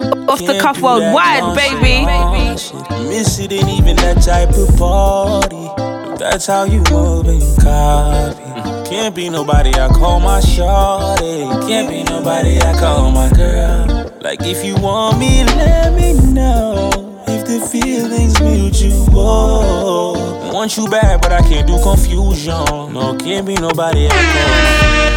the cuff worldwide, baby. Miss it ain't even that type of party. If that's how you move, then you copy. Can't be nobody I call my shorty. Can't be nobody I call my girl. Like if you want me, let me know. If the feelings mutual. Want you back, but I can't do confusion. No, can't be nobody I call my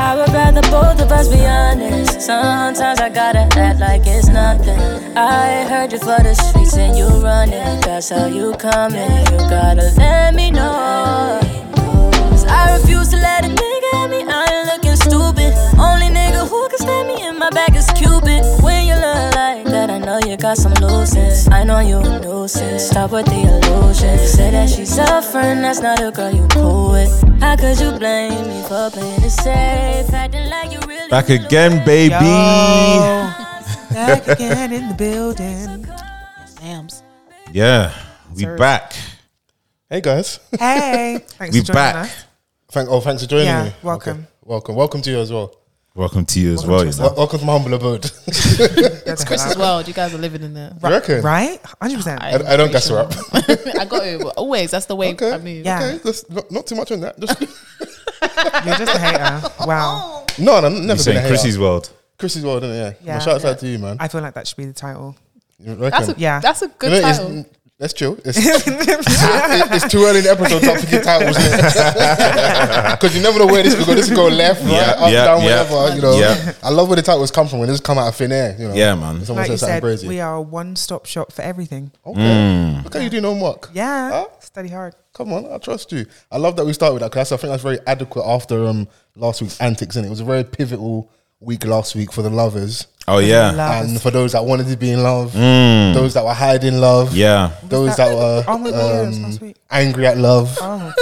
I would rather both of us be honest. Sometimes I gotta act like it's nothing. I heard you for the streets and you running. That's how you coming. You gotta let me know. 'Cause I refuse to let a nigga at me. I ain't looking stupid. Only nigga who can stand me in my back is Cupid. When you look like that, I know you got some losers. I know you a nuisance. Stop with the illusion. Say that she's suffering, that's not a girl you cool with. How could you blame me for playing it safe? Acting like you really Back again, baby. Back again in the building. Yams. Yeah, we Sorry. back. Hey guys, Hey. Thanks We for joining back. us. thank oh thanks for joining Yeah, me. welcome. Okay. welcome, welcome to you as well. Welcome to you as Welcome well. to You yourself. know. Wel- Welcome to my humble abode. That's Chris's world. You guys are living in there. you reckon? Right? 100%. I, I don't guess rap. I got it but always. That's the way Okay. I move. Yeah. Okay, that's not, not too much on that. Just, You're just a hater. Wow. no, no, You're I've never been a saying hater. Chrissy's world. Chrissy's world, isn't it? Yeah. Yeah. Well, Shouts out to you, man. I feel like that should be the title. you reckon? That's a Yeah. That's a You good know, it's- title. Let's chill. It's, it- it's too early in the episode to start picking titles because you never know where this could go. This could go left, right, Yeah, up, yeah, down, yeah. whatever. You know, Yeah. I love where the titles come from when they just come out of thin air. You know, Yeah, man. Someone Like you says something said, crazy. we are a one stop shop for everything. okay, Mm. look how you do no work. Yeah. Oh. Huh? Study hard. Come on, I trust you. I love that we started with that because I think that's very adequate after um last week's antics, and it was a very pivotal week last week for the lovers Oh yeah, Love. and for those that wanted to be in love, those that were hiding love, Mm. yeah. those that were Oh my God, it was um, last week. angry at love, Oh.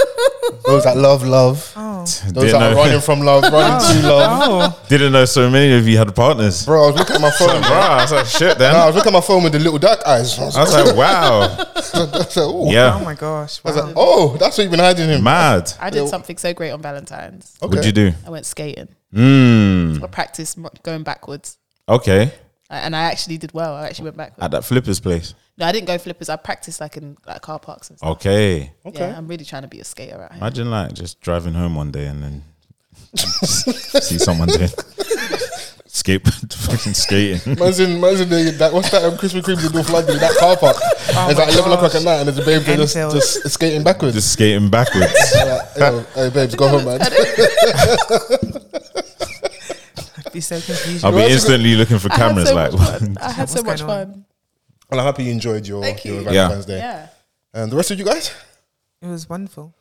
those that love love, those Didn't that are know, running from love, running to love. Oh. didn't know so many of you had partners. Bro, I was looking at my phone. Wow, I was like, shit. Then No, I was looking at my phone with the little dark eyes. I was I like, was like, wow. I was like, "Ooh." oh Yeah, my gosh. I was Wow. like, oh, that's what you've been hiding him. mad. I did something so great on Valentine's. Okay. What'd you do? I went skating. Mm. I practiced mo- going backwards, Okay, I- and I actually did well. I actually went backwards. at that flippers place. No, I didn't go flippers. I practiced like in like car parks and stuff. Okay, Yeah, I'm really trying to be a skater out here. imagine like just driving home one day and then see someone doing skate, fucking skating. Imagine, imagine the, that, what's that um, Krispy Kreme in North London, that car park. it's like 11 o'clock at night and there's a babe there just, Enfield. just skating backwards. Just skating backwards. Like, yo, hey, babes, go home, man. I'd be so confused. I'll be Imagine- instantly looking for I had cameras. so Like, much fun. I had so What's much going on? fun. Well, I'm happy you enjoyed your, Thank your you. Valentine's Day. Yeah. And the rest of you guys? It was wonderful.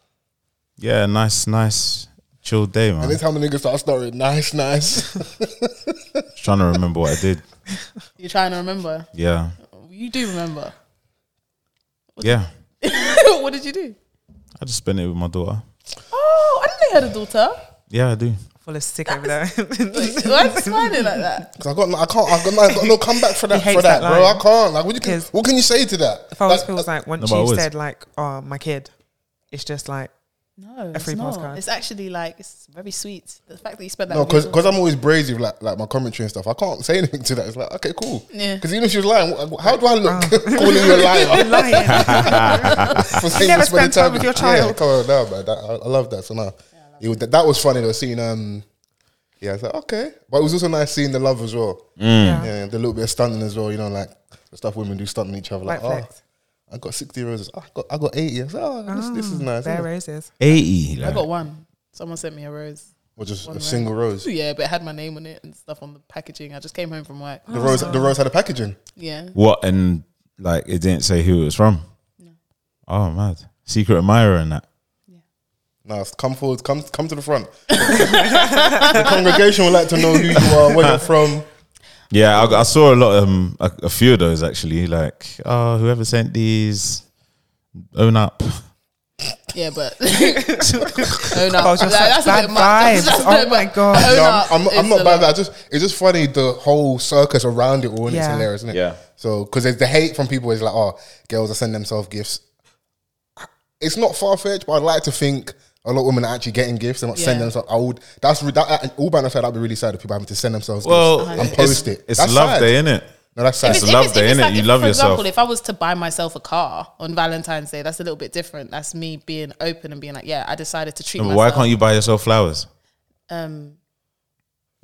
yeah, nice, nice, chill day, man. And this how many niggas start snoring. Nice, nice. Just trying to remember what I did. You're trying to remember. Yeah, You do remember. yeah. what did you do? I just spent it with my daughter. Oh, I didn't know you had a daughter. Yeah, I do. Full of sick over there. Why are you smiling like that? 'Cause I got, no- I can't, I got, no- I got no comeback for that, hates for that, that bro. line. I can't. Like, what, you can, Because- what can you say to that? If I was Like, uh, feels like once but I you was. said like, "Oh, my kid," it's just like No, free it's not. postcard. It's actually like it's very sweet. The fact that you spent that. No, because little- I'm always brazy with like like my commentary and stuff. I can't say anything to that. It's like okay, cool. Yeah. Because even if she was lying, wh- how do I look calling you a liar Oh. lying. for saying never you spend spend time with your Yeah, child. come on, no, man. That, I, I love that. So now, it was, that, that was funny. though, seeing um, yeah, it's like okay, but it was also nice seeing the love as well. Yeah. Yeah, the little bit of stunting as well. You know, like the stuff women do stunting each other. Like, Like oh, flex. I got sixty roses. Oh, I got I got eighty. I said, oh, this, this is nice. Bare isn't it? roses. 80. I E, Like, got one. Someone sent me a rose. Or just a rose. single rose. Yeah, but it had my name on it and stuff on the packaging. I just came home from work. The rose, the rose had a packaging. Yeah. what? And like, it didn't say who it was from. Oh, mad. Secret admirer and that. Nice. Come forward. Come come to the front. the congregation would like to know who you are, where you're from. Yeah, I, I saw a lot, um, a, a few of those actually. Like, oh, whoever sent these, own up. Yeah, but own up. Oh, just like bad vibes. That's a Oh bit my much. God. Own No, up I'm, I'm, I'm is not a bad. lot. I just it's just funny the whole circus around it all, and it's Yeah. hilarious, isn't it? Yeah. So because there's the hate from people is like, oh, girls are sending themselves gifts. It's not far fetched, but I'd like to think a lot of women are actually getting gifts. They're not Yeah. sending themselves. I would. That's re- that. All by themselves, that'd be really sad if people having to send themselves Well, gifts and post it's, it. It's That's love sad. day, innit? No, that's If sad. It's a love day, if innit? You if, love for yourself. Example, if I was to buy myself a car on Valentine's Day, that's a little bit different. That's me being open and being like, yeah, I decided to treat But myself. why can't you buy yourself flowers? Um,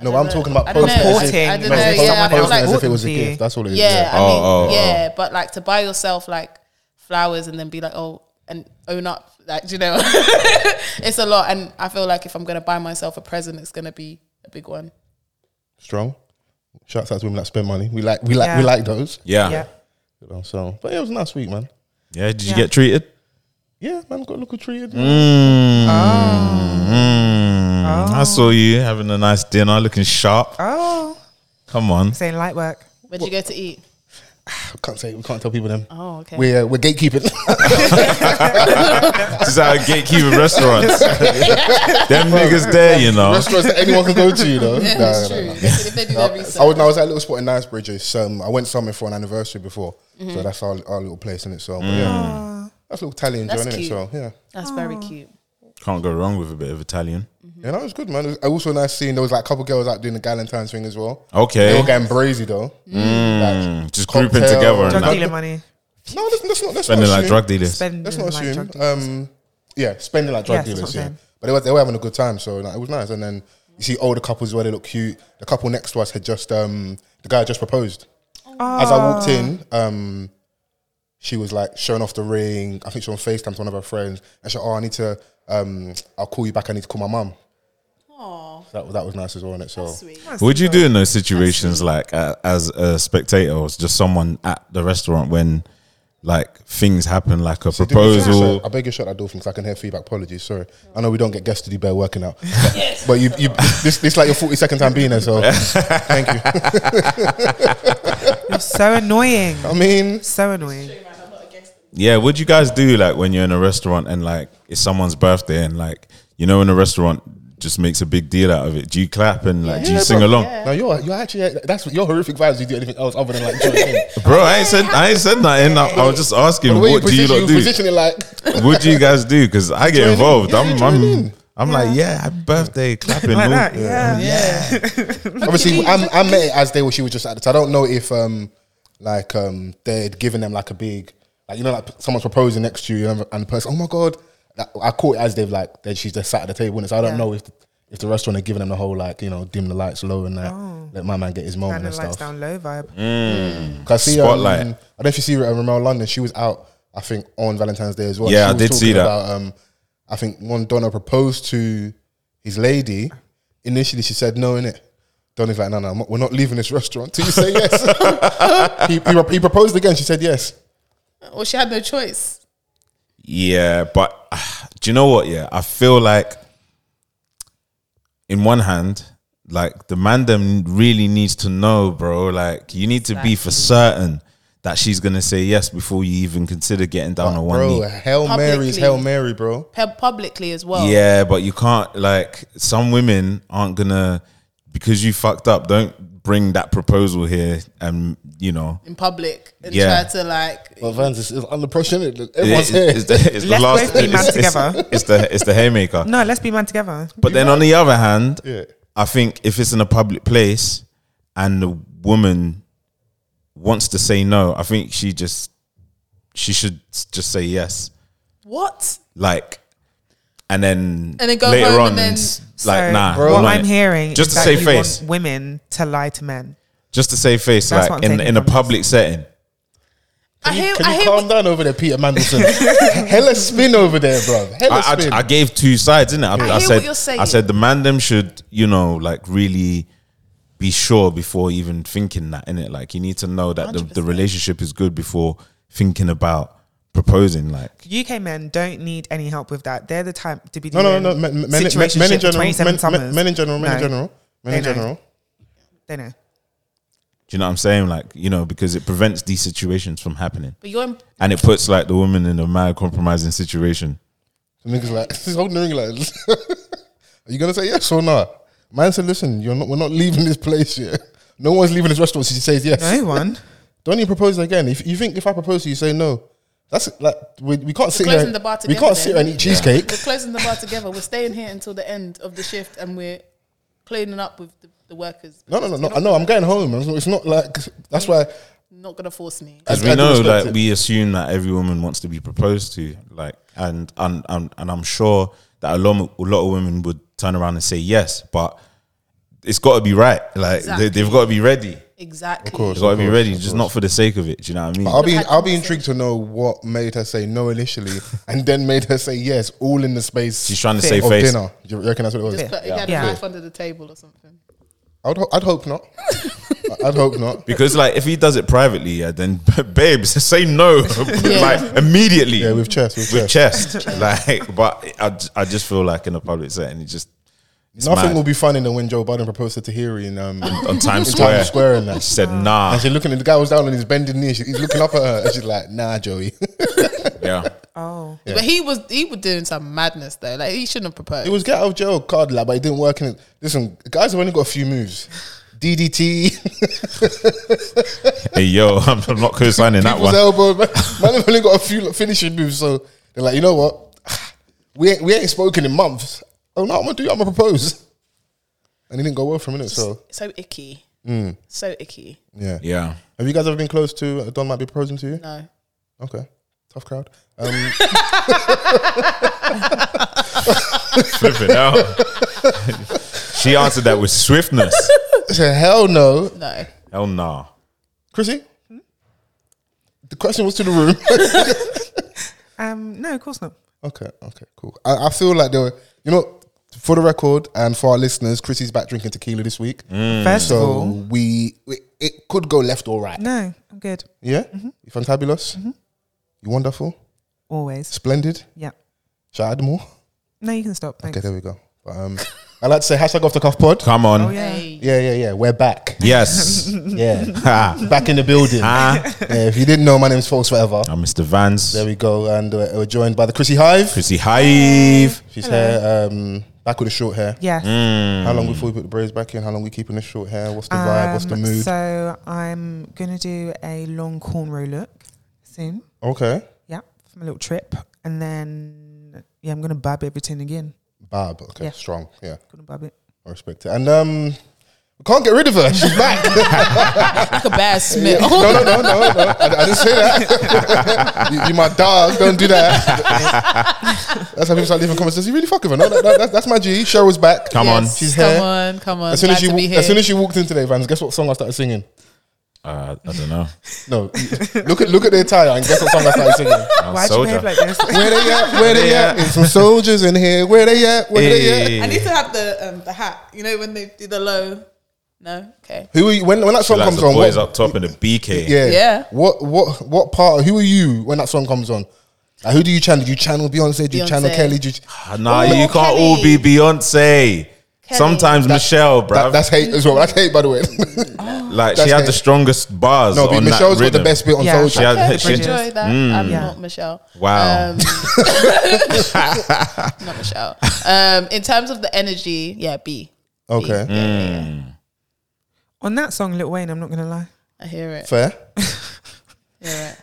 No, I'm talking about I don't know. posting. I don't know. Posting. Yeah, I Someone feel else like as if it Important was a to you. gift. That's all it is. yeah, I Oh, mean, oh, oh. yeah, but like to buy yourself like flowers and then be like, oh, and own up, like do you know, it's a lot. And I feel like if I'm gonna buy myself a present, it's gonna be a big one. Strong. Shouts out to women that spend money. We like, we like, we Yeah. like those. Yeah. Yeah. Yeah. You know, so, but yeah, it was a nice week, man. did you Yeah. get treated? Yeah, man, got a little treated. Mm. Mm. I saw you having a nice dinner, looking sharp. Oh, Come on. saying light work. Where'd you go to eat? Can't say we can't tell people them. Oh, okay. We're we're gatekeeping. This is our gatekeeping restaurants. Them niggas there, you know. Restaurants that anyone can go to, you know. Yeah, No, it's no, true. no, no. They did- they do their research. I was, I was at a little spot in Knightsbridge. Um, I went somewhere for an anniversary before, Mm-hmm. so that's our, our little place in it. So, but yeah, that's a little Italian Ah. That's joint in it. So, yeah, That's very cute. Can't go wrong with a bit of Italian. Mm-hmm. yeah, that was good, man. It was also nice seeing there was like a couple girls out doing the Galentine's thing as well. They Okay. mm, were getting brazy though. Mm. Like, Just grouping Cocktail. together and Drug like, dealer money. no, that's, that's not. That's spending not like assume. drug dealers. Spending That's not like assume. drug dealers. Um, yeah, spending like drug Yeah, that's dealers. what I'm saying. Yeah, but they were, they were having a good time, so like, it was nice. And then you see older couples where they look cute. The couple next to us had just um, the guy had just proposed. As I Oh. walked in, um, she was like showing off the ring. I think she was on Facetime to one of her friends, and she said, "Oh, I need to. Um, I'll call you back. I need to call my mum." Aww, That that was nice as well. And so sweet. What do you do in those situations, like uh, as a spectator or just someone at the restaurant when like things happen, like a Did we- proposal? So, I beg you shut that door for me because I can hear feedback. Apologies, sorry. I know we don't get guests to do better working out, but, but you, you this this like your forty second time being there. So thank you. You're so annoying. I mean, So annoying. Yeah, what do you guys do like when you're in a restaurant and like it's someone's birthday and like you know in a restaurant just makes a big deal out of it? Do you clap and like do you Yeah, sing bro. along? no, you're you're actually that's your horrific vibes. You do anything else other than like join in. Bro, I ain't said I ain't said nothing. I, I was just asking, The way what do you position- lot you do? Position it like What do you guys do? Because I get in. involved. Yeah, I'm join I'm in. I'm like yeah, happy birthday, clapping. Like all- that. Yeah. obviously I'm, I met it as they were. She was just at it. I don't know if um like um they'd given them like a big like you know like someone's proposing next to you and and the person oh my god That- I caught it as they've like that she's just sat at the table and so I don't know if if the restaurant had given them the whole like you know dim the lights low and that let my man get his moment Kind and of likes stuff. down low vibe. Mm. Cause I see, um, Spotlight. I don't know if you see uh, Ramel London. She was out, I think, on Valentine's Day as well. Yeah, She I was did see talking that. About, um, I think when Donna proposed to his lady, initially she said no, innit? Donna's like, no, no, I'm not- we're not leaving this restaurant till you say yes. he, he, he proposed again. She said yes. Well, she had no choice. Yeah, but ah, do you know what? Yeah, I feel like, in one hand, like the man them really needs to know, bro. Like you need to be for certain that she's gonna say yes before you even consider getting down on one Bro, knee. Hail Mary's Publicly. Hail Mary, bro. Pub- Publicly as well. Yeah, but you can't like some women aren't gonna because you fucked up. Don't bring that proposal here, and you know, In public and Yeah. try to like But Vans is, is under pressure, innit? it- it's, Everyone's here. it's the, it's the Let's last. both be man it's- it's- together. it's the it's the haymaker. No, let's be man together. But then on the other hand, Yeah. I think if it's in a public place and the woman wants to say no, I think she just she should s- just say yes. what? Like and then And then go later home on and then- s- like so nah. What I'm not I'm it. hearing just is to that save you face. want women to lie to men. Just to save face, That's what like I'm in taking in a from this. public setting. I hear, Can I you hear. calm down over there, Peter Mandelson? Hella spin over there, bro. Hella I, spin. I, I gave two sides, didn't I? I hear what said you're saying. I said the man them should, you know, like really be sure before even thinking that in it. Like you need to know that the, the 100%. relationship is good before thinking about proposing. Like UK men don't need any help with that. They're the type to be no, no, doing no. Men, men, men, men, men in situationships, 27 general. Men, men, summers. men in general. Men in No, general. Men in They know. general. They know. do you know what I'm saying? Like you know, because it prevents these situations from happening, But you're in, and it puts like the woman in a mad compromising situation. The niggas like he's holding the ring like. Are you gonna say yes or not? Man said, "Listen, you're not. We're not leaving this place yet. No one's leaving this restaurant." So she says yes. No one. Don't you propose again? If you think if I propose to you, say no. That's like we, we can't sit here. closing the bar we together can't sit here then. and eat cheesecake. we're closing the bar together. We're staying here until the end of the shift, and we're cleaning up with the, the workers. No, no, no, no. I know. I'm going home. It's not- It's not like that's why. Not gonna force me. I- Because we I do know, respect like, it. we assume that every woman wants to be proposed to, like, and and and, and I'm sure that a lot a lot of women would turn around and say yes, but it's got to be right. Like, they, they've got to be ready. Exactly. Of course. They've got to be course, ready, of just course. not for the sake of it. Do you know what I mean? I'll be had I'll be conversa- intrigued to know what made her say no initially and then made her say yes, all in the space. She's trying to Fair. save of face. dinner. Do you reckon that's what it was? Just put, he had Yeah. a knife under the table or something. I'd ho- I'd hope not. I'd hope not. Because like if he does it privately, yeah, then babes say no like immediately. Yeah, with chest, with with chest. like, but I, I just feel like in a public setting, it just it's Nothing mad. will be funny than when Joe Biden proposed to Tahiri in um on Times Times Square. Square and that. She said nah. And she's looking at the guy was down on his bended knee. She, he's looking up at her, and she's like, "Nah, Joey." yeah, Oh, But he was he was doing some madness though. Like he shouldn't have proposed. it was get out of jail card, like, but it didn't work. In it. Listen, guys have only got a few moves. DDT, hey yo, I'm, I'm not co-signing that people's one. elbow. Man, man have only got a few like, finishing moves. So they're like, you know what? We ain't, we ain't spoken in months. Oh no, I'm gonna do. I'm gonna propose. And it didn't go well for a minute. So so icky. Mm. So icky. yeah. Yeah, Have you guys ever been close to Don might be proposing to you? No. Okay. Tough crowd. Um, flip it out. she answered that with swiftness. I said, hell no. No. Hell nah. Chrissy? The question was to the room. um, no, of course not. Okay, okay, cool. I, I feel like there were, you know, for the record and for our listeners, Chrissy's back drinking tequila this week. Mm. First of Mm. So all, we, we, it could go left or right. no, I'm good. Yeah? Mm-hmm. You fantabulous? You wonderful? Always. Splendid? Yeah. Shall I add more? No, you can stop. Thanks. Okay, there we go. But, um, I like to say hashtag off the cuff pod. Come on. Oh yeah. Hey. Yeah, yeah, yeah. We're back. Yes. Yeah. Ha. back in the building. Ah. Yeah, if you didn't know, my name's False Forever. I'm Mr. Vans. There we go. And uh, we're joined by the Chrissy Hive. Chrissy Hive. She's hair um, back with the short hair. Yes. How long before we put the braids back in? How long we keeping the short hair? What's the Mm. Um, vibe? What's the mood? So I'm gonna do a long cornrow look soon. okay, Yeah, from a little trip, and then yeah, I'm gonna bab everything again. Barb. Okay, Yeah. strong. Yeah, Gonna bab it. I respect it. And um, we can't get rid of her. She's back. Like a bad smell. no, no, no, no, no. I, I didn't say that. you, you my dog. Don't do that. that's how people start leaving comments. Does he really fuck with her? No, no, no that's, that's my G. Cheryl's back. Come on. Yes, She's come here. on, come on. As soon as, Glad she to be wa- here. as soon as she walked in today, Vans, guess what song I started singing? Uh, I don't know. No, look at look at the attire and guess what song I started singing? I'm Why do you soldier. behave like this? Where they at? Where they Yeah. at? It's some soldiers in here. Where they at? Where they at? Hey. I need to have the um, the hat. You know when they do the low. No. Okay. Who are you, when when that song Like comes the on? boys what- up top in the BK. Yeah. Yeah. What what what part? Who are you when that song comes on? Like, who do you channel? Do you channel Beyonce? Do you channel Beyonce. Kelly? Do you, Ah, Nah, Ooh, you can't Kelly. all be Beyonce. Sometimes Michelle, that, bruv. that's hate as well. That's hate, by the way. like she that's had it. the strongest bars. no, but on Michelle's that got rhythm. the best bit on Yeah. Soldier. She had- Okay, she- enjoy that. I'm Yeah. not Michelle. Wow. Um, not Michelle. Um, in terms of the energy, yeah, B. Okay, Mm. Mm. On that song, Lil Wayne, I'm not gonna lie. I hear it. fair. I hear it.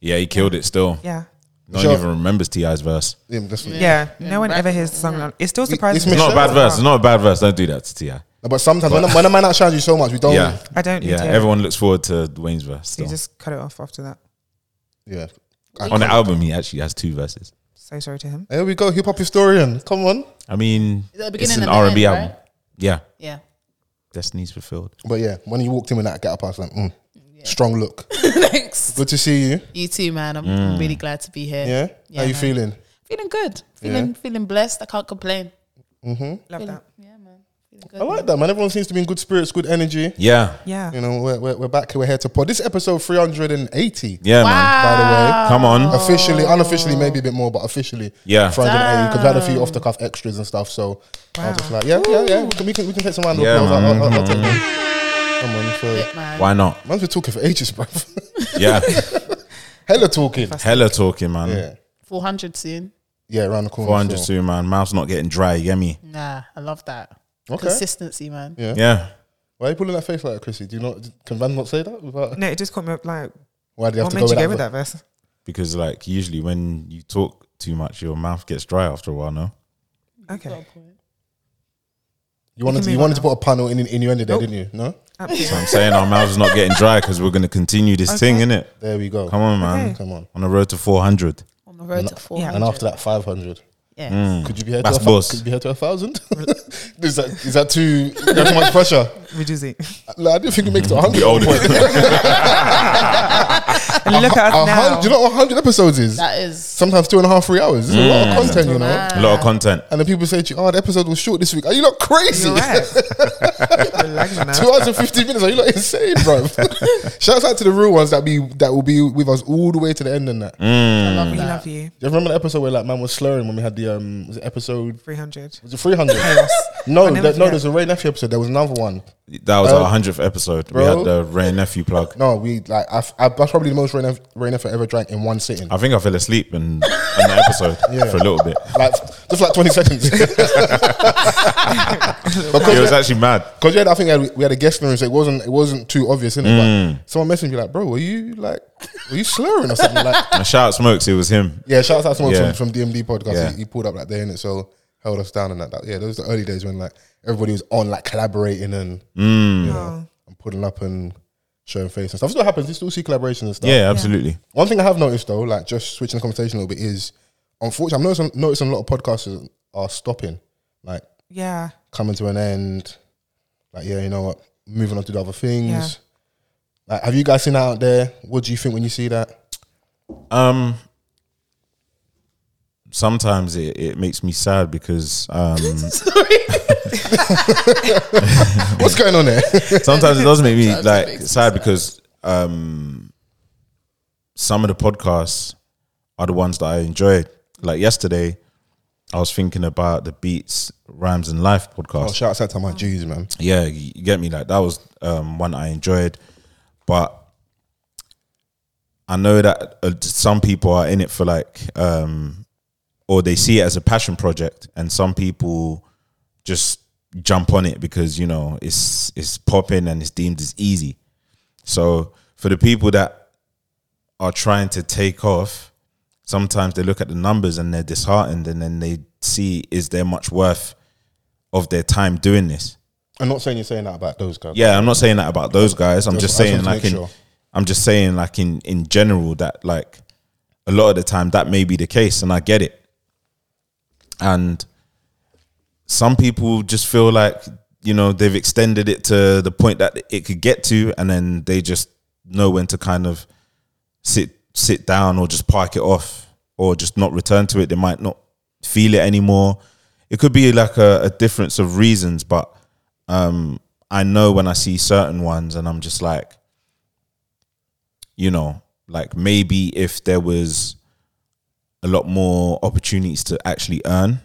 Yeah, he killed it. Still, Yeah. no Sure. one even remembers Ti's verse. Yeah, that's- Yeah. No one ever hears the song. Like, it's still surprising. it's to me. It's not a bad Oh, verse. It's not a bad verse. Don't do that to Ti. But sometimes when, a- when a man outshines you so much, we don't. Yeah, I don't need yeah. to. Everyone looks forward to Wayne's verse. You Still. just cut it off after that. yeah. On the album, he actually has two verses. So sorry to him. There we go, hip hop historian. Come on. I mean, The beginning it's an and the R and B end, album. right? Yeah, Yeah. destiny's fulfilled. But yeah, when you walked in with that get up, I was like, mm, strong look. Thanks. Good to see you. You too, man. I'm Mm. I'm really glad to be here. Yeah. Yeah, How you man. feeling? Feeling good. Feeling feeling blessed. I can't complain. Love that. Yeah, man. Feeling I good. like that, man. Everyone seems to be in good spirits, good energy. Yeah, Yeah. You know, we're, we're, we're back. We're here to pod. This is episode 380, yeah, man. Wow. Come on. Officially, Oh. unofficially, maybe a bit more, but officially. Yeah. 380. Because we had a few off the cuff extras and stuff. So I was just like, yeah, yeah, yeah. We can, we can, we can take some round of Yeah, applause. I'll, man. Mm. I'll, I'll take that. Come on. So, Man. Why not? man's been talking for ages, bro. Yeah, Hella talking. hella talking, man. Yeah. 400 soon. Yeah, around the corner. Four hundred so- soon, man. Mouth's not getting dry. Yummy. Nah, I love that. Okay. Consistency, man. Yeah. Why are you pulling that face like that, Chrissy? Do you not, can Van not say that? Without, No, it just caught me up. Like, why do you have what to made go you with go that? with that verse? because like usually when you talk too much, your mouth gets dry after a while. No, Okay. You wanted to, can you move wanted on to put a pun or in innuendo there, didn't you? No. Absolutely. I'm saying our mouths is not getting dry because we're gonna continue this thing, innit? There we go. Come on, man. Okay. Come on. On the road to 400. On the road to four. And after Mm. that, five hundred. Yeah. Could you be here Hmm. That's to a thou- boss. Could you be here to a thousand? is that is that too, is that too much pressure? Reduce it. Like, I don't think it makes it a hundred. Be older. And look at us A hun- now. do Uh-huh. you know what hundred episodes is? That is Sometimes two and a half, three hours. It's a lot of content, you know. A lot of content. And then people say to you, "Oh, the episode was short this week." Are you not crazy? You're right. Relax Two now. hours and fifteen minutes. Are you not insane, bro? Shouts out to the real ones that be that will be with us all the way to the end. And that. I love We that. love you. Do you remember the episode where like man was slurring when we had the um was it episode 300. was it three hundred? no, I'll never that, no. forget. There's a Ray nephew episode. There was another one. That was Uh, our 100th episode. We bro. had the Ray and Nephew plug. No, we like I, I, that's probably the most Ray, Nef- Ray nephew I ever drank in one sitting. I think I fell asleep in, in the episode for a little bit. like just like twenty seconds. It was actually mad. Because we had, I think we had, we had a guest in the room, so it wasn't it wasn't too obvious, innit? Mm. But someone messaged me like, "Bro, were you like, were you slurring or something?" Like, And shout out Smokes, it was him. yeah, shout out to someone Yeah. from, from DMD podcast. Yeah. He, he pulled up like there, innit? So held us down and that. that yeah, those were the early days when like everybody was on like collaborating and Mm. you know and putting up and showing face and stuff. Still happens. You still see collaborations and stuff. Yeah, absolutely. One thing I have noticed though, like just switching the conversation a little bit, is unfortunately I'm noticing, noticing a lot of podcasts are stopping, like Yeah. coming to an end. Like, yeah, you know what? Moving on to the other things. Yeah. Like, have you guys seen that out there? What do you think when you see that? Um, sometimes it, it makes me sad because um, What's going on there? sometimes it does make me like sad because um, some of the podcasts are the ones that I enjoyed. Like yesterday, I was thinking about the Beats, Rhymes, and Life podcast. oh, shout out to my Jews, man. yeah, you you get me. Like that was um, one I enjoyed, but I know that uh, some people are in it for like, um, or they see it as a passion project, and some people just jump on it because you know it's it's popping and it's deemed as easy. So for the people that are trying to take off, sometimes they look at the numbers and they're disheartened, and then they see is there much worth of their time doing this. I'm not saying you're saying that about those guys. Yeah, I'm not saying that about those guys. I'm Just- just I just saying wanted like to in, make sure. I'm just saying like in in general that like a lot of the time that may be the case, and I get it. And some people just feel like you know they've extended it to the point that it could get to, and then they just know when to kind of sit sit down or just park it off or just not return to it. They might not feel it anymore. It could be like a, a difference of reasons, but um, I know when I see certain ones, and I'm just like, you know, like maybe if there was a lot more opportunities to actually earn,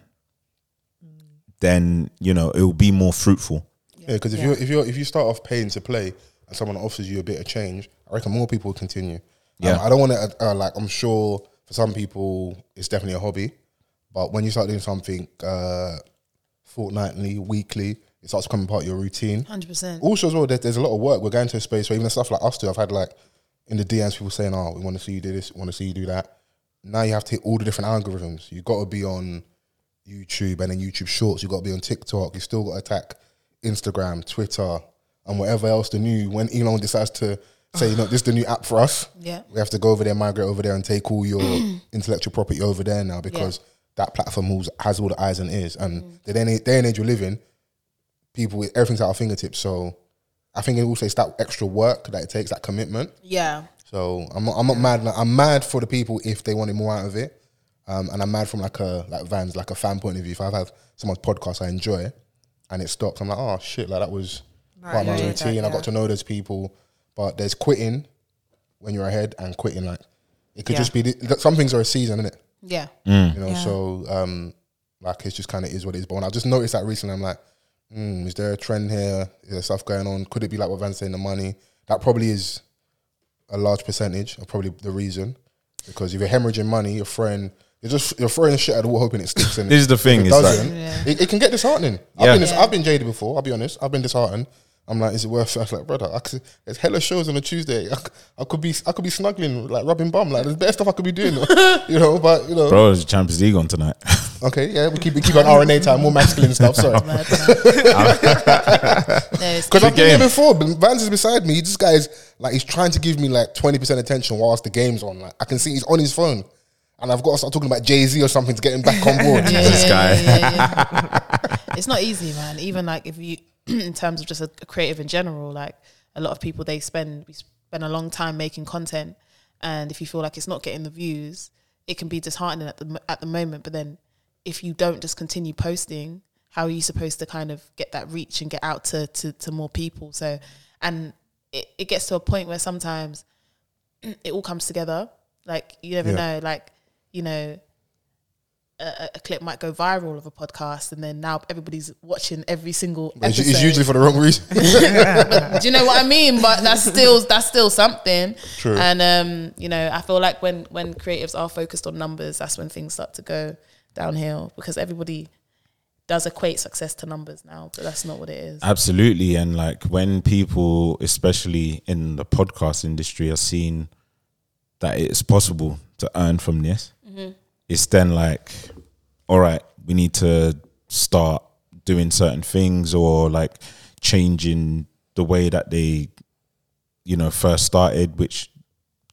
then you know it will be more fruitful. Yeah, because if you if you if you start off paying to play and someone offers you a bit of change, I reckon more people will continue. Yeah. um, I don't want to uh, like. I'm sure for some people it's definitely a hobby, but when you start doing something uh, fortnightly, weekly, it starts becoming part of your routine. hundred percent. Also, as well, there, there's a lot of work. We're going to a space where even the stuff like us two, I've had like in the DMs people saying, "Oh, we want to see you do this, we want to see you do that." Now you have to hit all the different algorithms. You got to be on YouTube and then YouTube Shorts. You got to be on TikTok. You still got to attack Instagram, Twitter, and whatever else the new. When Elon decides to say, "You know, this is the new app for us," Yeah. we have to go over there, migrate over there, and take all your intellectual property over there now because that platform moves, has all the eyes and ears. And the day, and- day and age we're living, people with everything's at our fingertips. So I think it also it's that extra work that it takes, that commitment. Yeah. So I'm not, I'm not mad. like, I'm mad for the people if they wanted more out of it, um, and I'm mad from like a like Vans like a fan point of view. If I have someone's podcast I enjoy, and it stops, I'm like, oh shit, like that was part of my yeah, routine. I got to know those people, but there's quitting when you're ahead and quitting. Like it could Yeah. just be th- some things are a season, isn't it? Yeah. Mm. You know, Yeah. so um, like it's just kind of is what it is. But when I just noticed that recently, I'm like, mm, is there a trend here? Is there stuff going on? Could it be like what Van's saying, the money? That probably is a large percentage, or probably the reason. Because if you're hemorrhaging money, you're throwing, you're just you're throwing shit at the wall hoping it sticks. And This is the if thing, It it's like- doesn't. it, it can get disheartening. I've Yeah. been dis- I've been jaded before. I'll be honest. I've been disheartened. I'm like, is it worth? it? I was like, brother, I could, there's hella shows on a Tuesday. I, c- I could be, I could be snuggling, like rubbing bum, like there's better stuff I could be doing, you know. But you know, Bro, there's Champions League on tonight. okay, yeah, we keep we keep on RNA time, more masculine stuff. Sorry, Mad, man. no, it's because Good I've been here game. before. but Vans is beside me. This guy is like, he's trying to give me like twenty percent attention whilst the game's on. Like, I can see he's on his phone, and I've got to start talking about Jay Z or something to get him back on board. yeah, This yeah, guy. yeah, yeah, yeah. it's not easy, man. Even like if you, in terms of just a creative in general, like a lot of people, they spend we spend a long time making content, and if you feel like it's not getting the views, it can be disheartening at the mo- at the moment. But then, if you don't just continue posting, how are you supposed to kind of get that reach and get out to to, to more people? So, and it, it gets to a point where sometimes it all comes together. Like you never Yeah. know. Like you know, a, a clip might go viral of a podcast, and then now everybody's watching every single It's, episode. it's usually for the wrong reason. Do you know what I mean? But that's still that's still something. True. And um, you know, I feel like when when creatives are focused on numbers, that's when things start to go downhill because everybody does equate success to numbers now, but that's not what it is. Absolutely. And like when people, especially in the podcast industry, are seeing that it's possible to earn from this, it's then like, all right, we need to start doing certain things or like changing the way that they, you know, first started, which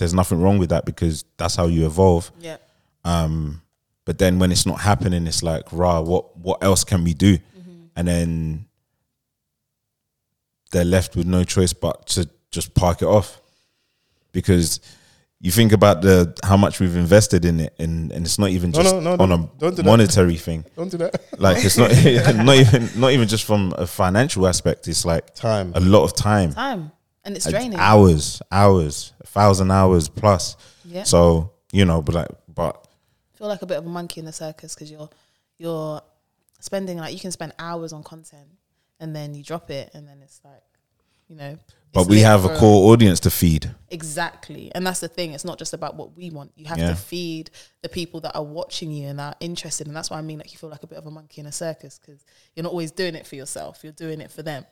there's nothing wrong with that because that's how you evolve. Yeah. Um, but then when it's not happening, it's like, rah, what what else can we do? And then they're left with no choice but to just park it off. Because you think about the how much we've invested in it and, and it's not even No, just no, no, on don't- don't do a that. monetary thing. Don't do that. Like it's not not even not even just from a financial aspect, it's like Time. a lot of time. Time. And it's Uh, draining. Hours, hours, a thousand hours plus. Yeah. So, you know, but like but feel like a bit of a monkey in the circus because you're you're spending like you can spend hours on content and then you drop it and then it's like you know but it's uh, we lit have a for- core audience to feed. exactly and that's the thing it's not just about what we want you have Yeah. to feed the people that are watching you and are interested and that's why i mean like you feel like a bit of a monkey in a circus because you're not always doing it for yourself you're doing it for them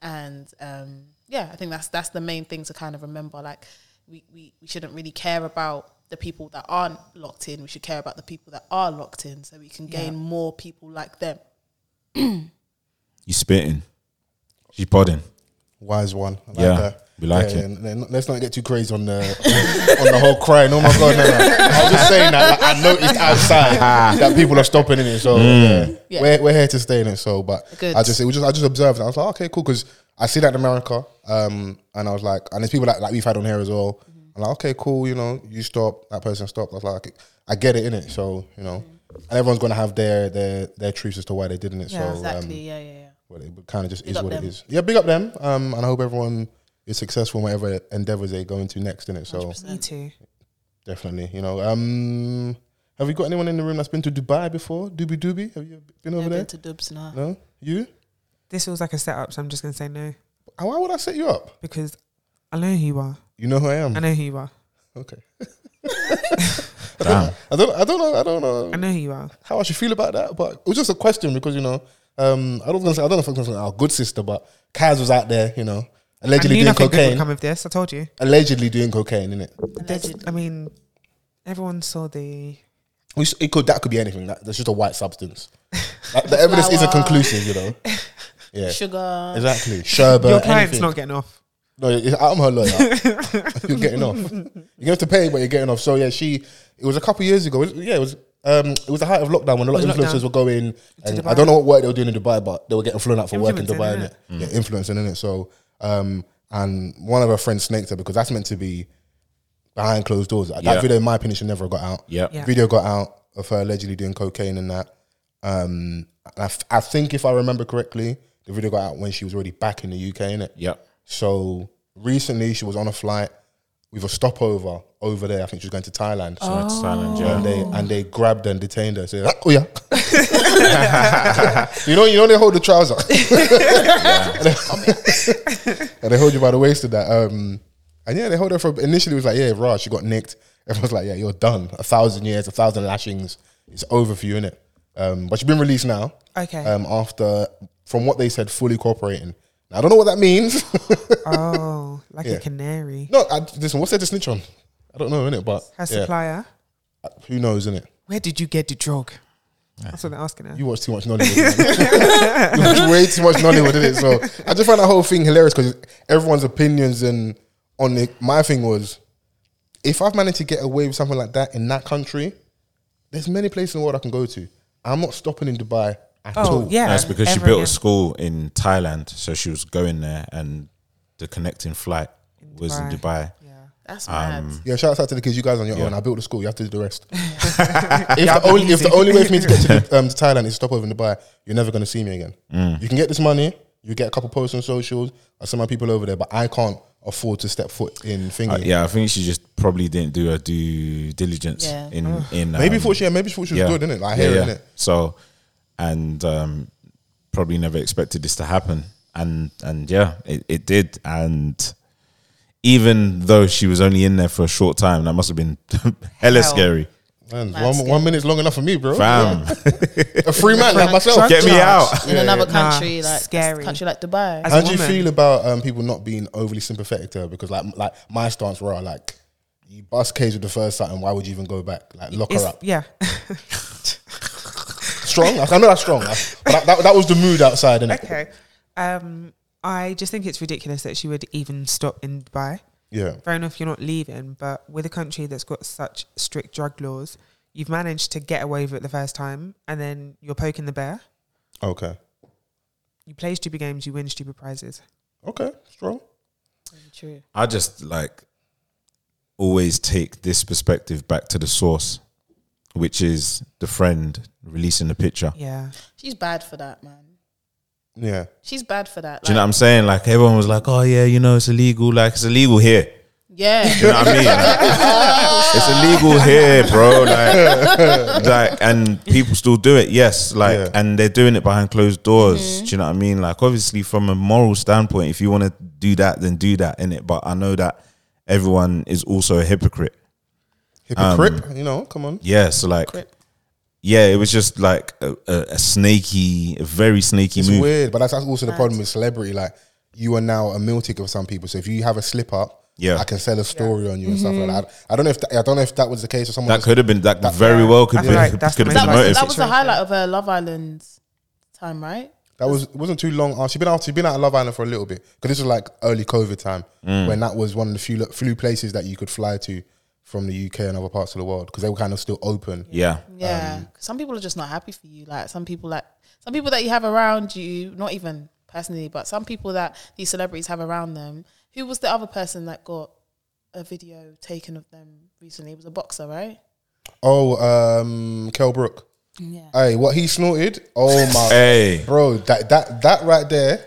and um yeah i think that's that's the main thing to kind of remember like we we, we shouldn't really care about the people that aren't locked in we should care about the people that are locked in so we can gain more people like them You spitting. She podding. Wise one. I like Yeah, that. we like Yeah, it. and then let's not get too crazy on the on the whole crying. Oh my god! No, no. I was just saying that like, I noticed outside Ah. that people are stopping in it. So Mm. yeah. Yeah. we're we're here to stay in it. So, but Good. I just it was just I just observed. And I was like, okay, cool, because I see that in America. Um, and I was like, and there's people that like we've had on here as well. Mm-hmm. I'm like, okay, cool. You know, you stop. That person stopped. I was like, I get it in it. So you know, and everyone's gonna have their their their truths as to why they didn't it. so exactly um, yeah yeah yeah well, it kind of just Big is up what them. it is. Yeah, big up them. Um, and I hope everyone is successful in whatever endeavors they go into next in it. So Me too. definitely, you know. Um, have we got anyone in the room that's been to Dubai before? Doobie Doobie, have you been over Never there? been to dubs now no, you. This feels like a setup, so I'm just gonna say no How- Why would I set you up? because I know who you are. You know who I am. I know who you are. okay. Damn. I don't. I don't know. I don't know I know who you are. how I should feel about that, but it was just a question because you know. Um, I don't, gonna say, I don't know if I'm going to say our good sister, but Kaz was out there, you know, allegedly I knew doing nothing good would cocaine. come of this. I told you. Allegedly doing cocaine, innit? There's- I mean, everyone saw the. We s- It could that could be anything. That, that's just a white substance. Like, the evidence isn't Flour. conclusive, you know. Yeah, sugar exactly. Sherbet. Your client's anything. not getting off. No, it- I'm her lawyer. you're getting off. You're gonna have to pay, but you're getting off. So yeah, she. It was a couple of years ago. It was- yeah, it was. Um, it was the height of lockdown when a lot It was of influencers lockdown. were going. And I Dubai. don't know what work they were doing in Dubai, but they were getting flown out for work in Influencing, Dubai, innit? innit? Mm. Yeah, influencing, innit? So, um, and one of her friends snaked her because that's meant to be behind closed doors. That Yeah. video, in my opinion, should never have got out. Yeah. Yeah. Video got out of her allegedly doing cocaine and that. Um, I, f- I think if I remember correctly, the video got out when she was already back in the UK, innit? Yeah. So recently she was on a flight with a stopover over there. I think she was going to Thailand. So it's silent, yeah. And they Oh. Oh. and they grabbed and detained her. So oh yeah. you know, you know they hold the trouser. and they hold you by the waist of that. Um and yeah, they hold her for initially it was like, yeah, rah, she got nicked. Everyone's like, Yeah, you're done. A thousand years, a thousand lashings. It's over for you, innit? Um but she's been released now Okay. um, after, from what they said, fully cooperating. Now, I don't know what that means. Oh, like Yeah. a canary. no, I, listen, what's there to snitch on? I don't know, innit? But Her yeah, supplier. who knows, innit? Where did you get the drug? That's what they're asking her. You watch too much Nollywood. innit? you watch way too much Nollywood, did it? So I just found that whole thing hilarious because everyone's opinions and on it. My thing was, if I've managed to get away with something like that in that country, there's many places in the world I can go to. I'm not stopping in Dubai at all. oh yeah, That's because she ever built again. a school in Thailand, so she was going there, and the connecting flight was in Dubai. Yeah. That's mad. Yeah, shout out to the kids. You guys on your Yeah. own. I built the school. You have to do the rest. if, the only, if the only way for me to get to, um, to Thailand is stop over in Dubai, you're never going to see me again. Mm. You can get this money. You get a couple posts on socials. I send my people over there, but I can't afford to step foot in thingy. Uh, yeah, I think she just probably didn't do her due diligence Yeah. in in Maybe um, thought she, maybe thought she was yeah. good, didn't it? Like, I Yeah, hear yeah. it, innit? So, and um, probably never expected this to happen, and and yeah, it, it did. And even though she was only in there for a short time, that must have been hella Hell. scary, Man, Mad one, skin. one minute's long enough for me, bro. fam. A free man like myself. Get me out. In another country, Nah, like scary. country like Dubai. As How a do you woman. feel about um, people not being overly sympathetic to her? Because like like my stance were like you bust cage with the first sight, and why would you even go back? Like lock It's- her up. Yeah, Strong. Like, I know that's strong. Like, but that, that, that was the mood outside, innit? okay. Um, I just think it's ridiculous that she would even stop in Dubai. Yeah. Fair enough, you're not leaving, but with a country that's got such strict drug laws, you've managed to get away with it the first time, and then you're poking the bear. Okay. You play stupid games, you win stupid prizes. Okay. Strong. True. I just like always take this perspective back to the source, which is the friend releasing the picture. Yeah, She's bad for that, man. Yeah. She's bad for that. Do you know what like- I'm saying? Like everyone was like, "Oh yeah, you know it's illegal. Like it's illegal here." yeah. Do you know what I mean? it's illegal here, bro. Like, like, and people still do it. Yes, like, Yeah. and they're doing it behind closed doors. Do you know what I mean? Like, obviously, from a moral standpoint, if you want to do that, then do that in it. But I know that everyone is also a hypocrite. Um, Hypocrite. you know. Come on. Yeah, so like, yeah, it was just like a, a, a snaky, a very snaky It's move. weird, but that's, that's also the problem with celebrity. Like you are now a meal ticket for some people. So if you have a slip up, Yeah. I can sell a story on you and stuff like that. I don't know if that, I don't know if that was the case or someone. That was- could have been that, very well could I have feel been, like that's could the have that been the main- motive. was that was the Situation. highlight of her Love Island time, right? Um, That was it wasn't too long. after she'd been out. She'd been out of Love Island for a little bit because this was like early COVID time Mm. when that was one of the few few places that you could fly to from the UK and other parts of the world because they were kind of still open. yeah, Yeah. 'Cause some people are just not happy for you. Like some people like some people that you have around you, not even personally, but some people that these celebrities have around them. Who was the other person that got a video taken of them recently? It was a boxer, right? Oh, um, Kel Brook. Yeah. Hey, what he snorted? Oh my, Hey. bro, that that that right there.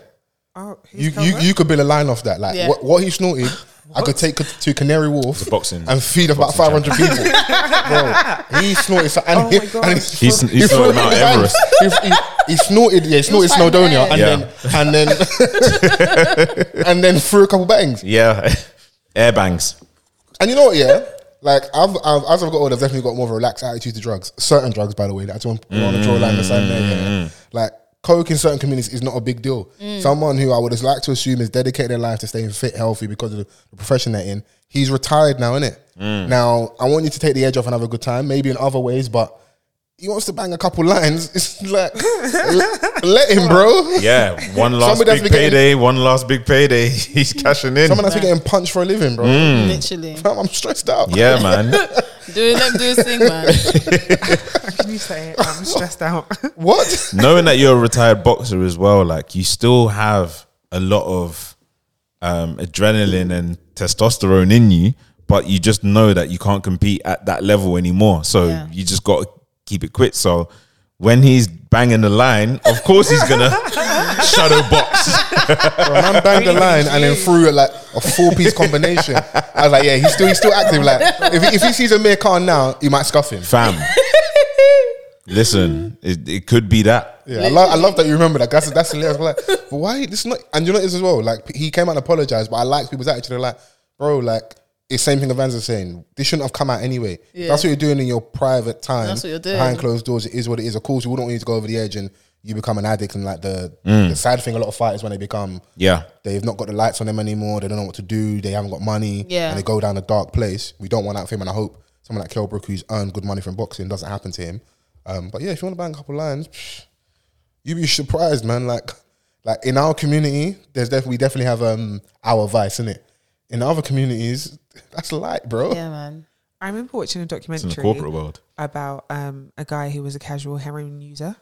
Oh, who's You, Kelvin? you you could build a line off that. Like Yeah. what, what he snorted, I could take to Canary Wharf boxing- and feed about boxing five hundred people. Bro, he snorted. so- And Oh he, my God. and He sn- he snorted Mount his hand. Everest. He, he- he snorted. Yeah, he snorted fighting Snowdonia, and Yeah. then and then and then threw a couple bangs. yeah, airbangs. And you know what? Yeah, like I've, I've as I've got older, I've definitely got more of a relaxed attitude to drugs. Certain drugs, by the way, that I don't want to draw a line in the sand there. Mm. Yeah. Like coke in certain communities is not a big deal. Someone who I would like to assume is dedicated their life to staying fit, healthy because of the profession they're in. He's retired now, innit? Mm. Now I want you to take the edge off and have a good time, maybe in other ways, but. He wants to bang a couple lines. It's like, let let him, bro. Yeah, one last Somebody has big to be getting- payday, one last big payday. He's cashing in. Someone that's getting punched for a living, bro. Literally. I'm stressed out. Mm. yeah, man. Doing let him do his thing, man. Can you say it? I'm stressed out. What? Knowing that you're a retired boxer as well, like you still have a lot of um, adrenaline and testosterone in you, but you just know that you can't compete at that level anymore. So Yeah. you just got to keep it quit. So when he's banging the line, of course he's gonna shadow box. Bro, man banged the line and then threw it like a four piece combination. I was like, yeah, he's still he's still active. Like if he, if he sees a mere car now, he might scuff him. Fam, listen, it, it could be that. Yeah, I love I love that you remember that. That's that's hilarious. I'm like, but why this is not? And you know this as well. Like he came out and apologized, but I like people's attitude. They're like, bro, like. It's same thing Evans is saying. This shouldn't have come out anyway. That's what you're doing in your private time. That's what you're doing. Behind closed doors, it is what it is. Of course, we wouldn't want you to go over the edge and you become an addict and like the, the sad thing a lot of fighters when they become Yeah. they've not got the lights on them anymore. They don't know what to do. They haven't got money. Yeah. And they go down a dark place. We don't want that for him. And I hope someone like Kell Brook, who's earned good money from boxing, doesn't happen to him. Um, but yeah, if you want to bang a couple lines, psh, you'd be surprised, man. Like, like in our community, there's definitely we definitely have um our vice in it. In other communities, that's light, bro. Yeah, man. I remember watching a It's in the documentary corporate world. about um, a guy who was a casual heroin user.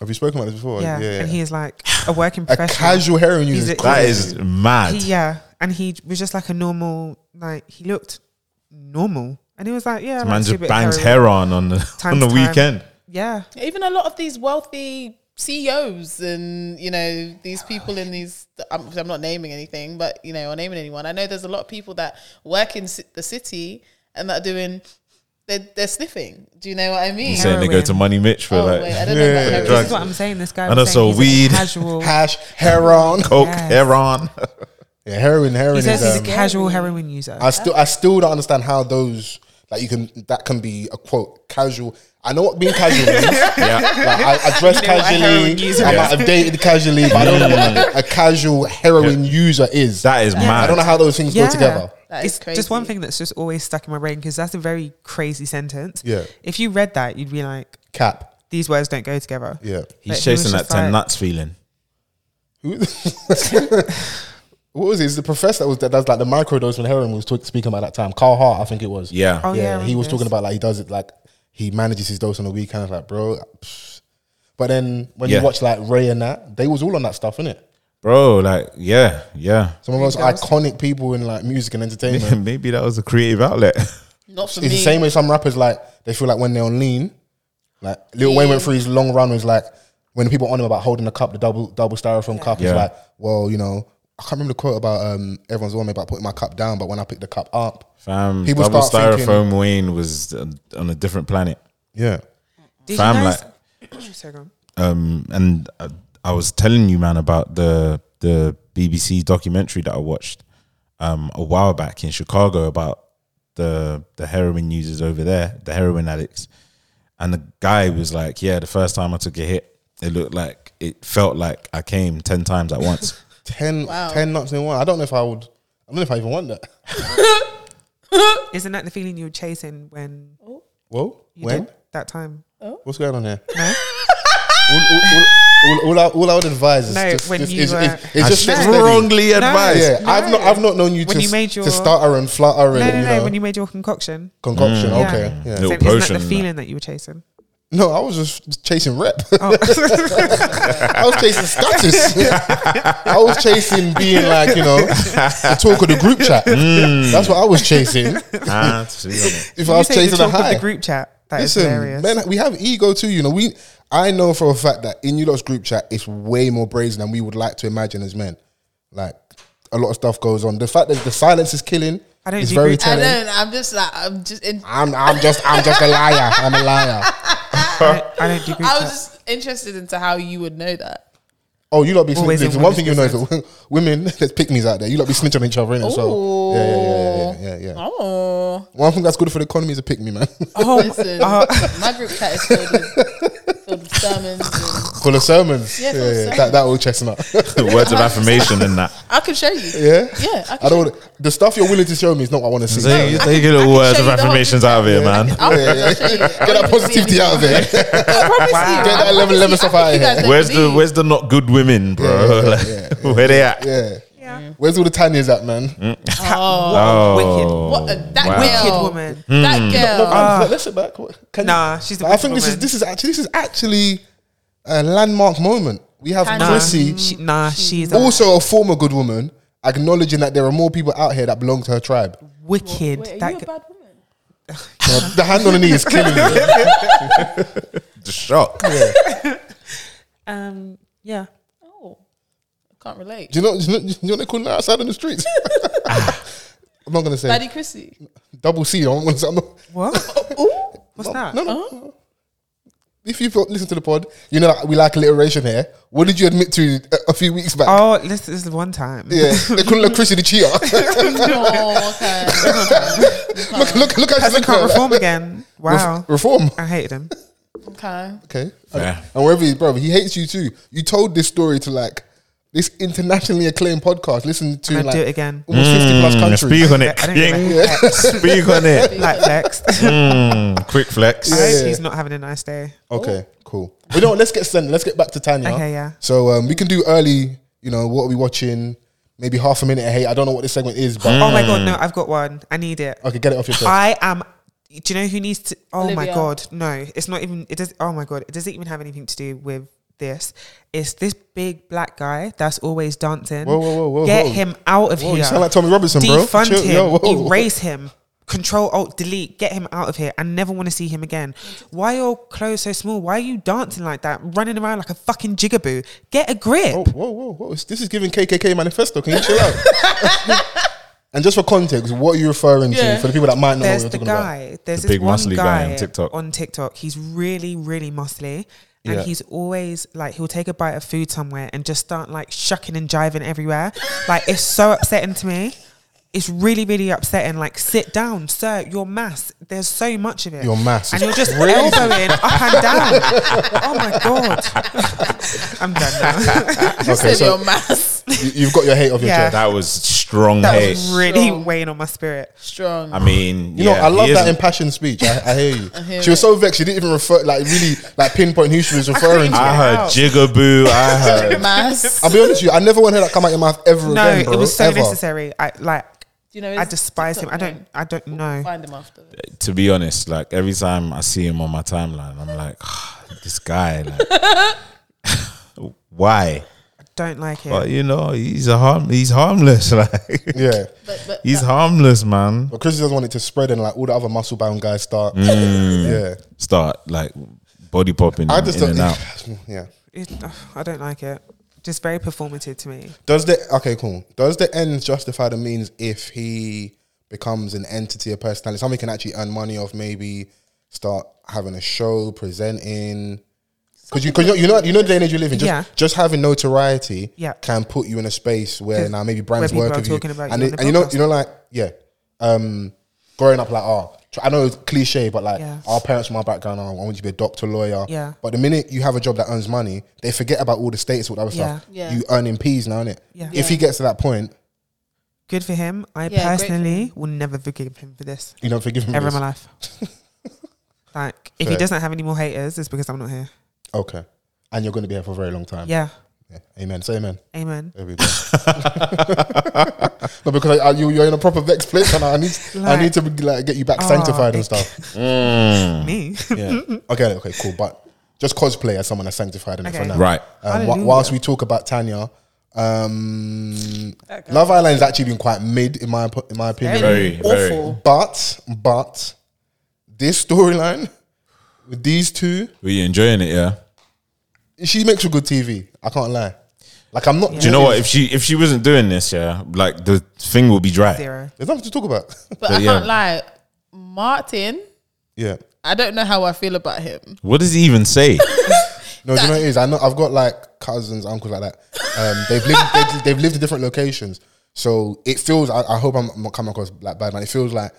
Have you spoken about this Oh, before? yeah. and he is like a working a professional. casual heroin He's user. a- That Yeah. is mad. He- yeah, and he was just like a normal, like he looked normal, and he was like, yeah, I Man like to do a just bit of bangs heroin. heron on the on Times the time. weekend. Yeah, Even a lot of these wealthy CEOs and you know these people in these. I'm, I'm not naming anything, but you know, or naming anyone. I know there's a lot of people that work in ci- the city and that are doing. They're, they're sniffing. Do you know what I mean? Saying they go Heroin. to Money Mitch for Oh, like wait, I don't know about heroin. this drugs. is what I'm saying. This guy And was saying also he's weed. a casual. Hash heroin. coke, Yes. heron. Yeah, heroin, heroin He is. says he's a um, casual heroin user. I still I still don't understand how those like you can that can be a quote casual. I know what being casual means. Like, I, I dress heroin casually. user I might have dated casually, but I don't know what a, a casual heroin user is. That is mad. I don't know how those things yeah. go together. That it's is just one crazy. thing that's just always stuck in my brain because that's a very crazy sentence. Yeah. If you read that, you'd be like, Cap. these words don't go together. Yeah. But he He's chasing was that just ten like- nuts feeling. What was it? It's the professor that was that does like the microdose when heroin was talk, speaking about that time. Carl Hart, I think it was. Yeah. Oh, yeah, I yeah, he remember was this. talking about like he does it like he manages his dose on the weekend. I was like, bro. psh. But then when Yeah. you watch like Ray and that, they was all on that stuff, innit? Bro, like, yeah, yeah. Some of those iconic people in like music and entertainment. Maybe that was a creative outlet. Not for it's the me. same way some rappers like they feel like when they're on lean, like Lil Wayne went through his long run was like when people on him about holding the cup, the double double styrofoam cup, he's Yeah. like, well, you know, I can't remember the quote about um, everyone's on me about putting my cup down, but when I pick the cup up, Fam, People double start styrofoam thinking- Wayne was uh, on a different planet. yeah, Did Fam, you like, guys, Sorry, go on. um, and I, I was telling you, man, about the the BBC documentary that I watched um, a while back in Chicago about the the heroin users over there, the heroin addicts, and the guy was like, "Yeah, the first time I took a hit, it looked like it felt like I came ten times at once." 10, 10 nuts in one. I don't know if I would. I don't know if I even want that. Isn't that the feeling you were chasing when Whoa, you when? did that time? What's going on here? No? all, all, all, all, I, all I would advise is No, just, when just- you it's, were- it's, it's just No. get steady. Wrongly advised. Yeah, I've not I've not known you When to you made your- to stutter and flutter and No, no, you no. know, When you made your concoction, concoction. Mm. Okay, yeah. Little so isn't that potion, the feeling that you were chasing? No, I was just chasing rep. Oh, I was chasing status. I was chasing being like you know the talk of the group chat. That's what I was chasing. Ah, see you on it. If I you was say the chasing a talk of high. the group chat. That is Listen, hilarious. man, we have ego too. You know, we I know for a fact that in you lot's group chat, it's way more brazen than we would like to imagine as men. Like a lot of stuff goes on. The fact that the silence is killing I don't is do very group I telling. don't. I'm just like I'm just. In, I'm I'm just I'm just a liar. I'm a liar. I, don't, I don't do group I chat. was just interested into how you would know that. Oh, you lot be Always snitching. in One thing you know women's is that women, there's pick me's out there. You lot be snitching on each other, innit? So yeah, yeah, yeah, yeah, yeah, yeah. Oh, One thing that's good for the economy is a pick me, man. listen, uh. my group chat is filled with, filled with sermons. And for the sermons. Yeah, Yeah, for yeah, the That that old chestnut. The words of affirmation and that. I can show you. yeah. Yeah, I I can don't. The stuff you're willing to show me is not what I want to see. So you take your little words of you the whole affirmations out of here, man. I'll Yeah, yeah. show you. Get that positivity out of there. Get that level- level stuff out of here. Where's the where's the not good women, bro? Like, Where they at? Yeah. Where's all the tannies at, man? Um, Oh, What a, that Wow. girl. Wicked woman. That girl. Um, Let's sit back. What- Can Nah, she's the I think this woman. is this is actually this is actually a landmark moment. We have Tanny. nah, Chrissy, She, nah, she's a also a former good woman, acknowledging that there are more people out here that belong to her tribe. wicked. Wait, are that you a g- bad woman? the hand on the knee is killing me. the shock. um, yeah. Oh, I can't relate. Do you know? Do you know, do you know what they call her outside on the streets? I'm not gonna say Daddy Chrissy. double C. I'm gonna say I'm not, What? What's that? Oh. no, no. If you've got- listened to the pod, you know that we like alliteration here. What did you admit to a, a few weeks back? Oh, this, this is one time. Yeah, they couldn't look Chrissy the cheater. Oh, okay. look, look, look how she's Person looking can't at her. reform again. Wow. Reform. I hated him. Okay. Okay. Fair. And, and wherever he, bro, he hates you too. You told this story to like this internationally acclaimed podcast. Listen to Can I like do it again? almost fifty plus Mm, countries. Speak on I it. don't even King. like flex. Speak on it. like flex. Mm, quick flex. I Yeah. hope he's not having a nice day. Okay, cool. We don't. Let's get sent. Let's get back to Tanya. Okay, yeah. So um, we can do early. You know what are we watching? Maybe half a minute. Hey, I don't know what this segment is, Hmm. but Oh my god, Mm. no, I've got one. I need it. okay, get it off your chest. I am. Do you know who needs to? Oh my Olivia. god, no! It's not even. It does. Oh my god, it doesn't even have anything to do with this. It's this big black guy that's always dancing. Whoa, whoa, whoa, whoa, Get whoa. him out of Whoa, here. you sound like Tommy Robinson, bro. Defund Chill, him. yo, whoa. Erase him. Control Alt Delete. Get him out of here. I never want to see him again. Why are your clothes so small? Why are you dancing like that? Running around like a fucking jigaboo. Get a grip. Oh, Whoa, whoa, whoa, whoa! This is giving KKK manifesto. Can you chill out? and just for context, what are you referring Yeah. to for the people that might know There's what the you're Oh, talking about? guy. There's The this big one muscly guy guy, on TikTok. On TikTok, he's really, really muscly, and Yeah. he's always like he'll take a bite of food somewhere and just start like shucking and jiving everywhere. like it's so upsetting to me. It's really, really upsetting. Like, sit down, sir. Your mass. There's so much of it. Your mass And is you're just crazy. elbowing up and down. oh my god. I'm done now. Okay, Save so your mass. you- you've got your hate off your Yeah. chest. That was strong That hate. was really Strong. weighing on my spirit. Strong. I mean, You yeah, know, I love he that is- impassioned speech. I, I hear you. hear she was so vexed. She didn't even refer, like, really, like, pinpoint who she was referring to. I heard out. jigaboo. I heard. mass. I'll be honest with you. I never want to hear that come out your mouth ever No, again, bro. it was so ever. necessary. I like. Do you know I his despise him. TikTok I don't. name? I don't know. Find him after. to be honest, like every time I see him on my timeline, I'm like, "Ah, this guy, like, why? Don't like it. But you know, he's a harm. He's harmless. Like, Yeah. But, but he's harmless, man. But Chris doesn't want it to spread and, like, all the other muscle bound guys start. Yeah. Start like body popping I in, just Mm. in and don't. out. Yeah. It- ugh, I don't like it. Just very performative to me. Does the okay, cool. Does the ends justify the means if he becomes an entity, a personality, something he can actually earn money off? Maybe start having a show, presenting. Because you, cause you, know- you know, you know the age you live in. Just, Yeah. just having notoriety Yeah. can put you in a space where 'Cause now maybe brands where people work are with you, talking about and, you it- on the and you know, podcast. you know, like yeah, um, growing up like ah, tr- I know it's cliche, but like Yeah. our parents from our background, oh, I want you to be a doctor, lawyer. Yeah. But the minute you have a job that earns money, they forget about all the status, all that other stuff. Yeah. Yeah. You earning peas now, innit? Yeah. If he gets to that point, Good for him. I Yeah, great for personally will never forgive him for this you know, forgive him. ever in this. my life. like, if Mm. Fair. he doesn't have any more haters, it's because I'm not here. Okay. And you're going to be here for a very long time. Yeah. Yeah. Amen. Say amen. Amen. There we go. no, because I, I, you, you're in a proper vexed place, and I need, I Like- need to be, like get you back Oh, sanctified and it- stuff. Me. Yeah. okay. Okay. Cool. But just cosplay as someone that's sanctified enough for Okay. now. Right. Um, wh- Hallelujah. whilst we talk about Tanya, um, Love Island's actually been quite mid in my op- in my opinion. Very, very. But but this storyline with these two, Were you enjoying it? Yeah. she makes for good TV. I can't lie. Like I'm not. Do you know what? If she if she wasn't doing this, yeah, like the thing will be dry. Zero. There's nothing to talk about. But But I yeah. can't lie, Martin. yeah. I don't know how I feel about him. What does he even say? No, do you know what it is? I know I've got like cousins, uncles like that. Um, they've lived they've, they've lived in different locations, so it feels. I, I hope I'm not coming across like bad man. It feels like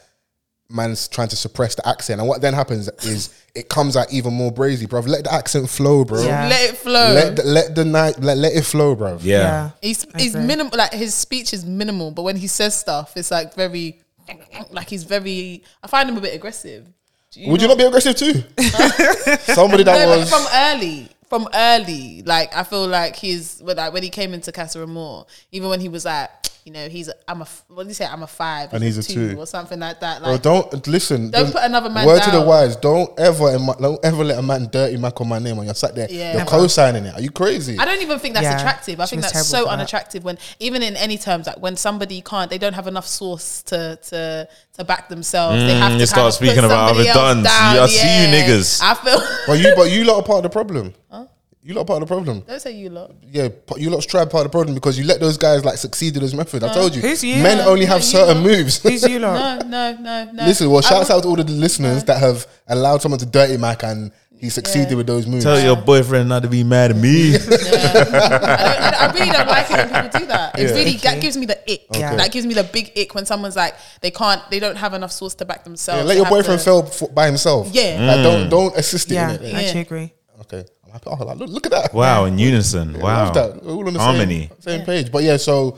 man's trying to suppress the accent, and what then happens is it comes out even more brazy, bro. Let the accent flow, bro. Yeah. Let it flow. Let the, let the night let, let it flow, bro. yeah. Yeah. he's I he's agree. minimal. Like his speech is minimal, but when he says stuff, it's like very, like he's very. I find him a bit aggressive. Do Would you not be aggressive too? Somebody that No, but was from early. From early, like I feel like he's well, like when he came into Casa More, even when he was like, you know, he's a, I'm a f- what did he say? I'm a five And he's a two. or something like that. Bro, Like don't listen. Don't put another man Word to the down. wise. Don't ever, em- don't ever let a man dirty mac on my name when you're sat there. Yeah. You're Never. co-signing it. Are you crazy? I don't even think that's Yeah, attractive. I she think was terrible that's so for that. unattractive when even in any terms, like when somebody can't, they don't have enough source to to to back themselves. they have Mm, to you kind start of speaking put about somebody other else duns. down. You- I see you Yeah. niggas. I feel. But you, but you lot are part of the problem. You lot are part of the problem. don't say you lot. Yeah, but you lot's tried part of the problem because you let those guys like succeed in those methods. I told you, Who's you? men only have you certain moves. Who's you lot? No, no, no, no. Listen, well, I shouts will- out to all the listeners that have allowed someone to dirty mac and He succeeded Yeah. with those moves. Tell your boyfriend not to be mad at me. I, don't, I really don't like it when people do that. It Yeah. really that gives me the ick. Okay. That gives me the big ick when someone's like they can't, they don't have enough source to back themselves. Yeah, let They your have boyfriend to- fail for, by himself. Yeah. Like, Mm. don't don't assist it Yeah, in it. I actually agree. Okay, I'm happy. Oh, like, look, look at that. wow, in unison. Wow. Love that. We're all on the Harmony. same, same page. But yeah, so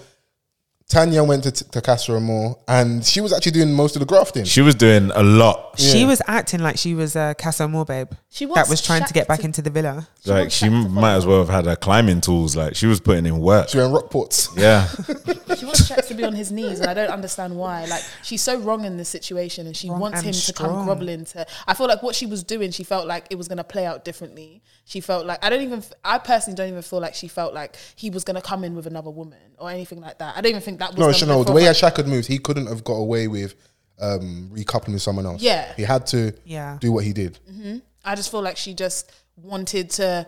Tanya went to, to Casper Moore and she was actually doing most of the grafting. She was doing a lot. She Yeah. was acting like she was a Casa Moore babe. She that wants was trying to get Shaq back to- into the villa. like she might as well have had her climbing tools. Like she was putting in work. she went Rockports. Yeah. She wants Shaq to be on his knees, and I don't understand why. Like she's so wrong in this situation, and she Wrong wants and him to strong. come groveling to. I feel like what she was doing, she felt like it was going to play out differently. She felt like I don't even. I personally don't even feel like she felt like he was going to come in with another woman or anything like that. I don't even think that was. No, the- she- the no, the way problem. Shaq had moved, he couldn't have got away with um, recoupling with someone else. Yeah. He had to Yeah. do what he did. I just feel like she just wanted to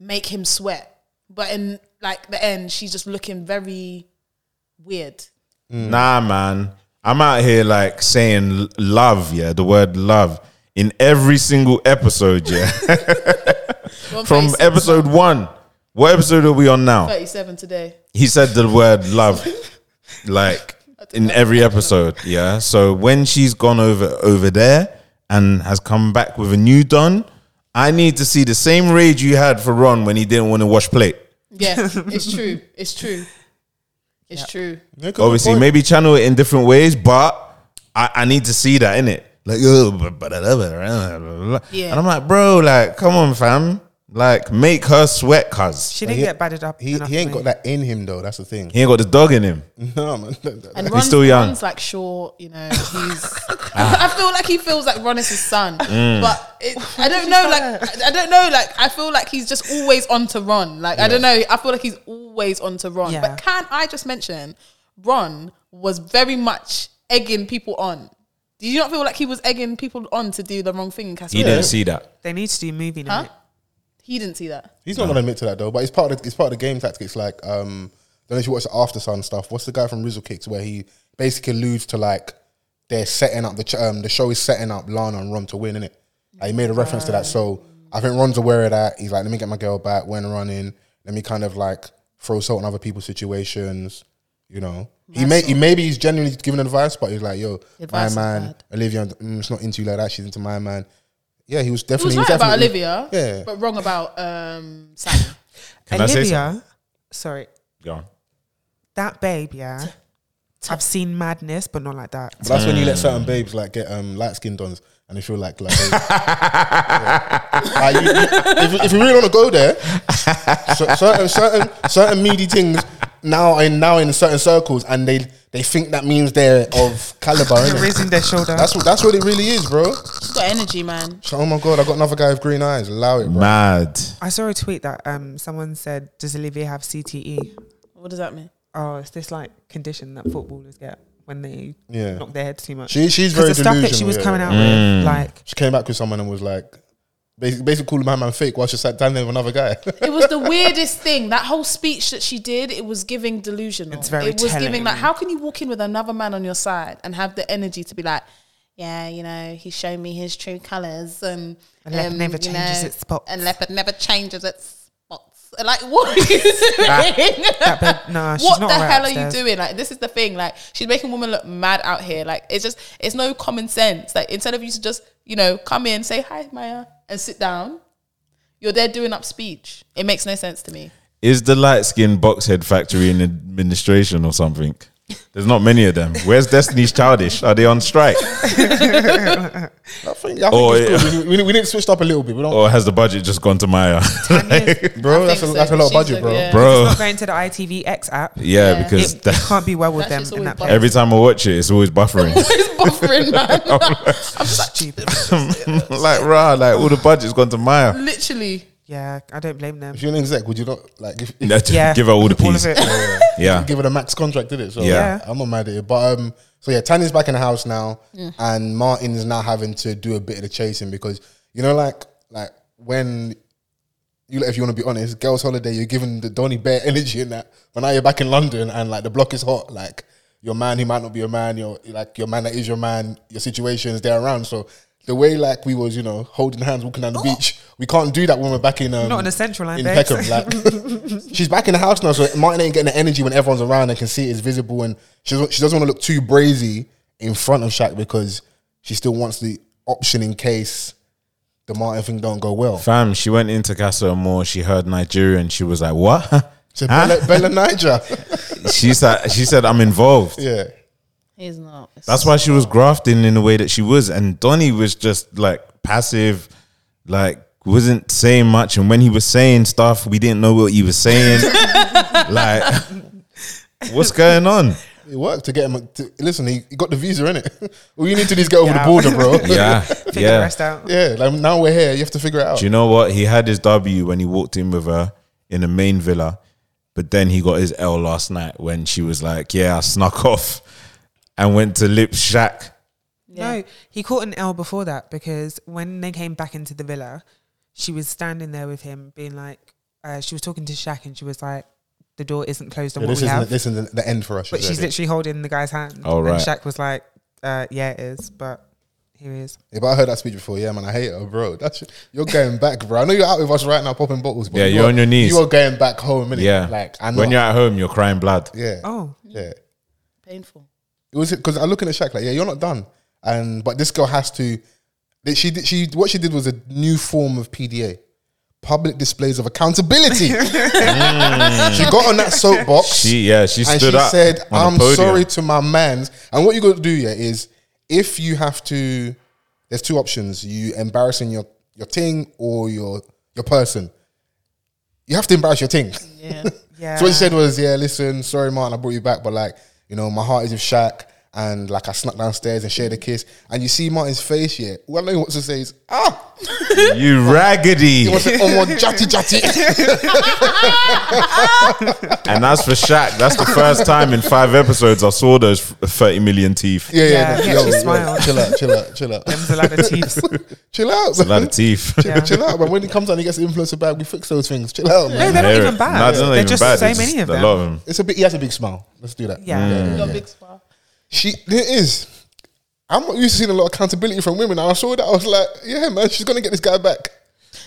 make him sweat, but in like the end, she's just looking very weird. Mm. Nah, man. I'm out here like saying l- love, yeah, the word love in every single episode, yeah. One From face, episode one. What episode are we on now? thirty-seven today. He said the word love like in every episode, yeah. So when she's gone over over there and has come back with a new done, I need to see the same rage you had for Ron when he didn't want to wash plate. Yeah, it's true. It's true. It's true. Yeah, good obviously point. maybe channel it in different ways, but I, I need to see that in it. Like, oh, blah, blah, blah, blah, blah, blah. Yeah. and I'm like, bro, like, come on, fam, like, make her sweat, cuz She didn't he- get battered up. He, enough he ain't for me. got that in him though. That's the thing. he ain't got the dog in him. No man. That- that- And Ron's, still young. Ron's like short, you know. He's. I feel like he feels like Ron is his son, but it, I don't know. Like I don't know. Like I feel like he's just always on to Ron. Like I don't know. I feel like he's always on to Ron. Yeah. But can I just mention, Ron was very much egging people on. Did you not feel like he was egging people on to do the wrong thing in Castle? He didn't see that. They need to do movie Huh? night. He didn't see that. he's not gonna admit to that though, but it's part of the, it's part of the game tactics. Like, um, don't know if you watch the After Sun stuff. What's the guy from Rizzle Kicks where he basically alludes to like they're setting up the ch- um, the show is setting up Lana and Ron to win, innit? Like, he made a reference to that, so I think Ron's aware of that. He's like, let me get my girl back when running. Let me kind of like throw salt on other people's situations. You know, he may he maybe he's genuinely giving advice, but he's like, yo, Advice is my man, bad. Olivia, mm, it's not into you like that. She's into my man. Yeah, he was He was definitely right he about definitely- Olivia, Yeah. but wrong about um, Sam. Can I say Olivia, sorry, Go on. that babe. Yeah, I've seen madness, but not like that. But that's when you Mm. let certain babes like get um, light skinned dons and they feel like like, hey. Yeah. Like, you- you- if, if you really want to go there, cer- certain certain certain meaty things now in now in certain circles and they they think that means they're of caliber. They're innit? raising their shoulder. That's what that's what it really is, bro. She's got energy, man. So, oh my god, I got another guy with green eyes. Allow it, bro. Mad. I saw a tweet that um someone said, "Does Olivia have CTE?" What does that mean? Oh, it's this like condition that footballers get when they Yeah. knock their heads too much. She she's 'Cause very the stuff that she delusional, was yeah. coming out Mm. with, like She came back with someone and was like, basically, basically calling my man fake while she sat down there with another guy. It was the weirdest thing. That whole speech that she did, it was giving delusional. It's very It was telling. giving like, how can you walk in with another man on your side and have the energy to be like, yeah, you know, he's shown me his true colors and A leopard um, never you changes its spots. And leopard never changes its spots. Like what? Are you doing? that babe. Nah, she's what not the right hell are upstairs. you doing? Like this is the thing. Like she's making women look mad out here. Like it's just it's no common sense. Like instead of you to just you know come in say hi Maya and sit down, you're there doing up speech. It makes no sense to me. Is the light skinned boxhead factory in administration or something? There's not many of them. Where's Destiny's Childish? Are they on strike? I think, I think Oh, it's yeah. Oh. good. We, we, we need to switch up a little bit. We don't, Or has the budget just gone to Maya? bro, I that's a, think so. that's a lot of She's budget, like, bro. yeah. Bro. Not going to the ITVX app. Yeah, because It, that- can't be well with That them shit's in that always place. every time I watch it, it's always buffering. It's buffering, man. Stupid. like rah, like all the budget's gone to Maya. Literally. Yeah, I don't blame them. If you're an exec, would you not like if, No, to Yeah, give her all the all of peas. it. Yeah, give it a max contract? Did it? So Yeah. Yeah. I'm not mad at it. But um, so yeah, Tanya's back in the house now, and Martin is now having to do a bit of the chasing because you know, like like when you if you want to be honest, girls' holiday, you're giving the Donny Bear energy in that, but now you're back in London and like the block is hot, like. Your man, he might not be your man. Your like your man that is your man. Your situations they're around. So the way like we was, you know, holding hands, walking down the beach. We can't do that when we're back in um, Oh. Not on the central line, in babes. Peckham. Like, she's back in the house now, so Martin ain't getting the energy when everyone's around and can see it is visible. And she doesn't, she doesn't want to look too brazy in front of Shaq because she still wants the option in case the Martin thing don't go well. Fam, she went into Casa Amor, she heard Nigerian, she was like, What? So Bella, Bella Niger, she said she said I'm involved. yeah, He's not. It's That's why she was grafting in the way that she was, and Donnie was just like passive, like wasn't saying much. And when he was saying stuff, we didn't know what he was saying. like, what's going on? it worked to get him. To, listen, he, he got the visa in it. All you need to do is get over the border, bro. Yeah, Figure the yeah. rest out. yeah. Like now we're here, you have to figure it out. Do you know what? He had his W when he walked in with her in the main villa, but then he got his L last night when she was like, "Yeah, I snuck off and went to Lip Shack." No, he caught an L before that because when they came back into the villa, she was standing there with him, being like, uh, she was talking to Shaq and she was like, the door isn't closed on Yeah, what this we have. isn't this isn't the end for us. but is she's it? literally holding the guy's hand. Oh, And right. Shaq was like, uh, yeah, it is, but here he is. If I heard that speech before, yeah, man, I hate her, bro. That's you're going back, bro. I know you're out with us right now, popping bottles. But Yeah, you you're are- on your knees. You are going back home, innit? Yeah, like I know. when you're at home, you're crying blood. yeah, Oh, yeah. painful. It was because I'm looking at Shaq like, yeah, you're not done, and but this girl has to. that She did. She what she did was a new form of PDA, public displays of accountability. She got on that soapbox. She yeah, she and stood she up. said, on the "I'm podium. sorry to my man's." And what you got to do here is, if you have to, there's two options: you embarrassing your your thing or your your person. You have to embarrass your thing. Yeah. yeah. So what she said was, "Yeah, listen, sorry, Martin, I brought you back, but like, you know, my heart is with Shaq." And like I snuck downstairs and shared a kiss, and you see Martin's face. Yeah, all I know he wants to say is ah. You raggedy. He wants to say, "Oh my jatty jatty." and that's for Shaq. That's the first time in five episodes I saw those 30 million teeth. Yeah, yeah, Yeah, no, yeah, yo, she yo, smiled. chill out, chill out, chill out, Them's a lot of teeth. chill out. A lot of teeth. Chill, Yeah. chill out, but when it comes out and he gets the influencer bag, we fix those things. Chill out, No, man. they're not They're- even bad. No, they're not they're even just bad. so It's many just of a them. lot of them. It's a bit. He has a big smile. Let's do that. Yeah. Got big smile. She. It is. I'm not used to seeing a lot of accountability from women. And I saw that. I was like, yeah, man, she's gonna get this guy back.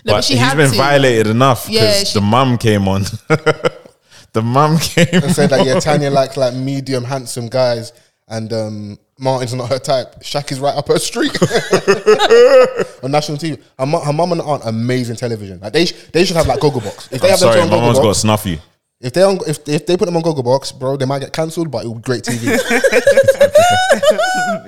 No, but, But she he's had been to. violated enough because Yeah, she- the mum came on. the mum came. And said like, yeah, Tanya likes like medium, handsome guys, and um, Martin's not her type. Shaq is right up her street on national TV. Her, mu- her mum and aunt amazing television. Like they, sh- they should have like Google Box. If they I'm have sorry, their my own Google mum's Box, got snuffy. If they on, if, if they put them on Google Box, bro, they might get cancelled. But it would be great TV. it Mm.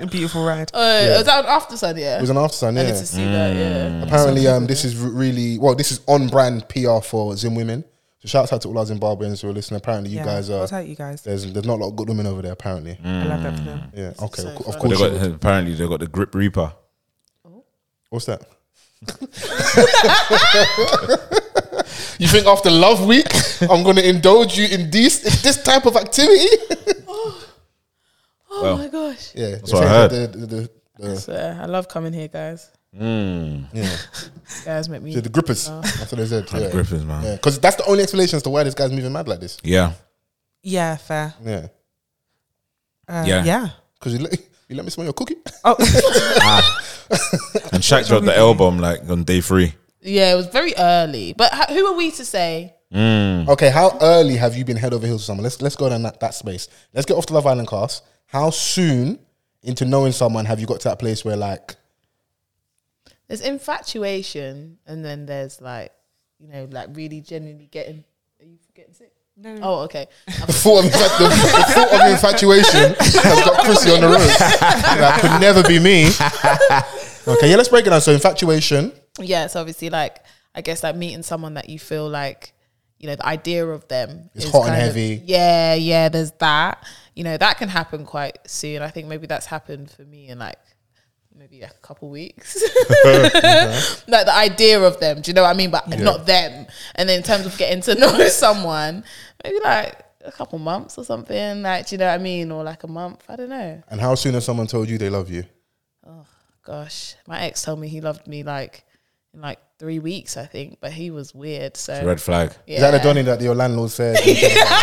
A beautiful ride. Uh, Was that an after sun? Yeah. was an after sun. I Yeah. need to see that. Yeah. Apparently, um, this is re- really well. This is on brand PR for Zim women. So shouts out to all our Zimbabweans who are listening. Apparently, you yeah. guys are What about you guys? there's there's not a lot of good women over there. Apparently, I love that for them. yeah. Okay, so of cou- of funny. They course. got, apparently, they got the Grip Reaper. What's that? you think after Love Week, I'm going to indulge you in this this type of activity? Oh my gosh. Yeah, that's what I The, the, the, the, So, I love coming here, guys. Mm. yeah, You guys make me. the, the grippers. Uh. That's what they said. The Yeah, Grippers, man. Yeah. because that's the only explanation as to why this guy's moving mad like this. Yeah. Yeah, fair. Yeah, Uh, Yeah. yeah. because you let, you let me smell your cookie. Oh, And Shaq dropped the L bomb like on day three. yeah, it was very early. But ho- who are we to say? Okay, how early have you been head over heels for someone? Let's let's go down that, that space. Let's get off the Love Island cast. How soon into knowing someone have you got to that place where like There's infatuation, and then there's like, you know, like really genuinely getting. Are you getting sick? No. Oh, okay. the thought of, infat- the, the thought of infatuation has got Chrissy on the road? That could never be me. Okay, yeah, let's break it down. So infatuation, yeah, so obviously, like, I guess like meeting someone that you feel like, you know, the idea of them It's hot and kind of- heavy. yeah, yeah, there's that. You know, that can happen quite soon. I think maybe that's happened for me in like maybe like a couple weeks. Like the idea of them, do you know what I mean? But not them. And then in terms of getting to know someone, maybe like a couple months or something. Like, do you know what I mean? Or like a month. I don't know. and how soon has someone told you they love you? Gosh, my ex told me he loved me like in like three weeks, I think. But he was weird. So Red flag. Is that the Yeah. Donny that your landlord said?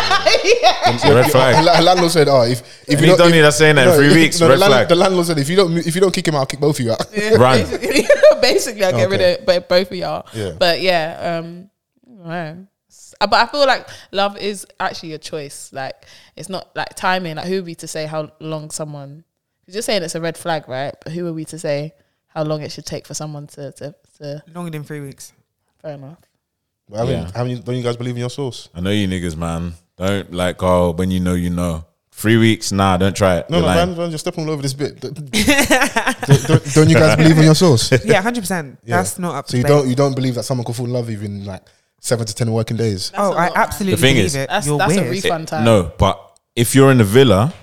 It's a red Her flag. la- her landlord said, "Oh, if if Any you don't, Donny if, that's saying that in three if- weeks, the red land- flag. The landlord said, "If you don't, if you don't kick him out, I'll kick both of you out." Run. basically, basically, I Okay. get rid of but both of y'all. Yeah. But yeah, um, wow. S- uh, But I feel like love is actually a choice. Like it's not like timing. Like who are we to say how long someone? Because you're saying it's a red flag, right? But who are we to say how long it should take for someone to to, to Longer than three weeks. fair enough? But I mean, Yeah. how many, don't you guys believe in your source? I know you niggas, man. Don't like oh when you know you know. Three weeks, nah, don't try it. No, You're no, lying. man, man, just step all over this bit. don't, don't- don't you guys believe in your source? Yeah, hundred percent. That's not up. So to you debate. don't you don't believe that someone could fall in love even in like seven to ten working days? Oh, a I lot, man. absolutely The thing believe is- it. That's You're that's weird. a refund time. No, but if you're in a villa,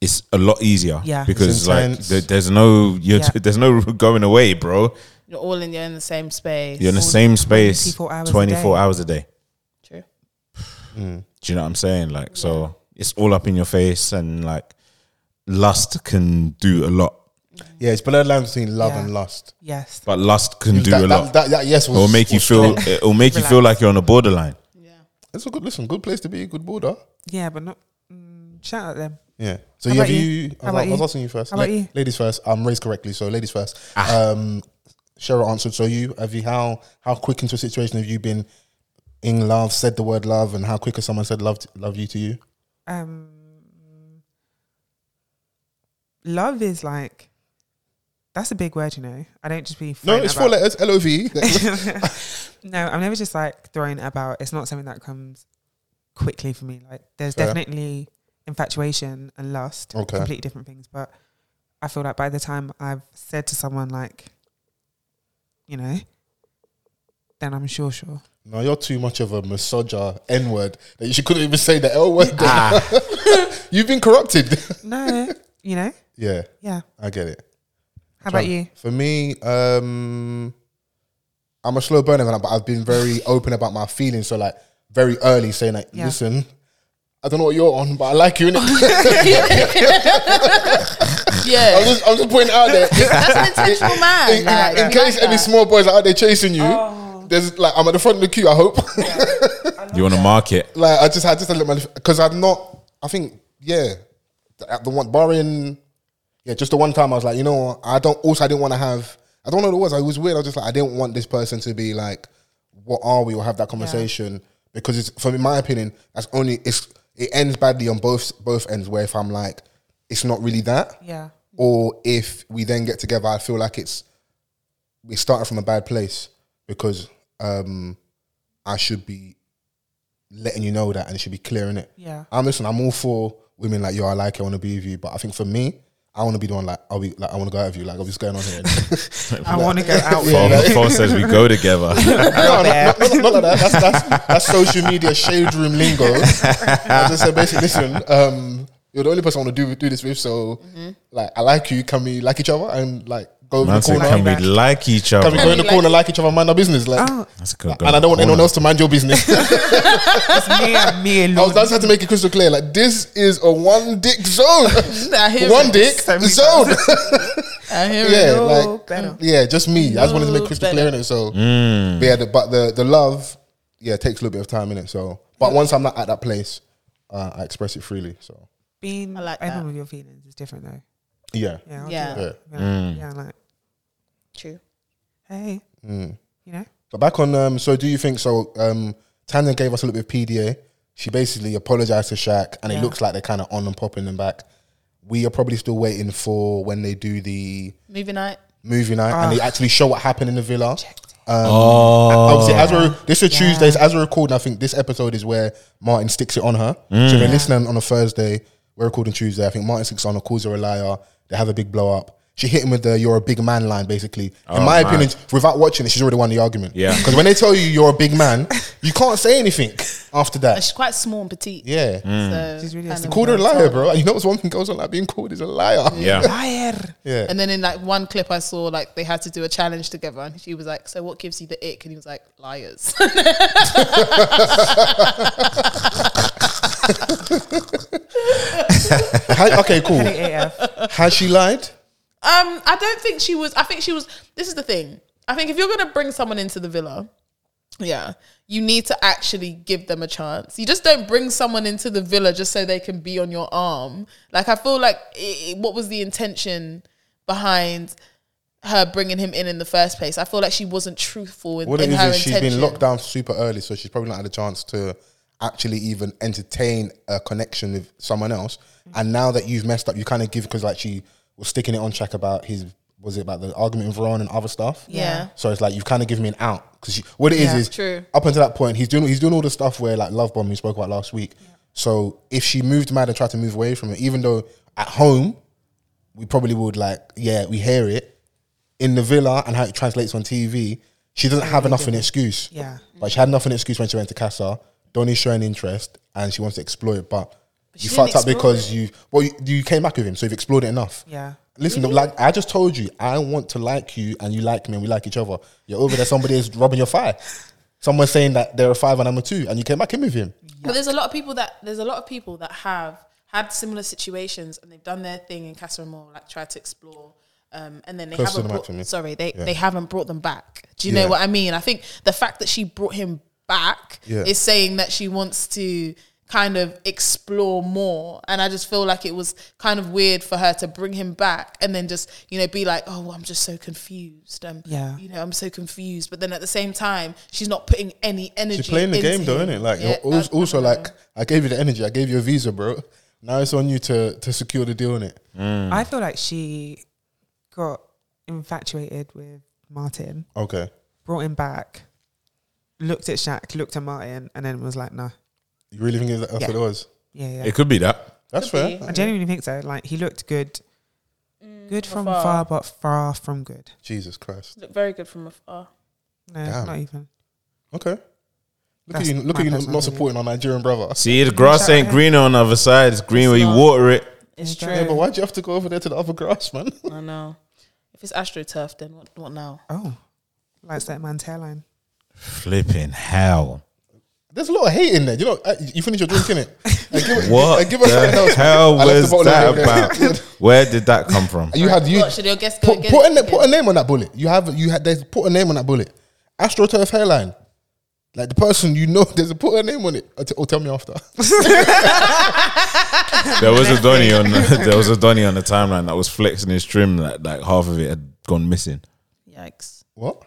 it's a lot easier. Yeah. It's because like intense. there- there's no you're Yeah. there's no going away, bro. You're all in. You're in the same space. You're in the All same space 24 hours a 24 day. hours a day. True. Do you know what I'm saying? Like, so it's all up in your face, and like, lust can do a lot, Yeah, it's below the line between love Yeah. and lust. Yes. but lust can do that, a that- lot. That, that yes was, it'll make you was feel. strong. It'll make you feel like you're on a borderline. Yeah. It's a good listen. Good place to be. Good border. Yeah, but not. Mm, shout out them. Yeah. So How you have about you? you? I, How was, about I was you? asking you first. How about you? Ladies first. I'm raised correctly, so ladies first. Ah. Um, Cheryl answered. So you have you how how quick into a situation have you been in love? Said the word love, and how quick has someone said love to, love you to you? Um, love is like. That's a big word, you know. I don't just be. No, throwing it's about- four letters. L O V. E. no, I'm never just like throwing it about. It's not something that comes quickly for me. Like there's Fair. definitely infatuation and lust, Okay. completely different things. But I feel like by the time I've said to someone like, you know, then I'm sure, sure. No, you're too much of a misogyr N word that you should couldn't even say the L word. You've been corrupted. No, you know, yeah, yeah. I get it. How about you? For me, um, I'm a slow burner, but I've been very open about my feelings. So like very early, saying like, Yeah. listen, I don't know what you're on, but I like you. innit?" I'm Yeah. just, I'm just putting it out there. That's an intentional man. In, in- like, in you case like any that. small boys are out there chasing you, Oh. there's like I'm at the front of the queue. I hope. You want to mark it. like I just had just a little because I'm not. I think yeah, the, the one barring yeah, just the one time I was like, you know, what, I don't. Also, I didn't want to have. I don't know what it was. I was weird. I was just like, I didn't want this person to be like, what are we? Or have that conversation because it's from in my opinion, that's only it's it ends badly on both both ends. Where if I'm like, it's not really that Yeah, or if we then get together, I feel like it's we started from a bad place because um, I should be letting you know that and it should be clearing it. Yeah. I'm listen. I'm all for women like yo. I like you. I want to be with you. But I think for me, I want to be the one like are we like I want to go out with you. Like what's going on here? I want to go out. Yeah, Paul, with like- Paul says we go together. no, no, no, no, not like that. That's, that's, that's social media shade room lingo. I just said basically, listen, um, you're the only person I want to do do this with. So, Mm-hmm. like, I like you. Can we like each other and like go in the Man said, corner? can Can we like each other? we go in the Like- corner like each other? Mind our business, like. Oh, That's a good And I don't want anyone else to mind your business. I it's me and me was alone. that's how to make it crystal clear. Like this is a one dick zone, I hear one it. dick zone. I hear it. yeah, No like better. yeah, just me. I just wanted to make No crystal better. clear in it. So but yeah, the, but the the love, yeah, it takes a little bit of time in it. So but once I'm not at that place, uh, I express it freely. So Being I like open that. with your feelings is different though. yeah, Yeah, I'll do Yeah. that. yeah. yeah. yeah, like True. hey, Mm. you know, But back on um, so do you think so? Um, Tanya gave us a little bit of PDA. She basically apologized to Shaq, and it Yeah. looks like they're kind of on and popping them back. We are probably still waiting for when they do the Movie night. movie night and they actually show what happened in the villa. Um, Oh, Obviously, as we're, this is Tuesdays. As we're recording, I think this episode is where Martin sticks it on her. So Mm. they're listening on a Thursday. We're recording Tuesday. I think Martin sticks it on her, calls her a liar. They have a big blow up. She hit him with the "you're a big man" line, basically. In my Oh, man. opinion, without watching it, she's already won the argument. Yeah. Because when they tell you you're a big man, you can't say anything after And that. she's quite small and petite. Yeah. Mm. So She's really kind a of- Called her a liar, bro. You know what's one thing goes on like being called is a liar. yeah. liar. Yeah. And then in like one clip I saw, like they had to do a challenge together, and she was like, "So what gives you the ick?" And he was like, "Liars." Um, Ha- okay, cool. AF. Has she lied? Um, I don't think she was. I think she was. This is the thing. I think if you're gonna bring someone into the villa, yeah, you need to actually give them a chance. You just don't bring someone into the villa just so they can be on your arm. Like I feel like it, it- what was the intention behind her bringing him in in the first place? I feel like she wasn't truthful in, What it in is her is she's intention. been locked down super early, so she's probably not had a chance to actually even entertain a connection with someone else. And now that you've messed up, you kind of give because like she was sticking it on track about his was it about the argument with Ron and other stuff. Yeah. So it's like you've kind of given me an out because what it is Yeah, is true. up until that point he's doing he's doing all the stuff where like love bomb we spoke about last week. So if she moved mad and tried to move away from it, even though at home we probably would like yeah we hear it in the villa and how it translates on TV. She doesn't have enough of an excuse. Yeah. But she had enough of an excuse when she went to Casa. Donnie's showing interest and she wants to explore it, but, she you didn't fucked up explore because you well you, you came back with him, so you've explored it enough. Yeah. Listen, like I just told you, I want to like you and you like me and we like each other. You're over there, somebody is rubbing your thigh. Someone's saying that they're a five and I'm a two, and you came back in with him. But there's a lot of people that there's a lot of people that have had similar situations and they've done their thing in Casa Amor, like tried to explore. Um, and then they Close to haven't the mic brought, for me. sorry, they, Yeah. they haven't brought them back. Do you Yeah. know what I mean? I think the fact that she brought him back Yeah. is saying that she wants to kind of explore more. And I just feel like it was kind of weird for her to bring him back and then just, you know, be like, oh, I'm just so confused. Um, Yeah. You know, I'm so confused. But then at the same time, she's not putting any energy. She's playing the into game though, him. isn't it? Like Yeah, uh-huh. al- I- I also, don't know. like I gave you the energy, I gave you a visa, bro. Now it's on you to to secure the deal on it. I feel like she got infatuated with Martin, Okay. brought him back, looked at Shaq, looked at Martin, and then was like, no. You really think that's what it was? Yeah, yeah. It could be that. That's Could fair. be. I genuinely think so. Like, he looked good. Mm, Good from afar. far. but far from good. Jesus Christ. Look very good from afar. No, Damn. not even. Okay. Look That's at you, look my at you personal not supporting our Nigerian brother. See, the grass ain't greener on the other side. It's green where you not. water it. It's true. Yeah, but why'd you have to go over there to the other grass, man? I know. If it's AstroTurf, then what, what now? Oh, likes that man's hairline. Flipping hell. There's a lot of hate in there. You know, uh, you finish your drink, innit? I give it, What I give it something the else. hell I left the was bottle that over there. about? Where did that come from? You had you What, should your guest go put, again? put, a, na- put a name on that bullet. You have you had there's put a name on that bullet. AstroTurf hairline. Like the person you know, there's a put a name on it. Or, t- or tell me after. There was a Donny on the, there was a Donny on the timeline that was flexing his trim like like half of it had gone missing. Yikes. what?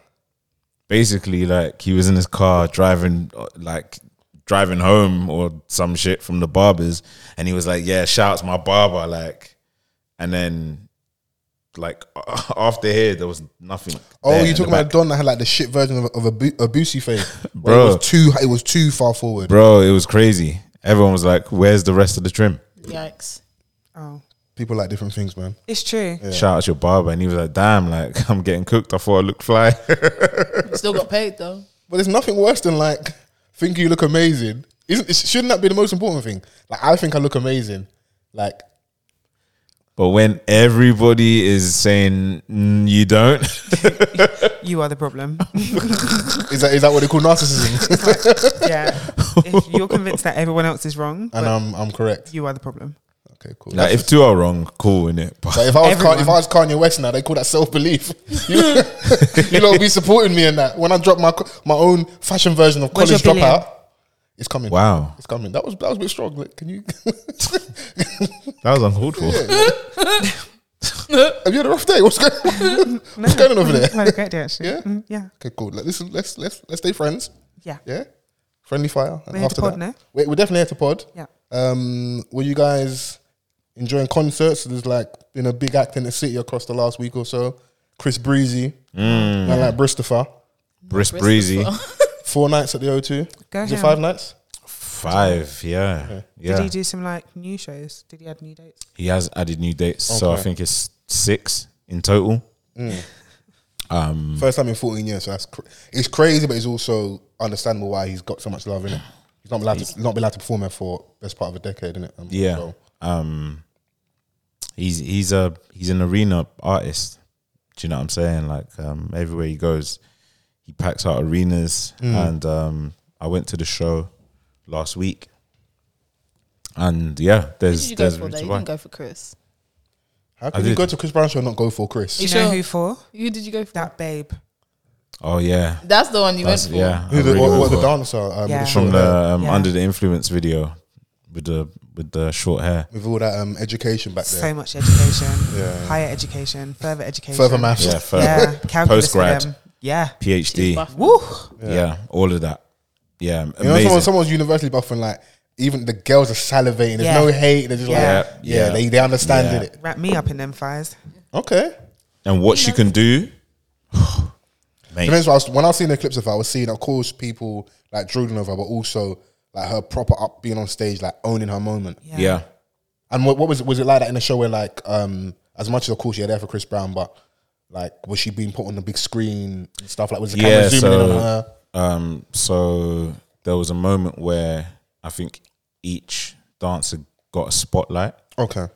Basically, like he was in his car driving uh, like driving home or some shit from the barbers, and he was like, "Yeah, shouts my barber!" Like, and then like after here, there was nothing. Oh, there in you the talking about back. Don that had like the shit version of, a- of a, Bu- a Boosie face, Where Bro. It was too it was too far forward. bro? It was crazy. Everyone was like, "Where's the rest of the trim?" Yikes. Oh, People like different things, man. it's true. Shout out your barber, and he was like, "Damn, like I'm getting cooked. I thought I looked fly." Still got paid though. But there's nothing worse than like thinking you look amazing. Isn't it- shouldn't that be the most important thing? Like I think I look amazing. Like but when everybody is saying mm, you don't, You are the problem. is that is that what they call narcissism? yeah. If you're convinced that everyone else is wrong, and but I'm I'm correct. you are the problem. Okay, cool. like if two are wrong, cool, innit? But But if I was Ka- Everyone. if I was Kanye West now, they call that self belief. you know, be supporting me in that when I drop my co- my own fashion version of Where's college your billion? dropout. It's coming. wow, It's coming. That was that was a bit strong. Like, can you? that was uncalled for. Have you had a rough day? What's going? What's going on over there? I had a great day, actually. Yeah? Mm, yeah. Okay, cool. Let- Listen, let's let's let's stay friends. Yeah. Yeah, friendly fire. And We're here to pod that, now. We're, we're definitely here to pod. Yeah. Um, were you guys enjoying concerts? There's like been a big act in the city across the last week or so. Chris Breezy, man like Bristofa. Brisk breezy, Four nights at the O2. Go Was it ham. five nights? five, yeah, Did yeah. he do some like new shows? Did he add new dates? He has added new dates, so I Okay. think it's six in total. Mm. First time in 14 years. So that's cr- it's crazy, but it's also understandable why he's got so much love in it. He's not allowed to, not been allowed to perform there for best part of a decade, innit? Um, Yeah, so- um, he's he's a he's an arena artist. Do you know what I'm saying? Like um, everywhere he goes, he packs out arenas. Hmm. And um, I went to the show last week, and yeah, Who there's did you go there's for though? You why. didn't go for Chris. How I can you did. go to Chris Brown show and not go for Chris? Do you sure? know who for? Who did you go for? That babe. Oh yeah, That's the one you That's- went for. yeah. I Who the, really what, went what the for it. dancer? Um, Yeah. yeah. from the um, Yeah. under the influence video with the with the short hair. with all that um, education back there. So much education, Yeah. higher education, further education, Further maths. Yeah, for yeah, calculus for Postgrad. them. Yeah, PhD. Buff- woo. Yeah. all of that. Yeah, You know, amazing. someone, someone's university buffing like even the girls are salivating. There's Yeah. no hate. They're just Yeah. like, yeah, Yeah. they they understanding Yeah. it. Wrap me up in them fires. Okay. and what she can do, mate. Depends what I was, when I was seeing the clips of her, I was seeing, of course, people like drooling over, her, but also like her proper up being on stage, like owning her moment. yeah. And what, what was was it like that in the show where like um as much as of course you're there for Chris Brown, but like was she being put on the big screen and stuff? Like was the Yeah, camera zooming in so- on her? Um, so there was a moment where I think each dancer got a spotlight, Okay.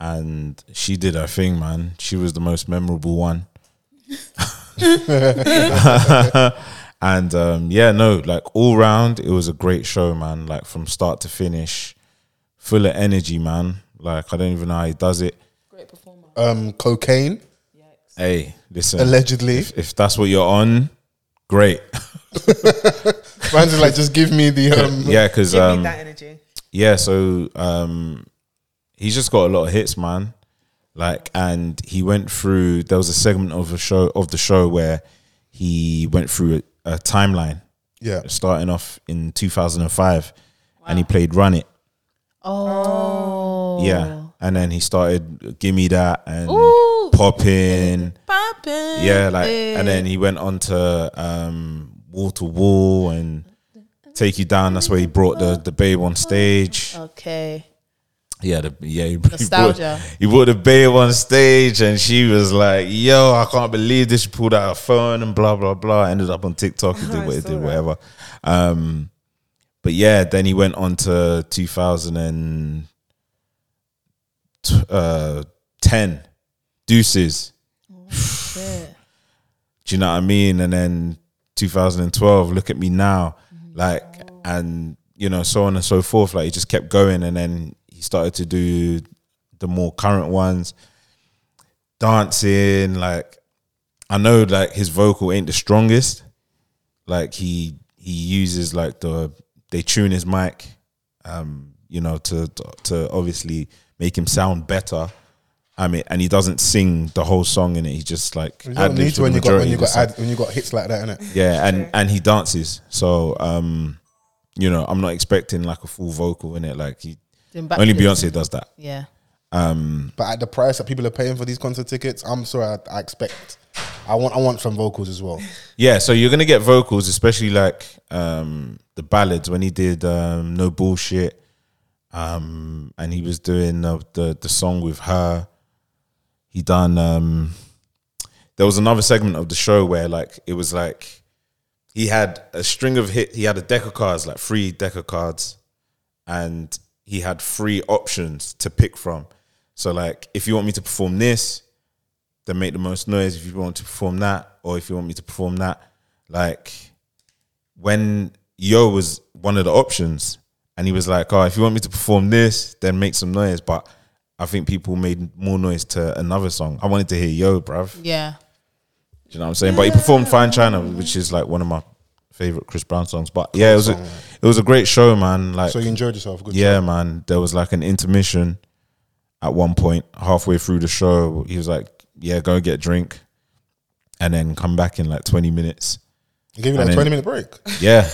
and she did her thing, man. She was the most memorable one. and um, yeah, no, like all round, it was a great show, man. Like from start to finish, full of energy, man. Like I don't even know how he does it. Um cocaine, Hey, listen, allegedly. if, if that's what you're on, great. Man's is like, just give me the um yeah, because Give um, me that energy. yeah, so um, he's just got a lot of hits, man. Like, and he went through. There was a segment of a show of the show where he went through a, a timeline, Yeah. starting off in 2005, and he played "Run It." Oh. Yeah, and then he started "Gimme That" and Oh. Ooh. "Poppin'." Poppin'. Yeah, like, Eh. and then he went on to um, "Wall to Wall" and "Take You Down." That's where he brought the the babe on stage. Okay. Yeah, the, yeah, he, he Nostalgia. brought, he brought the babe on stage, and she was like, "Yo, I can't believe this." She pulled out her phone and blah blah blah. Ended up on TikTok. He did what he did, whatever. Um, but yeah, then he went on to 2010 uh, 10, Deuces. Yeah. Do you know what I mean? And then 2012, look at me now, like, and you know, so on and so forth. Like, he just kept going, and then he started to do the more current ones, dancing. Like, I know, like his vocal ain't the strongest. Like he he uses like the they tune his mic, um, you know, to to, to obviously make him sound better. I mean, and he doesn't sing the whole song in it. He just like You don't ad-libs need to with when you got when majority you of the got song. ad, when you got hits like that, innit? Yeah, and and he dances. So um, you know, I'm not expecting like a full vocal in it. Like he, Doing backflips. only Beyonce does that. Yeah. But at the price that people are paying for these concert tickets, I'm sorry, I, I expect I want I want some vocals as well. Yeah, so you're gonna get vocals, especially like um the ballads when he did um No Bullshit. Um and he was doing uh, the the song with her. He done um there was another segment of the show where like it was like he had a string of hit he had a deck of cards, like three deck of cards, and he had three options to pick from. So like if you want me to perform this, then make the most noise if you want to perform that or if you want me to perform that like when yo was one of the options and he was like oh if you want me to perform this then make some noise but i think people made more noise to another song i wanted to hear yo bruv do Yeah. you know what i'm saying but he performed fine china which is like one of my favorite chris brown songs but yeah it was a, it was a great show man like So you enjoyed yourself. Good yeah, man. There was like an intermission at one point, halfway through the show. He was like, "Yeah, go get a drink, and then come back in like twenty minutes." You gave me like I a mean- twenty minute break. Yeah,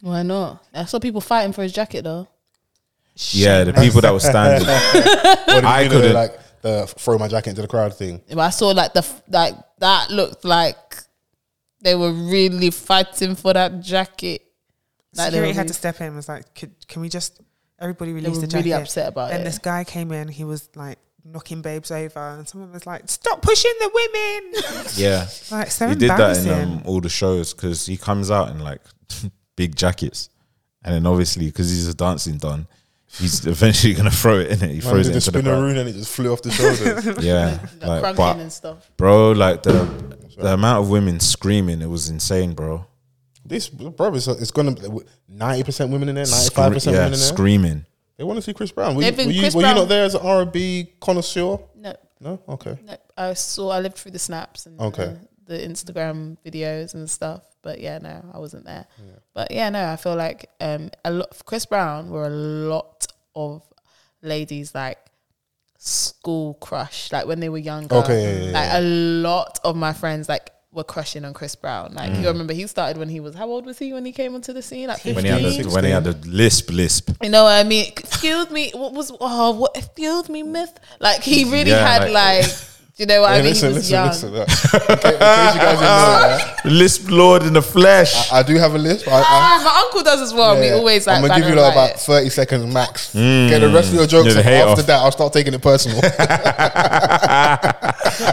Why not? I saw people fighting for his jacket though. yeah. The people that were standing, What did I you do, couldn't- like the throw my jacket into the crowd thing. But I saw like the f- like that looked like they were really fighting for that jacket. Like, they were Security had really- to step in. and Was like, could, can we just everybody They release were the jacket? really upset about Then it. this guy came in. He was like knocking babes over, and someone was like, "Stop pushing the women!" yeah. like so He did that embarrassing. in um, all the shows because he comes out in like big jackets, and then obviously because he's a dancing don, he's eventually gonna throw it in it. He Man throws did it the into the crowd. spinneroon and it just flew off the shoulders. Yeah, like, like, crumbling but and stuff. bro, like the the amount of women screaming, it was insane, bro. this brother, it's, it's gonna ninety percent women in there, ninety five percent yeah, women in there. screaming. They want to see Chris Brown. Were, you, They've were, been you, Chris were you Brown. not there as an R and B connoisseur? No, No, okay. no. I saw. I lived through the snaps and Okay. uh, the Instagram videos and stuff. But yeah, no, I wasn't there. But yeah, no, I feel like um, a lot. Chris Brown were a lot of ladies like school crush, like when they were younger. Okay, yeah, yeah, like a lot of my friends like were crushing on Chris Brown. Like Mm. you remember, he started when he was how old was he when he came onto the scene? Like 15? When he had the, when he had the lisp, lisp. You know what I mean? Excuse me. What was oh what excuse me, Miss? Like he really Yeah, had like, like- you know what I Hey, mean? listen, he was listen, young. listen. look. Okay, in case you guys didn't know, yeah, Lisp Lord in the flesh. I do have a list. But I, I, Ah, my uncle does as well. and Yeah, He always like. I'm gonna give you banner like about about it. 30 seconds max. Get the rest of your Yeah, Hmm. jokes. the and hate after off. that, I'll start taking it personal. I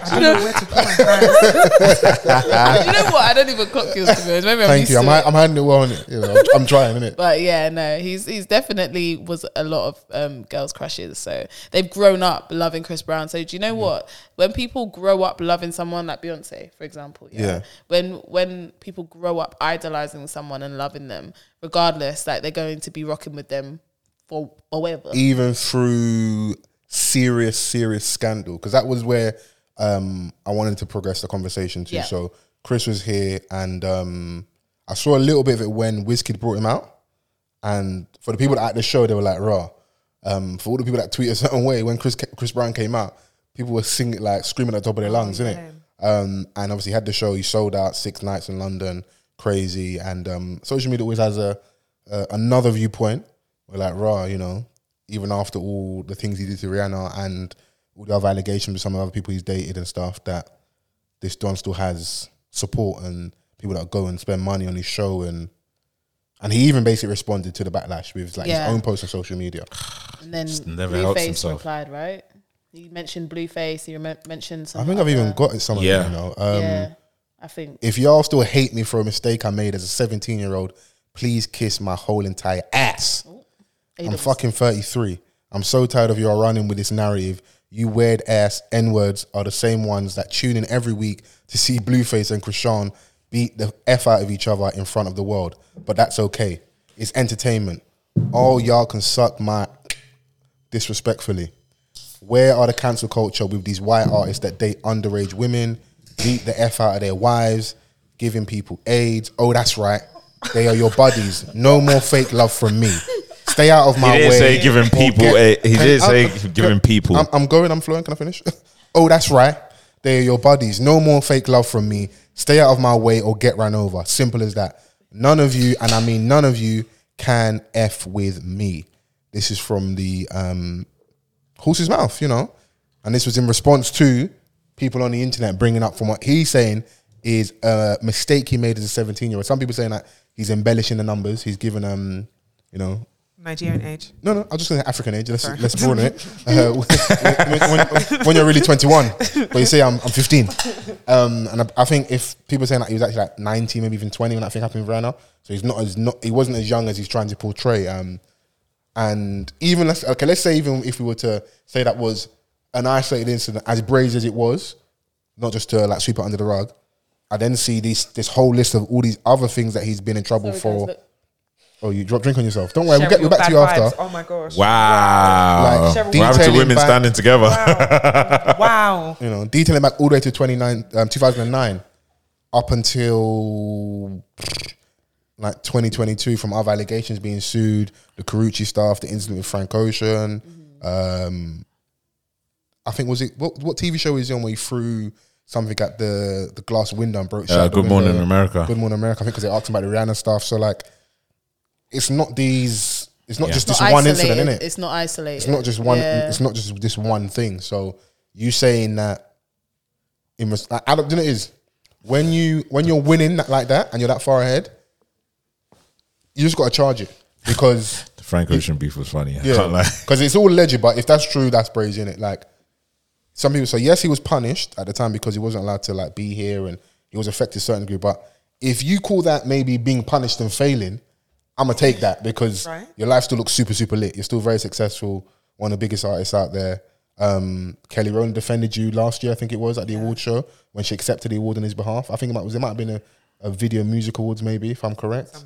don't know where to put my hands. you know what? I don't even cook yours to be honest. Maybe I'm Thank used you. to I'm, it. ha- I'm handling it well on it. You know, I'm, I'm trying, innit? But yeah, no, he's he's definitely was a lot of um, girls' crushes. So they've grown up loving Chris Brown. So do you know what? When people grow up loving someone like Beyonce, for example, yeah, Yeah. When when people grow up idolizing someone and loving them, regardless, like they're going to be rocking with them for forever. Even through serious, serious scandal, because that was where um, I wanted to progress the conversation to. Yeah. So Chris was here, and um, I saw a little bit of it when Wizkid brought him out. And for the people that at the show, they were like, "Raw." Um, for all the people that tweet a certain way, when Chris Chris Brown came out, people were singing like screaming at the top of their lungs, innit? Um, and obviously he had the show. He sold out six nights in London, crazy. And um, social media always has a uh, another viewpoint. We're like, "Raw," you know. Even after all the things he did to Rihanna and all the other allegations with some of the other people he's dated and stuff, that this Don still has support and people that go and spend money on his show and and he even basically responded to the backlash with like Yeah. his own post on social media. And then never helps Blueface himself. replied, right? He mentioned Blueface. He remem- mentioned. Some I think I've even other- got it somewhere. Yeah. You know, um, yeah, I think. if y'all still hate me for a mistake I made as a 17 year old, please kiss my whole entire ass. I'm fucking 33. I'm so tired of y'all running with this narrative. You weird ass N words are the same ones that tune in every week to see Blueface and Krishan beat the F out of each other in front of the world. But that's okay. It's entertainment. All y'all can suck my disrespectfully. Where are the cancel culture with these white artists that date underage women, beat the F out of their wives, giving people AIDS? Oh, that's right. They are your buddies. No more fake love from me. Stay out of my He didn't way. say giving or people get- a- he Can- didn't I'm- say I'm- giving people. I'm, I'm going, I'm flowing. Can I finish? oh, that's right. They are your buddies. No more fake love from me. Stay out of my way or get ran over. Simple as that. None of you, and I mean none of you, can F with me. This is from the um, horse's mouth, you know. And this was in response to people on the internet bringing up from what he's saying is a mistake he made as a 17 year old. Some people saying that he's embellishing the numbers. He's given, um, you know, Nigerian age. no, no, I'm just going to African age. Let's, let's broaden it. Uh, when, when- when you're really 21, but you say I'm, I'm 15. Um, and I, I think if people are saying that he was actually like 19, maybe even 20 when that thing happened with Rihanna, so he's not as not he wasn't as young as he's trying to portray. Um, and even let's okay, let's say even if we were to say that was an isolated incident, as brazen as it was, not just to like sweep it under the rug. I then see this this whole list of all these other things that he's been in trouble for. oh, you drop drink on yourself. Don't worry, we'll, get, Cheryl, we'll back to you bad after. vibes. Oh my gosh. Wow. Like, what happened to detailing women back- standing together? Wow. wow. you know, detailing back all the way to 29, um, 2009 up until like 2022 from other allegations being sued, the Carucci stuff, the incident with Frank Ocean. Um, I think, was it, what, what TV show is he on where he threw something at the, the glass window and broke Uh, shattered the Good Morning window? America. Good Morning America, I think, because they asked him about the Rihanna stuff. So, like, it's not these, it's not Yeah. just Not this one isolated. incident, innit? It's not isolated. it's not just one Yeah. it's not just this one thing so you saying that it must like, I don't, you know it is when you when you're winning that, like that and you're that far ahead you just got to charge it because The Frank Ocean beef was funny. I can't yeah lie. because it's all legit but if that's true that's brazy in it like some people say yes he was punished at the time because he wasn't allowed to like be here and he was affected to a certain degree but if you call that maybe being punished and failing i'm gonna take that because Right. your life still looks super super lit you're still very successful one of the biggest artists out there um, kelly rowland defended you last year i think it was at the award show when she accepted the award on his behalf i think it might, was, it might have been a, a video music awards maybe if i'm correct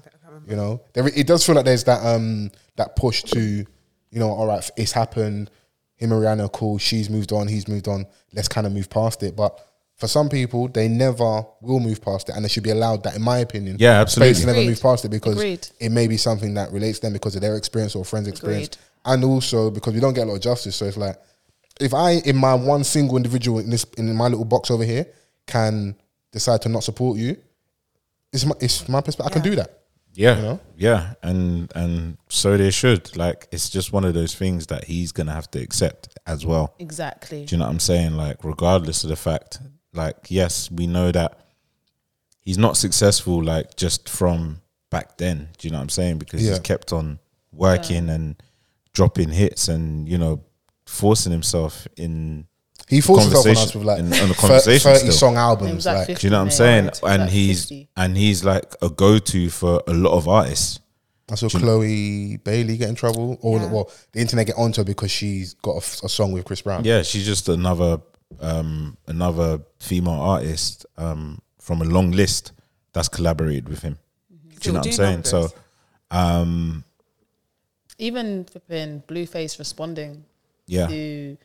you know there, it does feel like there's that um, that push to you know all right it's happened him and Rihanna are cool. She's moved on. He's moved on. Let's kind of move past it. But For some people, they never will move past it, and they should be allowed that. In my opinion, Yeah, absolutely. space to never Agreed. move past it because Agreed. it may be something that relates to them because of their experience or friends' experience, Agreed. and also because we don't get a lot of justice. So it's like, if I, in my one single individual in this in my little box over here, can decide to not support you, it's my it's my perspective. I can do that. Yeah, know? yeah, and and so they should. Like, it's just one of those things that he's gonna have to accept as well. Exactly. Do you know what I'm saying? Like, regardless of the fact, like, yes, we know that he's not successful, like, just from back then. Do you know what I'm saying? Because Yeah. he's kept on working and dropping hits and, you know, forcing himself in. He forced himself on Conversation- us with like in- on a thir- conversation thirty still. song albums. It was like like, 50 Do you know what I'm mil, saying? right? And Like he's 50. and he's like a go to for a lot of artists. I saw Chloe Bailey get in trouble, or well, the internet get onto her because she's got a, f- a song with Chris Brown. Yeah, she's just another um another female artist um from a long list that's collaborated with him. Do you know what I'm do saying? numbers. So um even flipping Blueface responding yeah. to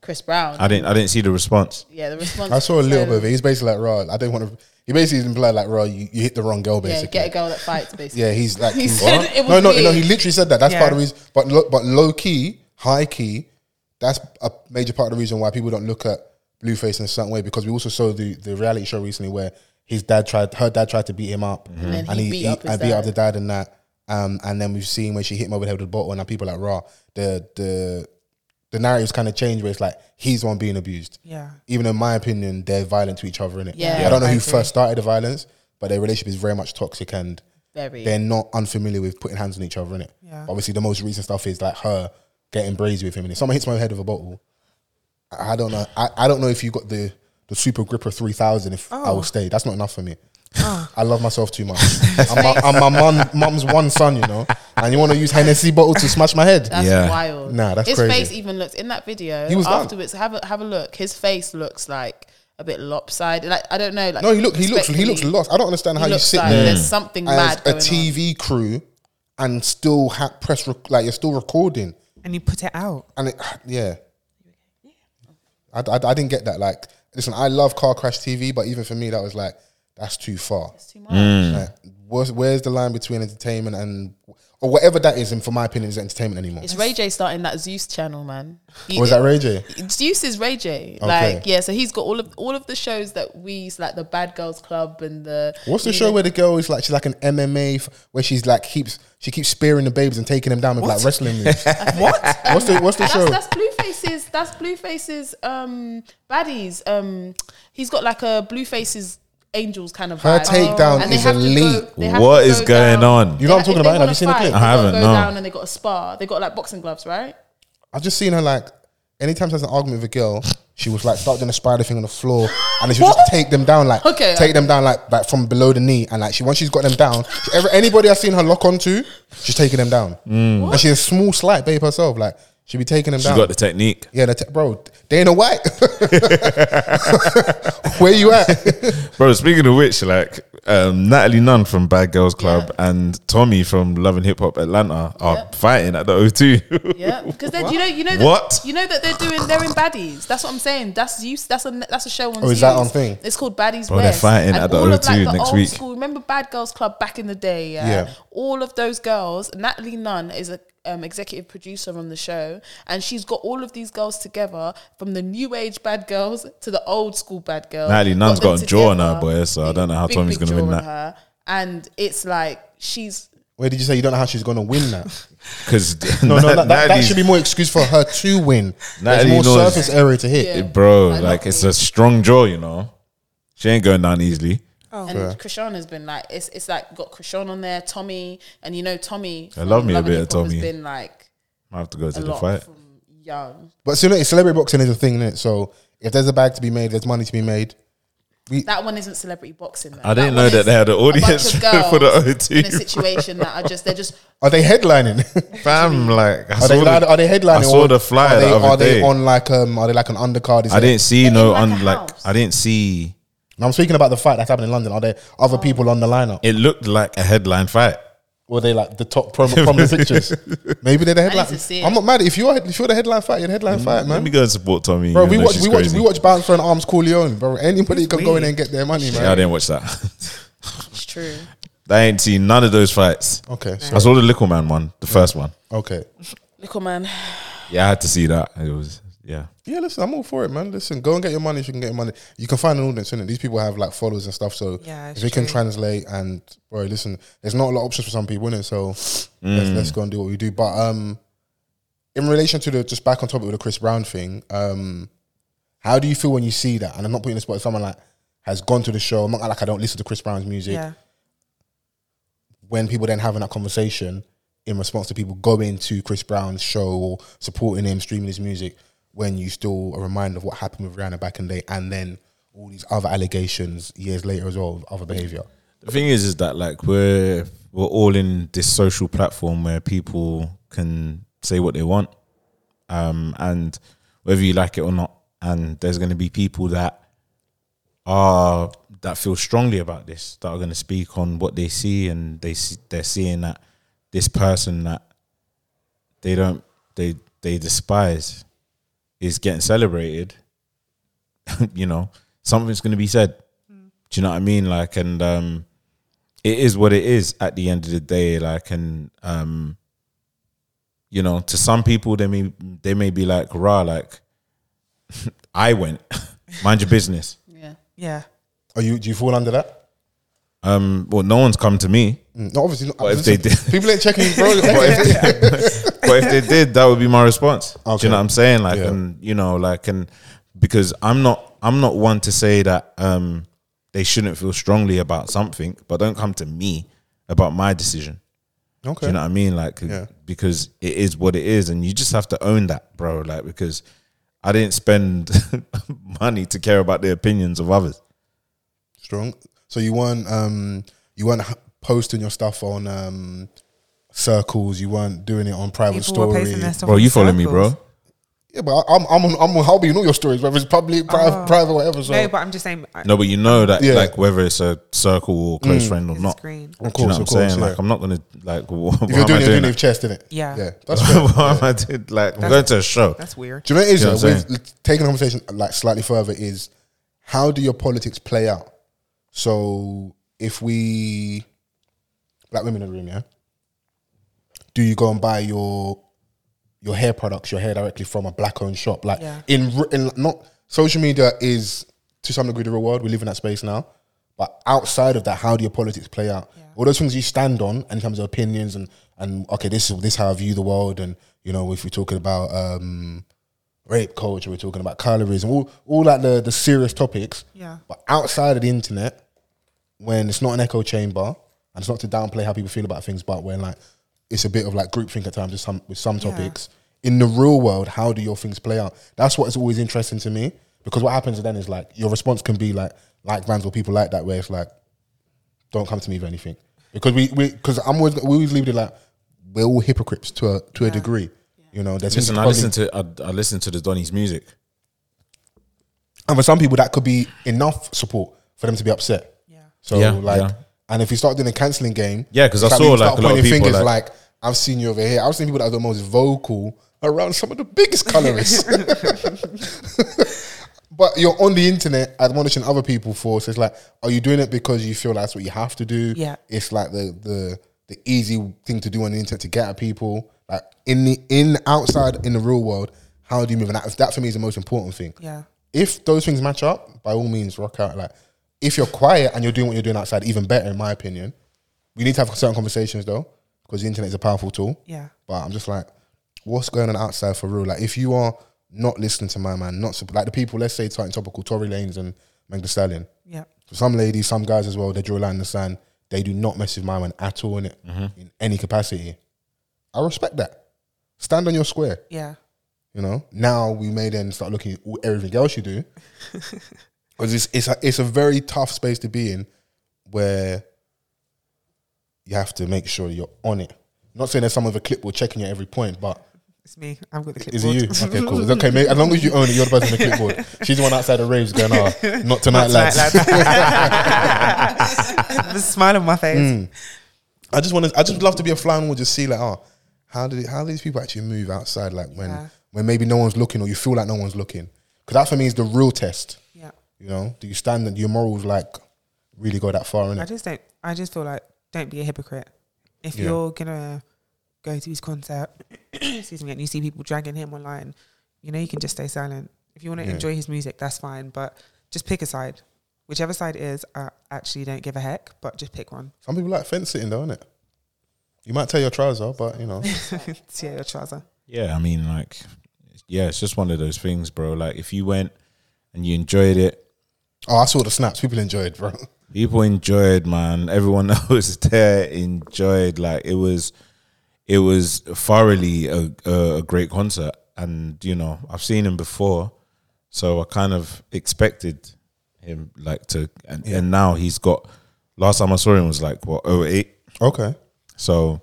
Chris Brown. I didn't I didn't see the response. yeah, the response. I saw a little so, bit of it. He's basically like, "Raw, I don't want to." He basically implied like, "Raw, you, you hit the wrong girl." Yeah, Basically, get a girl that fights. Basically, Yeah, he's like, He he's- said What? it was no, no, no. me. He literally said that. That's part of Yeah. the reason. But lo, but low key, high key, that's a major part of the reason why people don't look at Blueface in a certain way because we also saw the the reality show recently where his dad tried, her dad tried to beat him up, then and he he, beat he- up his and beat up dad. the dad and that. Um, and then we've seen when she hit him over the head with the bottle, and now people are like raw. The the the narrative's kind of changed where it's like he's the one being abused Yeah. even in my opinion, they're violent to each other, innit? Yeah. I don't know I who agree. first started the violence, but their relationship is very much toxic and Very. they're not unfamiliar with putting hands on each other, innit? Yeah. Obviously, the most recent stuff is like her getting brazy with him. And if someone hits my head with a bottle, I I don't know. I, I don't know if you got the, the super gripper 3000 if Oh. I will stay. That's not enough for me. I love myself too much. I'm my, I'm my mum, mum's one son, you know? And you want to use Hennessy bottle to smash my head? That's Yeah. wild. Nah, that's his crazy. face even looks in that video. He was done. afterwards. Have a have a look. His face looks like a bit lopsided. Like I don't know. Like No, he look. He looks. He looks respectfully, lost. I don't understand he how you looks sit like there. there's something as mad a going on. TV crew and still ha- press rec- like you're still recording And you put it out. and it yeah. I, I, I didn't get that. Like, listen, I love car crash TV, but even for me, that was like that's too far. Too much. Like, where's, where's the line between entertainment and or whatever that is? And for my opinion, is entertainment anymore? It's Ray J starting that Zeus channel, man. He- Or is that Ray J? Deuce is Ray J. Okay. Like, yeah, so he's got all of all of the shows that we like the Bad Girls Club and the What's the you show know, where the girl is like she's like an MMA f- where she's like keeps she keeps spearing the babes and taking them down with like wrestling moves. what? What's the what's the show? that's, that's Blueface's that's Blueface's um baddies. Um he's got like a Blueface's angels kind of Her vibe. takedown they is have to elite. they have What to is go going on? You know what They- I'm talking if they about, wanna have you seen the fight, clip? they I gotta haven't, Go no. down and they got a spa. They got like boxing gloves, right? I've just seen her like anytime she has an argument with a girl, she was like start doing a spider thing on the floor and then she would just take them down like Okay. take them down like like from below the knee and like she once she's got them down, she- ever, anybody I've seen her lock onto, she's taking them down. And she's a small slight babe herself, like she be taking them Mm. She down. got the technique. yeah, the te- bro, Dana White. Where you at? Bro, speaking of which, like um, Natalie Nunn from Bad Girls Club and Tommy from Love and Hip Hop Atlanta are fighting at the O2. Yeah, because you know, you know, that, What? you know that they're doing, they're in baddies. That's what I'm saying. That's you. That's a that's a show on. Oh, is that Zeus. on thing? It's called Baddies Bro, Oh, they're West. fighting at the all of, O2 the next old week. School, remember Bad Girls Club back in the day? Yeah. Yeah. All of those girls. Natalie Nunn is a. Um, executive producer on the show, and she's got all of these girls together from the new age bad girls to the old school bad girls. Natalie Nunn's them got a jaw on her, together. boy, so I don't know how Big, Tommy's big gonna win jaw on that. her. And it's like she's Where did you say you don't know how she's gonna win that? Because No, no, that, that, that should be more excuse for her to win. There's Natalie more knows- surface area to hit. Yeah. bro. I love Like it's me. a strong jaw, you know. She ain't going down easily. and Krishana's been like it's it's like got Krishan on there, Tommy, and you know Tommy. I from love me a and bit Hip of Hop Tommy. Has been like I have to go to a the lot fight. from young. But so, you know, celebrity boxing is a thing, innit? So if there's a bag to be made, there's money to be made. That one isn't celebrity boxing. Though. I didn't one know that is they had an a bunch of audience girls for the O2, in a situation that I just they're just Are they headlining? Fam, like I are, they, saw, li- the, are they headlining? I saw or the flyer Are they, the other are they day. on like um? Are they like an undercard? Is I it- didn't see in no like a un, like house. I didn't see. And I'm speaking about the fight that's happened in London. Are there other people on the lineup? It looked like a headline fight. Or they like the top prom, prominent pictures? Maybe they're the need headline. to see it. I'm not mad if you're if you're the headline fight. You're the headline fight, Mm, Let me man. go and support Tommy. Bro, even we though watch she's we watch crazy. we watch Bouncer and Arms Corleone, bro. Anybody can go in there and get their money, Yeah, I man. didn't watch that. It's true. I ain't seen none of those fights. Okay, so- I saw the Little Man one, the first one. okay. Little man. Yeah, I had to see that. It was yeah. Yeah, listen, I'm all for it, man. Listen, go and get your money if you can get your money. You can find an audience in it. These people have like followers and stuff, so Yeah, if it's they can true. translate and bro, listen, there's not a lot of options for some people in it. So let's, let's go and do what we do. But um, in relation to the just back on topic with the Chris Brown thing, um, how do you feel when you see that? And I'm not putting this, but someone like has gone to the show. I'm not like I don't listen to Chris Brown's music. Yeah. When people then having that conversation in response to people going to Chris Brown's show or supporting him, streaming his music, when you still are reminded of what happened with Rihanna back in the day, and then all these other allegations years later as well of other behavior. The thing is, is that like we're we're all in this social platform where people can say what they want, um, and whether you like it or not, and there's going to be people that are that feel strongly about this that are going to speak on what they see and they see, they're seeing that this person that they don't they they despise is getting celebrated. you know, something's going to be said. Do you know what I mean? Like, and um, it is what it is at the end of the day. Like, and um, you know, to some people, they may they may be like, "Rah, like, I went, mind your business." Yeah. Yeah. Are you? Do you fall under that? Um, well, no one's come to me, Mm, No, obviously not. What if they Listen, did? People ain't checking, bro. but if, but if they did, that would be my response. Do Okay. you know what I'm saying? Like, Yeah. and you know, like, and because I'm not, I'm not one to say that um, they shouldn't feel strongly about something, but don't come to me about my decision. okay. Do you know what I mean? Like, Yeah. because it is what it is, and you just have to own that, bro. Like, because I didn't spend money to care about the opinions of others. Strong. So you weren't um you weren't h- posting your stuff on um circles. You weren't doing it on private People were story. posting their stuff. Bro, on you follow me, circles. bro. Yeah, but I- I'm I'm on, I'm on, I'll be in all your stories, whether it's public, private, private, whatever. So Oh. No, but I'm just saying. I- No, but you know that, Yeah. like, whether it's a circle or close friend or not. green. Of Do you know course, what I'm of course, saying? yeah. Like, I'm not gonna like. What, if you're am I doing it, you're doing doing it with chest in it. Yeah. Yeah, that's fair. Why am I doing like? I'm going to a show. That's weird. Do you know what it is? You know though? what I'm We've l- taken the conversation uh, like slightly further. Is how do your politics play out? So if we black women in the room, yeah, do you go and buy your your hair products, your hair directly from a black owned shop? Like Yeah. in, r- in not social media is to some degree the real world. We live in that space now. But outside of that, how do your politics play out? All those things you stand on in terms of opinions and and okay, this is this is how I view the world, and you know if you're talking about um, rape culture, we're talking about colorism, all all like the the serious topics. Yeah. But outside of the internet, when it's not an echo chamber, and it's not to downplay how people feel about things, but when like it's a bit of like groupthink at times with some with some topics. In the real world, how do your things play out? That's what is always interesting to me because what happens then is like your response can be like like vans or people like that where it's like don't come to me with anything because we because I'm always we always leave it like we're all hypocrites to a to a degree. You know, there's Listen, I probably- listen to I, I listen to the Donny's music. and for some people that could be enough support for them to be upset. Yeah. So Yeah, like, yeah. and if you start doing a canceling game, Yeah, 'cause I it's saw, we like, start a lot of pointing people, fingers like- like, I've seen you over here. I've seen people that are the most vocal around some of the biggest colorists. but you're on the internet admonishing other people for. So it's like, are you doing it because you feel that's what you have to do? Yeah. it's like the the the easy thing to do on the internet to get at people. Like in the in outside in the real world, how do you move? And that, that for me is the most important thing Yeah. if those things match up, by all means, rock out. Like, if you're quiet and you're doing what you're doing outside, even better, in my opinion. We need to have certain conversations though, because the internet is a powerful tool. Yeah. But I'm just like, what's going on outside for real? Like, if you are not listening to my man, not sup- like the people, let's say, tight topical, Tory Lanes and Meg Thee Stallion. Yeah. For some ladies, some guys as well, they draw a line in the sand. They do not mess with my man at all in it, in any capacity. I respect that. Stand on your square. Yeah. You know, now we may then start looking at all- everything else you do, because it's it's a, it's a very tough space to be in, where you have to make sure you're on it. not saying there's someone with a clipboard checking you at every point, but It's me. I've got the clipboard. is it you? Okay, cool. It's okay, mate, as long as you own it, you're the person with the clipboard. She's the one outside the raves going, "Ah, not tonight, That's right, lads." Mm. lads. the smile on my face. I just want to. I just love to be a fly on the wall, just see like, oh, how did it, how do these people actually move outside? Like when Yeah. when maybe no one's looking, or you feel like no one's looking. Because that for me is the real test. Yeah. You know, do you stand and do your morals like really go that far in I it? just don't. I just feel like don't be a hypocrite. If Yeah. you're gonna go to his concert, excuse me, and you see people dragging him online, you know you can just stay silent. If you want to Yeah. enjoy his music, that's fine, but just pick a side. Whichever side it is, I actually don't give a heck, but just pick one. Some people like fence sitting though, innit? You might tear your trouser, but you know, See your trouser. Yeah, I mean, like, yeah, it's just one of those things, bro. Like, if you went and you enjoyed it, oh, I saw the snaps. People enjoyed, bro. people enjoyed, man. Everyone that was there enjoyed. Like, it was, it was thoroughly a, a, a great concert, and you know, I've seen him before, so I kind of expected him like to, and, and now he's got. Last time I saw him was like what 08. Okay, so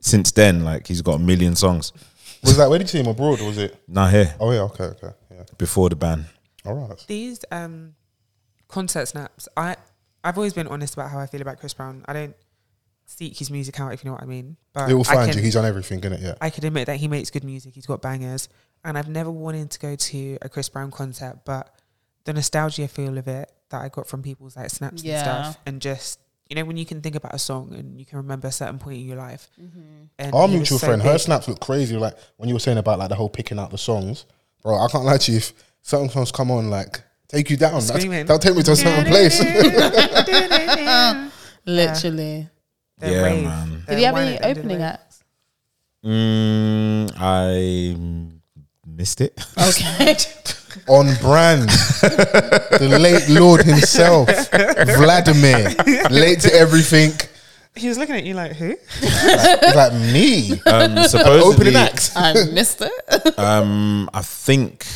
since then, like, he's got a million songs. was that where did you see him abroad? Was it? Now here Oh yeah, okay, okay, yeah. before the ban. All right. These um, concert snaps, I I've always been honest about how I feel about Chris Brown. I don't seek his music out, if you know what I mean. But It will I find can- you. He's on everything, innit? Yeah. I could admit that he makes good music. He's got bangers, and I've never wanted to go to a Chris Brown concert, but the nostalgia feel of it that I got from people's like snaps Yeah. and stuff, and just you know when you can think about a song and you can remember a certain point in your life. Mm-hmm. And Our he was mutual so friend, her big. snaps look crazy. Like when you were saying about like the whole picking out the songs, bro. I can't lie to you. If certain songs come on, like take you down. That's, Screaming. that'll take me to a certain place. Literally. Their Yeah, rave, man. their Did he have wine any at the end of the opening rave. acts? Mm, I missed it. Okay. on brand. the late Lord himself, Vladimir, late to everything. He was looking at you like who? It's like me. Um, supposedly, Opening act. I missed it. Um, I think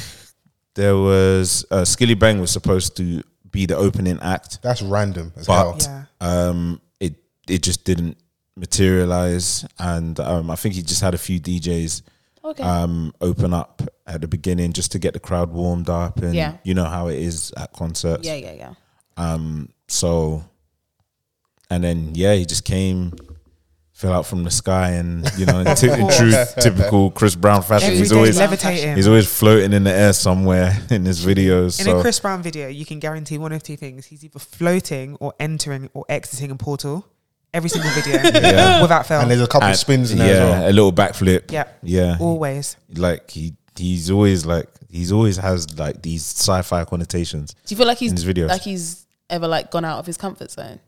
there was uh, Skilly Bang was supposed to be the opening act, That's random as But- hell. Yeah, um, it it just didn't materialize, and um, I think he just had a few DJs Okay. um, open up at the beginning just to get the crowd warmed up, and Yeah. you know how it is at concerts. yeah, yeah, yeah. Um, so, and then yeah, he just came, fell out from the sky, and you know, in, t- in true typical Chris Brown fashion, every he's day always levitating. he's always floating in the air somewhere in his videos. in so a Chris Brown video, you can guarantee one of two things: he's either floating or entering or exiting a portal. Every single video, without fail. And there's a couple and- of spins in yeah, there as well. a little backflip. Yeah. yeah, Always. like he he's always like he's always has like these sci-fi connotations. Do you feel like he's In his videos. like he's ever like gone out of his comfort zone?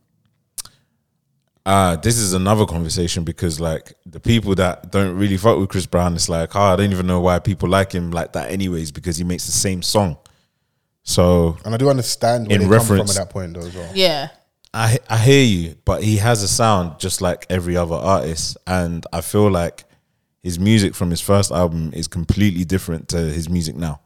Uh, this is another conversation because like the people that don't really fuck with Chris Brown, it's like, oh, I don't even know why people like him like that anyways, because he makes the same song. So And I do understand where In they come from reference- at that point though as well. Yeah. I I hear you, but he has a sound just like every other artist, and I feel like his music from his first album is completely different to his music now.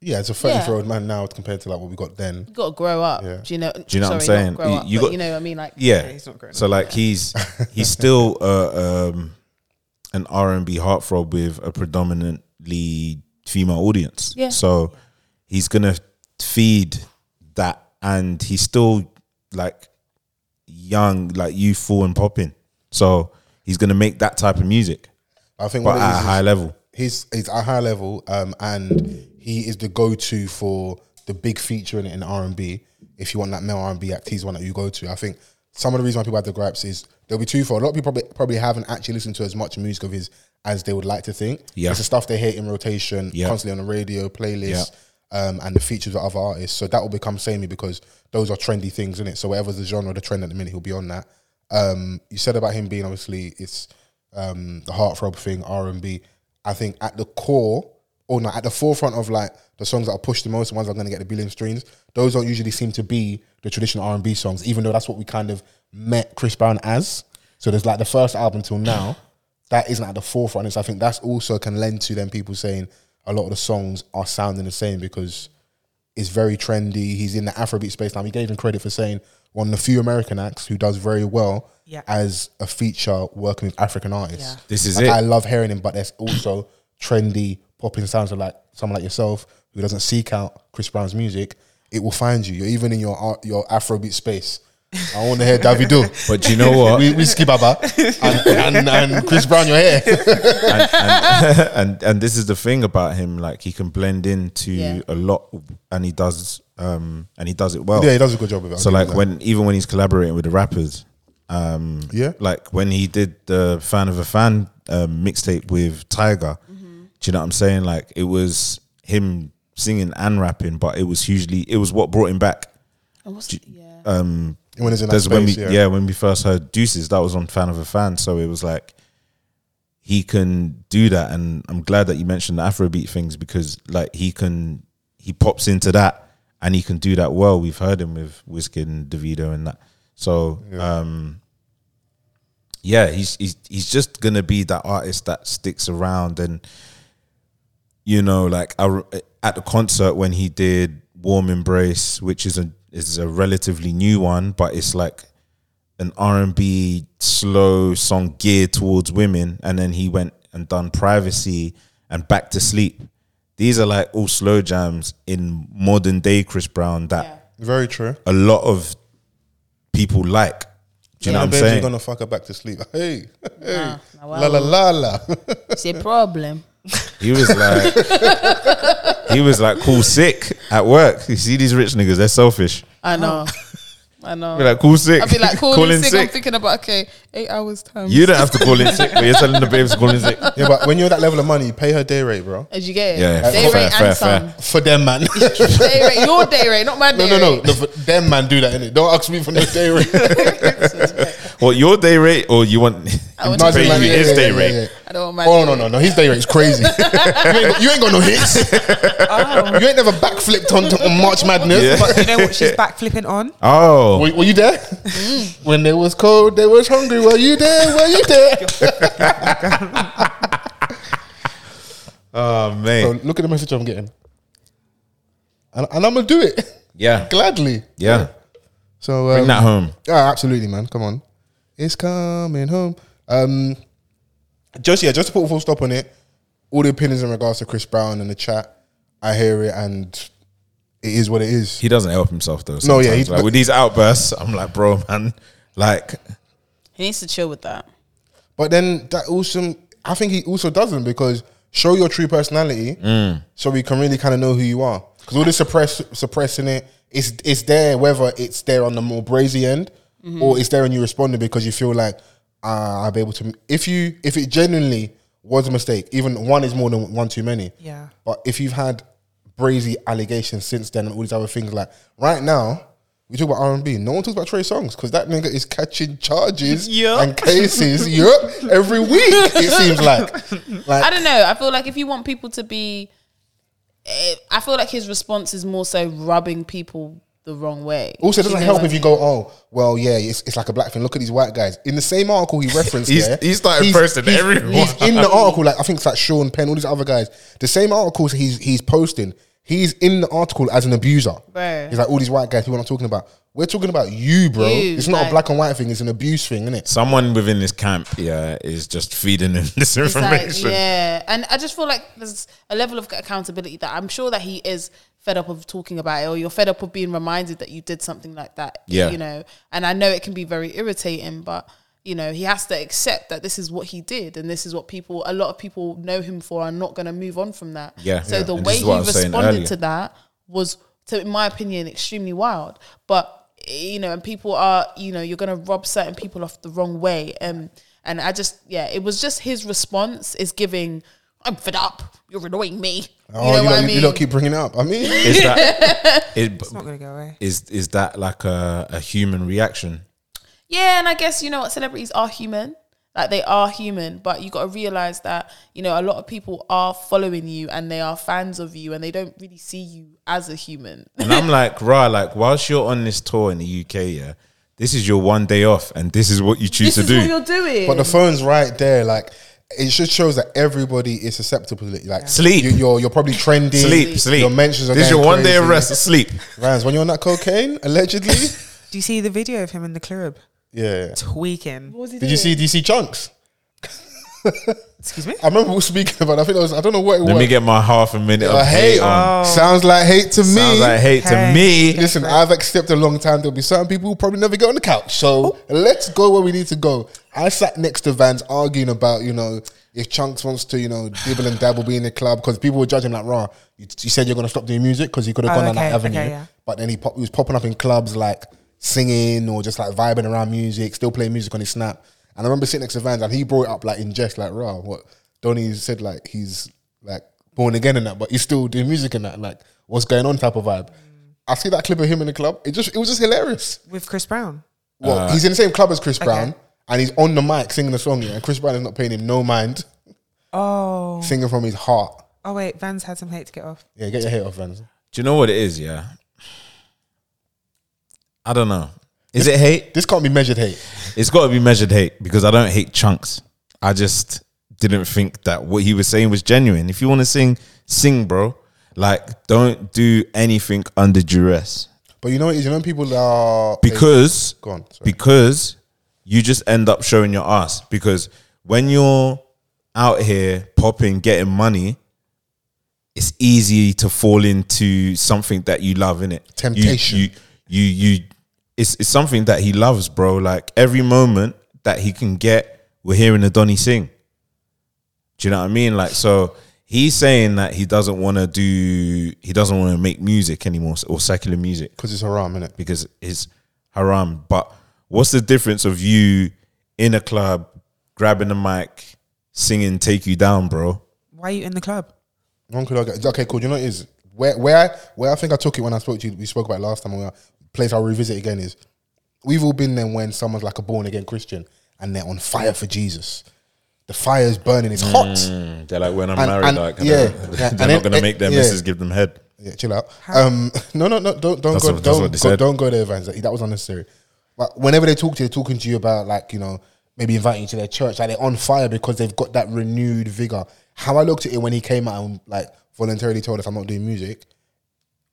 Yeah, it's a 30 year old man now compared to like what we got then. You gotta grow up. Yeah. Do you know Do you know what I'm sorry, not saying? Grow You- up, you but got- you know what I mean? Like Yeah, he's not grown so like he's he's still uh, um, an R and B heartthrob with a predominantly female audience. Yeah. So he's gonna feed that, and he's still like young, like youthful and popping. So he's gonna make that type of music, I think but what it at a is is- high level. he's he's at a high level, um, and he is the go to for the big feature in it in R and B. If you want that male R and B act, he's one that you go to. I think some of the reason why people have the gripes is there'll be two for a lot of people probably, probably haven't actually listened to as much music of his as they would like to think. Yeah. it's the stuff they hear in rotation, Yeah. constantly on the radio playlist. Um, and the features of other artists, so that will become samey because those are trendy things, in it. So whatever's the genre, the trend at the minute, he'll be on that. Um, you said about him being obviously it's um, the heartthrob thing, R and B. I think at the core, or not at the forefront of like the songs that are pushed the most, the ones that are going to get the billion streams. Those don't usually seem to be the traditional R and B songs, even though that's what we kind of met Chris Brown as. So there's like the first album till now that isn't at the forefront. And so I think that's also can lend to them people saying a lot of the songs are sounding the same because is very trendy. He's in the Afrobeat space now. We gave him credit for saying one of the few American acts who does very well Yeah. as a feature working with African artists. Yeah. This is Like, it. I love hearing him, but there's also trendy popping sounds of like someone like yourself who doesn't seek out Chris Brown's music. It will find you. You're even in your art, your uh, Afrobeat space. I want to hear Davido. But do you know what? We, Whiskey Baba and, and, and Chris Brown, your hair. and, and, and and this is the thing about him like he can blend into Yeah. a lot and he does um and he does it well Yeah, he does a good job of it. I'll so give like him that. when even when he's collaborating with the rappers um Yeah. like when he did the fan of a fan um, mixtape with tiger Mm-hmm. do you know what i'm saying like it was him singing and rapping but it was hugely it was what brought him back And what's yeah. when it's in that that's space, when we yeah. yeah. when we first heard Deuces, that was on Fan of a Fan. So it was like he can do that, and I'm glad that you mentioned the Afrobeat things because like he can he pops into that and he can do that well. We've heard him with Wizkid and Davido and that. So yeah. um yeah, he's he's he's just gonna be that artist that sticks around and you know, like I, re- at the concert when he did "Warm Embrace," which is a is a relatively new one, but it's like an R and B slow song geared towards women, and then he went and done "Privacy" and "Back to Sleep." These are like all slow jams in modern day Chris Brown that Very true. a lot of people like. Do you know what I'm Baby, saying? gonna fuck her back to sleep. Hey, hey, Nah, nah, la well, la la la. Ah, It's a problem. He was like, he was like, cool sick at work. You see these rich niggas, they're selfish. I know. I know. Be like, cool sick. I'd be like calling, Call in sick. I'm thinking about okay, eight hours time. You don't have to call in sick, but you're telling the babes to call in sick. yeah, but when you're that level of money, pay her day rate, bro. Did you get it? Yeah, day fair, rate fair, and fair. some. For them, man. Day rate, your day rate, not my no, day no, no. rate. The, for them, man, do that innit? Don't ask me for their day rate. What your day rate, or you want him want to to pay pay you you. his yeah, day yeah, rate? yeah, yeah. I don't want my. Oh day no, rate. no, no. His day rate's crazy. you, ain't got, you ain't got no hits. You ain't never backflipped on, on March Madness. Yeah. But you know what she's back flipping on? Oh, Were, were you there? when they was cold, they was hungry. Were you there? Were you there? oh Bro, man, look at the message I'm getting. And, and I'm going to do it yeah, gladly. yeah. So, Bring um, that home. yeah, absolutely, man. Come on. It's coming home. Um, just, yeah, just to put a full stop on it, all the opinions in regards to Chris Brown in the chat, I hear it and it is what it is. He doesn't help himself though. No, yeah, sometimes. he- like, with these outbursts, I'm like, bro, man, like, He needs to chill with that. But then that also, I think he also doesn't because show your true personality so we can really kind of know who you are. Because all this suppress, suppressing it, it's, it's there whether it's there on the more brazy end or it's there and you responding because you feel like uh, I'll be able to. If you if it genuinely was a mistake, even one is more than one too many. Yeah. But if you've had brazy allegations since then and all these other things, like right now. We talk about R and B. No one talks about Trey Songs because that nigga is catching charges Yeah. and cases. Yep, every week it seems like. Like I don't know. I feel like if you want people to be, eh, I feel like his response is more so rubbing people the wrong way. Also, it Do doesn't know help what if I you go, oh, well, yeah, it's, it's like a black thing. Look at these white guys. In the same article he referenced He's- there. he started posting he's- everyone. He's in the article, like, I think it's like Sean Penn, all these other guys. The same articles he's he's posting, he's in the article as an abuser. Bro. He's like, all these white guys, people I'm talking about. We're talking about you, bro. You, it's not like- a black and white thing, it's an abuse thing, isn't it? someone within this camp, yeah, is just feeding him this It's like, information. yeah, and I just feel like there's a level of accountability that I'm sure that he is fed up of talking about it, or you're fed up of being reminded that you did something like that. Yeah. you know. And I know it can be very irritating, but you know he has to accept that this is what he did, and this is what people, a lot of people know him for, are not going to move on from that. Yeah. So Yeah. the And this way is he what I was saying earlier. responded to that was, to, in my opinion, extremely wild. But you know, and people are, you know, you're going to rob certain people off the wrong way. Um, and I just, yeah, it was just his response is giving, I'm fed up. You're annoying me. Oh, you, know lot, what I you- mean? you lot keep bringing it up. I mean, Is that it, It's not going to go away. is is that like a, a human reaction? Yeah, and I guess you know what celebrities are human. Like they are human, but you got to realize that you know a lot of people are following you and they are fans of you and they don't really see you as a human. And I'm like, rah, like whilst you're on this tour in the UK, yeah, this is your one day off, and this is what you choose this to is what do. you're doing. But the phone's right there, like it just shows that everybody is susceptible to it. Like Sleep. you, you're you're probably trending. Sleep, sleep. Your mentions are this is your going one day of crazy. rest, sleep. Rans, when you're on that cocaine, allegedly. Do you see the video of him in the club yeah. tweaking? Did you see? Do you see chunks? Excuse me. I remember we were speaking about. I think I was. I don't know what it Let was. me get my half a minute. I of hate. hate on. Sounds like hate to me. Sounds like hate Hey. to me. Listen, I've accepted a long time. There'll be certain people who probably never get on the couch. So let's go where we need to go. I sat next to Vans arguing about, you know, if Chunks wants to, you know, dibble and dabble be in the club because people were judging like, raw, you, you said you're going to stop doing music because you could have Oh, gone down that okay, avenue. okay, yeah. But then he, pop, he was popping up in clubs like singing or just like vibing around music, still playing music on his snap. And I remember sitting next to Vans and he brought it up like in jest, like, raw, what? Donnie said like he's like born again and that, but he's still doing music and that, like what's going on type of vibe. I see that clip of him in the club. It just it was just hilarious. With Chris Brown. Well, he's in the same club as Chris Brown and he's on the mic singing a song, yeah, and Chris Brown is not paying him no mind, Oh. singing from his heart. Oh wait, Van's had some hate to get off. Yeah, get your hate off, Vans. Do you know what it is? Yeah. I don't know. Is it hate? This can't be measured hate. It's got to be measured hate because I don't hate chunks. I just didn't think that what he was saying was genuine. If you want to sing, sing, bro. Like, don't do anything under duress But you know what it is, you know when people are because Go on, sorry. because you just end up showing your ass because when you're out here popping getting money it's easy to fall into something that you love in it Temptation. you you you, you it's, it's something that he loves bro like every moment that he can get we're hearing a donny sing do you know what I mean? Like, so he's saying that he doesn't want to do, he doesn't want to make music anymore or secular music because it's haram, innit? because it's haram. But what's the difference of you in a club grabbing the mic, singing "Take You Down," bro? Why are you in the club? One could argue- Okay, cool. You know what it is where where I, where I think I took it when I spoke to you. We spoke about it last time. Where place I'll revisit again is we've all been there when someone's like a born again Christian and they're on fire for Jesus. The fire is burning. It's hot. Mm, They're like, when I'm And- married, and- like, yeah. they're And not it- gonna it- make their yeah. missus give them head. Yeah, chill out. Um, no, no, no. Don't don't That's go. what- that's what don't they go, said. don't go there, Vans. That was unnecessary. But whenever they talk to you, they're talking to you about like you know maybe inviting you to their church. Like they're on fire because they've got that renewed vigor. How I looked at it when he came out and like voluntarily told us I'm not doing music.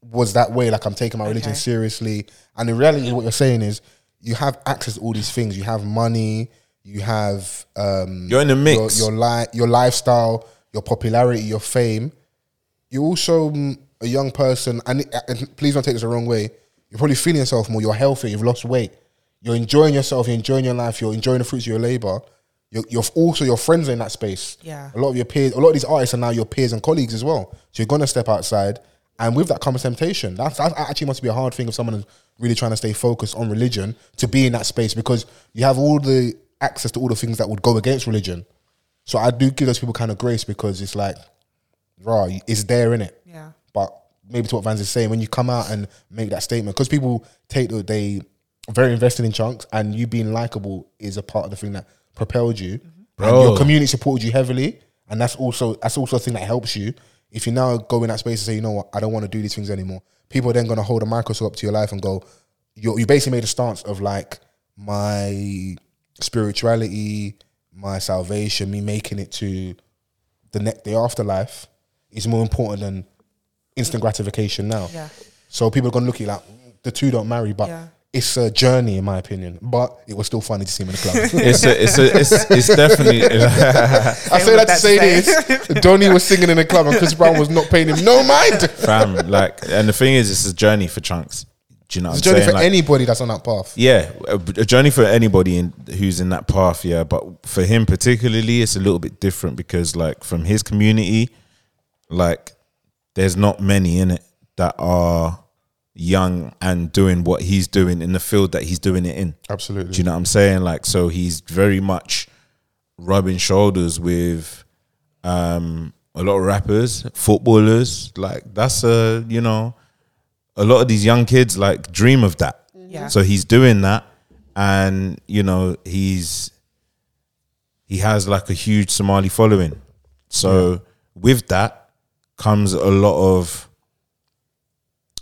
was that way. Like I'm taking my religion Okay. seriously. And in reality, what you're saying is you have access to all these things. You have money. You have um, You're in the your- mix. Your, li- your lifestyle, your popularity, your fame. You're also mm, a young person, and, it- and please don't take this the wrong way. You're probably feeling yourself more. You're healthier. You've lost weight. You're enjoying yourself. You're enjoying your life. You're enjoying the fruits of your labor. You're, you're also your friends are in that space. Yeah. A lot of your peers, a lot of these artists are now your peers and colleagues as well. So you're gonna step outside, and with that comes temptation. That's that actually must be a hard thing if someone is really trying to stay focused on religion to be in that space because you have all the access to all the things that would go against religion. So I do give those people kind of grace because it's like, raw, it's there in it. Yeah. But maybe to what Vans is saying, when you come out and make that statement, because people take the, they very invested in chunks, and you being likable is a part of the thing that propelled you. And Bro. your community supported you heavily, and that's also that's also a thing that helps you. If you now go in that space and say, you know what, I don't want to do these things anymore, people are then going to hold a microscope up to your life and go, you you basically made a stance of like my spirituality, my salvation, me making it to the next the afterlife is more important than instant gratification now. Yeah. So people are gonna look at you like the two don't marry, but Yeah. it's a journey in my opinion. But it was still funny to see him in the club. It's a, it's a, it's, it's definitely. I say what that that to say says. this. Donnie was singing in the club and Chris Brown was not paying him no mind. fam. Like, and the thing is, it's a journey for chunks. Do you know? It's what a I'm journey saying? for Like, anybody that's on that path. yeah, a, a journey for anybody in, who's in that path. Yeah, but for him particularly, it's a little bit different because, like, from his community, like, there's not many in it that are young and doing what he's doing in the field that he's doing it in. Absolutely. Do you know what I'm saying? Like, so he's very much rubbing shoulders with um, a lot of rappers, footballers. Like, that's a, you know, a lot of these young kids like dream of that. Yeah. So he's doing that. And, you know, he's, he has like a huge Somali following. So with that comes a lot of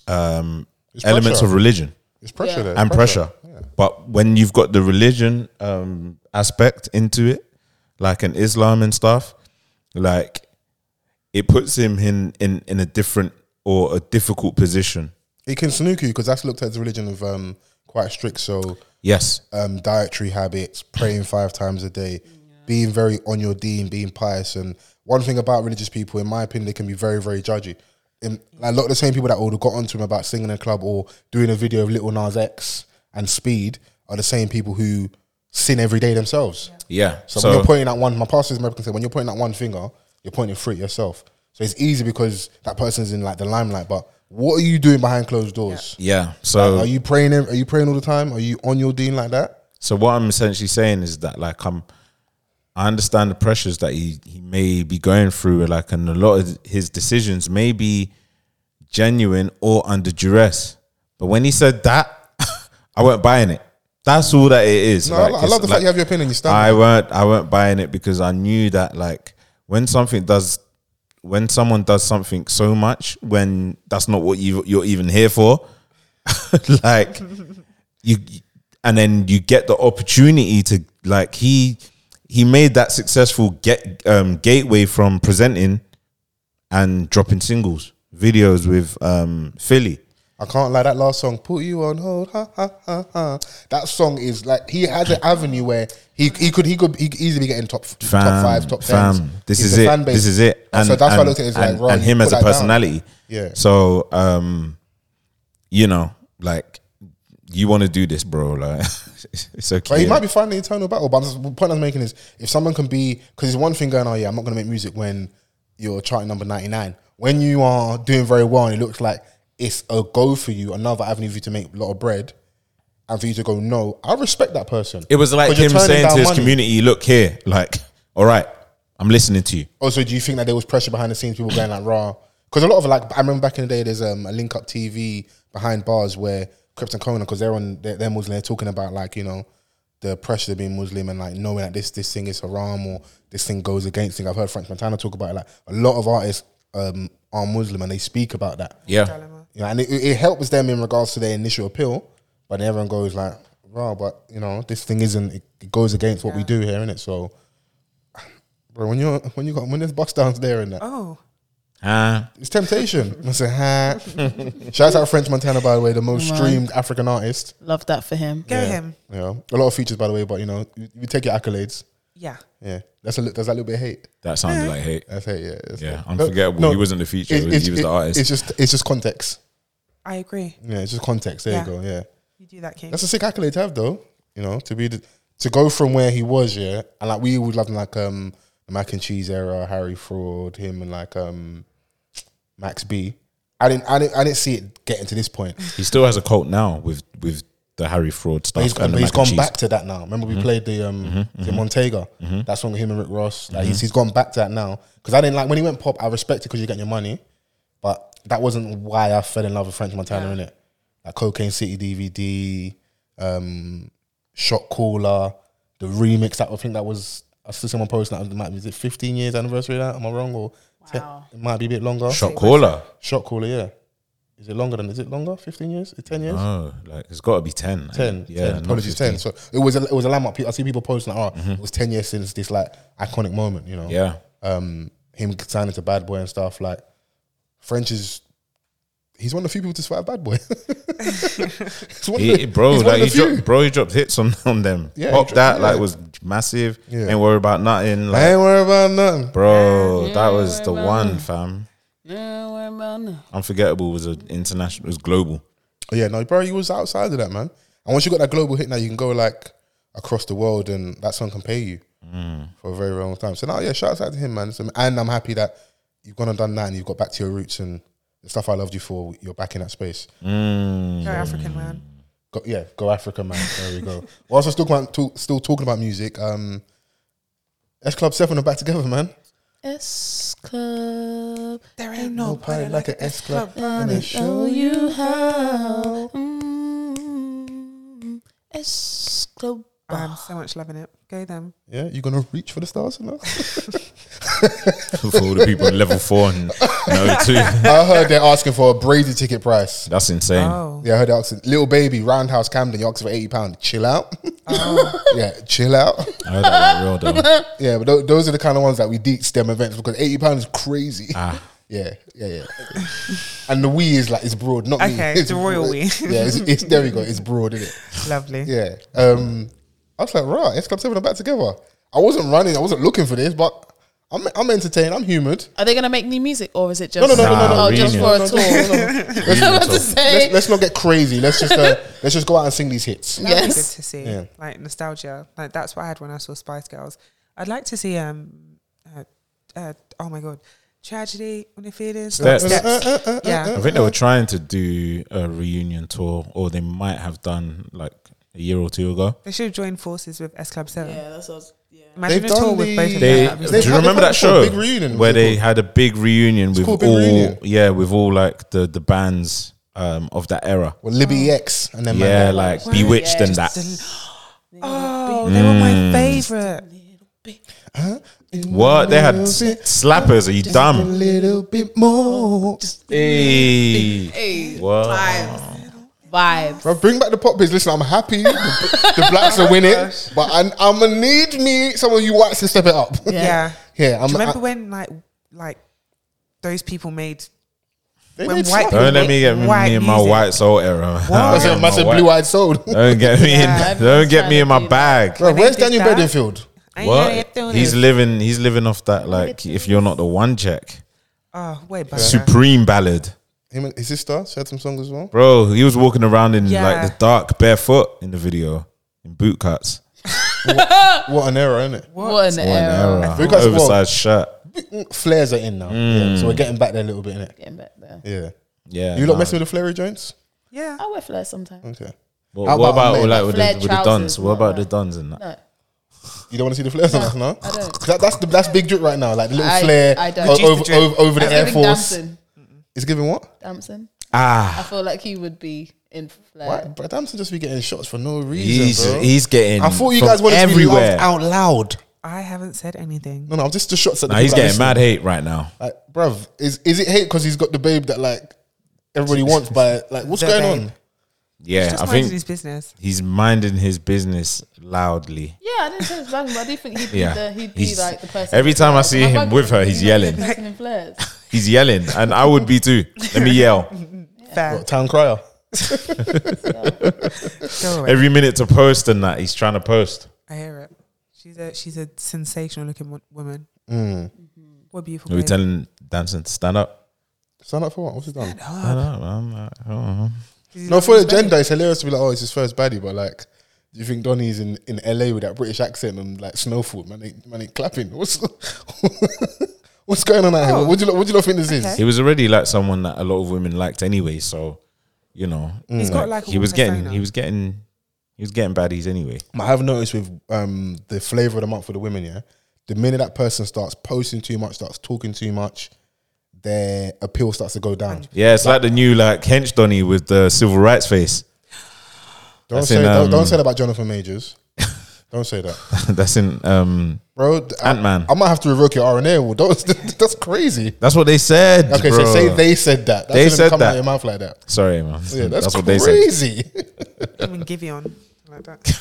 um, It's elements pressure. of religion It's pressure Yeah. there. and pressure. But when you've got the religion um, aspect into it, like an Islam and stuff, like it puts him in in in a different or a difficult position. It can snook you because that's looked at as a religion of um quite strict. So Yes, um dietary habits, praying five times a day, being very on your D and being pious. And one thing about religious people, in my opinion, they can be very, very judgy. And like, a lot of the same people that would have got onto him about singing in a club or doing a video of Little Nas X and Speed are the same people who sin every day themselves. Yeah. So, when you're pointing at one, my pastor's American said, when you're pointing at one finger, you're pointing three at yourself. So it's easy because that person's in like the limelight. But what are you doing behind closed doors? yeah. So Are you praying? Are you praying all the time? Are you on your dean like that? So what I'm essentially saying is that like I'm I understand the pressures that he, he may be going through, like and a lot of his decisions may be genuine or under duress. But when he said that, I weren't buying it. That's all that it is. No, I lo- I it's love the fact you have your opinion, you stand I on it. weren't I weren't buying it because I knew that like when something does when someone does something so much when that's not what you you're even here for, like you and then you get the opportunity to like he he made that successful get um gateway from presenting and dropping singles videos with um Philly I can't lie. That last song, put you on hold. Ha ha ha ha. That song is like he has an avenue where he he could he could he could easily be getting top top Fam, five, top fam, ten. This is it. This is it. And, so that's why I looked at it as and, like, right, and him put as a that down. personality. Yeah. So um, you know, like you want to do this, bro. Like it's okay. But he might be fighting the eternal battle. But I'm just, the point I'm making is if someone can be, because it's one thing going, oh yeah, I'm not going to make music when you're charting number 99. When you are doing very well and it looks like it's a go for you, another avenue for you to make a lot of bread, and for you to go, no, I respect that person. It was like 'Cause you're him turning saying down to his money. community, "Look here, like, all right, I'm listening to you." Also, Oh, do you think that there was pressure behind the scenes, people going like raw? Because a lot of like, I remember back in the day, there's um, a link up TV behind bars where Crips and Conan, because they're on, they're, they're Muslim, they're talking about like, you know, the pressure of being Muslim and like knowing that this this thing is haram or this thing goes against thing. I've heard Frank Montana talk about it. Like a lot of artists um, are Muslim and they speak about that. Yeah, You know, and it, it helps them in regards to their initial appeal, but then everyone goes like, "Wow, but you know, this thing isn't. It goes against what we do here, innit?" So, bro, when you're when you got when there's box downs there and that, Oh, Ah, it's temptation. I say, ha. Shout out French Montana, by the way, the most Right. streamed African artist. Love that for him. go him. You know, a lot of features, by the way, but you know, you, you take your accolades. Yeah. Yeah, that's a li- that's that little bit of hate. that sounded like hate. That's hate. Yeah, that's Yeah, hate. unforgettable. No, he wasn't the feature; it- he was, he it- was the it- artist. It's just it's just context. I agree. Yeah, it's just context. There Yeah. you go. Yeah. You do that, King. That's a sick accolade to have, though. You know, to be the, to go from where he was, yeah, and like we would love like um the mac and cheese era, Harry Fraud, him and like um Max B. I didn't, I didn't, I didn't see it getting to this point. he still has a cult now with with the Harry Fraud But stuff. he's gone, and the but mac he's and gone cheese. Mm-hmm. back to that now. Remember, we played the um the Montega. That song with him and Rick Ross. Like Mm-hmm. he's, he's gone back to that now because I didn't like when he went pop. I respect it because you're getting your money, but that wasn't why I fell in love with French Montana in it. Like Cocaine City DVD, um, Shot Caller, the remix. That I think that was I see someone posting that it might be is it 15 years anniversary. Of that am I wrong or Wow. it might be a bit longer. Shot caller. Shot Caller, yeah. Is it longer than? Is it longer? 15 years? 10 years? Oh, like it's got to be ten. 10 Yeah, 10, not apologies 10 15. so it was a, it was a landmark i see people posting like oh it was 10 years since this like iconic moment you know Yeah, um him signing to bad boy and stuff like french is he's one of the few people to survive bad boy He's one of He- the- bro, he's one of like the he few. dropped, bro, he dropped hits on, on them. Yeah, Pop he dro- that, like yeah. was massive. Yeah. Ain't worry about nothing, i like ain't worried about nothing bro. That was the one, fam. Yeah, well, man. Unforgettable was an international, it was global. Oh, yeah, no, bro, you was outside of that, man. And once you got that global hit, now you can go like across the world, and that song can pay you for a very very long time. So now, yeah, shout out to him, man. So- and I'm happy that you've gone and done that, and you've got back to your roots and the stuff I loved you for. You're back in that space. Go African man. Go, yeah, go Africa, man. There we go. Whilst we're still talking, talk, still talking about music, um, S Club Seven are back together, man. S Club. There ain't no Oh, Party like an S Club. Show you how. Mm, S Club. I'm so much loving it. Go them. Yeah, you gonna reach for the stars, you know? For all the people in level four and no two. I heard they're asking for a brazy ticket price. That's insane. Oh, Yeah, I heard they asked little baby Roundhouse Camden. You asked for eighty pound. Chill out. Oh. yeah, chill out. I heard that was real though. Yeah, but tho- those are the kind of ones that we deep STEM events because eighty pound is crazy. Ah. Yeah, yeah, yeah. and the we is like it's broad, not me. Okay, It's the royal broad. we. yeah, it's, it's there we go. It's broad, isn't it? lovely. Yeah. Um, I was like, right, S Club Seven are back together. I wasn't running. I wasn't looking for this, but I'm I'm entertained. I'm humoured. Are they gonna make new music or is it No, just no, no, no, no, no. Nah, oh, just for reunion. a tour? Let's, I was about to say. let's, let's not get crazy. Let's just uh, let's just go out and sing these hits. That would be Yes. good to see. Yeah. Like nostalgia. Like that's what I had when I saw Spice Girls. I'd like to see um uh, uh, oh my god. Tragedy on the feelings. Steps. Uh, Yeah. I think they were trying to do a reunion tour, or they might have done like a year or two ago. They should have joined forces with S Club Seven. yeah, that's what. Yeah. Imagine They've a tour done with both the- of They, do them. They've had- you they've remember had that a show big reunion. where they had a big reunion with all called Big Reunion. yeah with all like the the bands um of that era Well, Libby X and then yeah Man like Like Bewitched and that Oh, they were my Mm. favorite. what they had s- slappers are you a dumb little bit more. hey Hey, Wow. vibes. Vibes. Bro, bring back the pop biz. Listen, I'm happy the, the blacks are winning, Oh but I'm, I'm gonna need me some of you whites to step it up. Yeah. yeah, I'm. Do you remember I- when like like those people made they when made white slappers. don't let me get White me in my music. white soul era Don't That's get a in my massive white- blue-eyed soul. don't get me Yeah. in don't get me in my bag Bro, they where's did Daniel that- Bedingfield? I what know he's he's living he's living off that like if you're not the one check oh wait but supreme ballad Him and his sister. She had some songs as well. Bro, he was walking around in Yeah. like the dark, barefoot in the video, in boot cuts, What an era, isn't it? What an What an era. era. Boot cuts, oversized shirt. Flares are in now, yeah, Mm. so we're getting back there a little bit, innit? Getting back there. Yeah. Yeah, You lot nah. messing with the flary joints? yeah I wear flares sometimes. Okay. What, How what about about, men? like with the, Flared with the trousers, duns? What not about the that. duns and that? No, You don't want to see the flares on us, no? I don't. That, that's the, that's big drip right now, like the little I- flare I don't. o- Reduce the over, drip. over over the It's Air giving Force. Damson. It's giving what? Damson. Ah, I feel like he would be in flare. Why? But Damson just be getting shots for no reason, he's bro. he's getting. I thought you from guys wanted to be everywhere. laughed out loud. I haven't said anything No, no, just the shots at the Nah, he's people that getting mad listen. hate right now. Like, bruv, is is it hate because he's got the babe that like everybody wants? But like, what's The going babe. on? Yeah, just I minding his think business he's minding his business loudly. Yeah, I didn't say it was bad, but I do think he'd be, Yeah, the, he'd be He's- like "Oh the person. Every time I see Am I him bugging? with her, he's You're not the yelling. person in flares. He's yelling, and I would be too. Let me yell fair What, town crier. go away every minute to post and that. He's trying to post. I hear it she's a she's a sensational looking wo- woman Mm. Mm-hmm. what a beautiful Are we babe. telling Danson to stand up? Stand up for what? What's he done? Stand up, man. Like, oh. She's No, like, for the gender, it's hilarious to be like, oh, it's his first baddie, but like, do you think Donnie's in, in LA with that British accent and like Snowfall, man, ain't, man ain't clapping? What's what's going on out Oh. here? What do you lot- what do you lot think this is? he was already like someone that a lot of women liked anyway. So, you know, Mm. he's got like a he was warm persona. getting, he was getting, he was getting baddies anyway. I have noticed with um the flavor of the month for the women, yeah, the minute that person starts posting too much, starts talking too much, their appeal starts to go down. Yeah, it's like the new like hench Donny with the civil rights face. Don't As say in, don't, don't um, say that about Jonathan Majors. don't say that, That's in. um bro. th- I- Ant-Man. I, might have to revoke your RNA. Well, don't, that's crazy. That's what they said. Okay, bro. so say they said that. That They shouldn't said come out that. of your mouth like that. Sorry, man. Yeah, that's, what they said. crazy. him and Giveon like that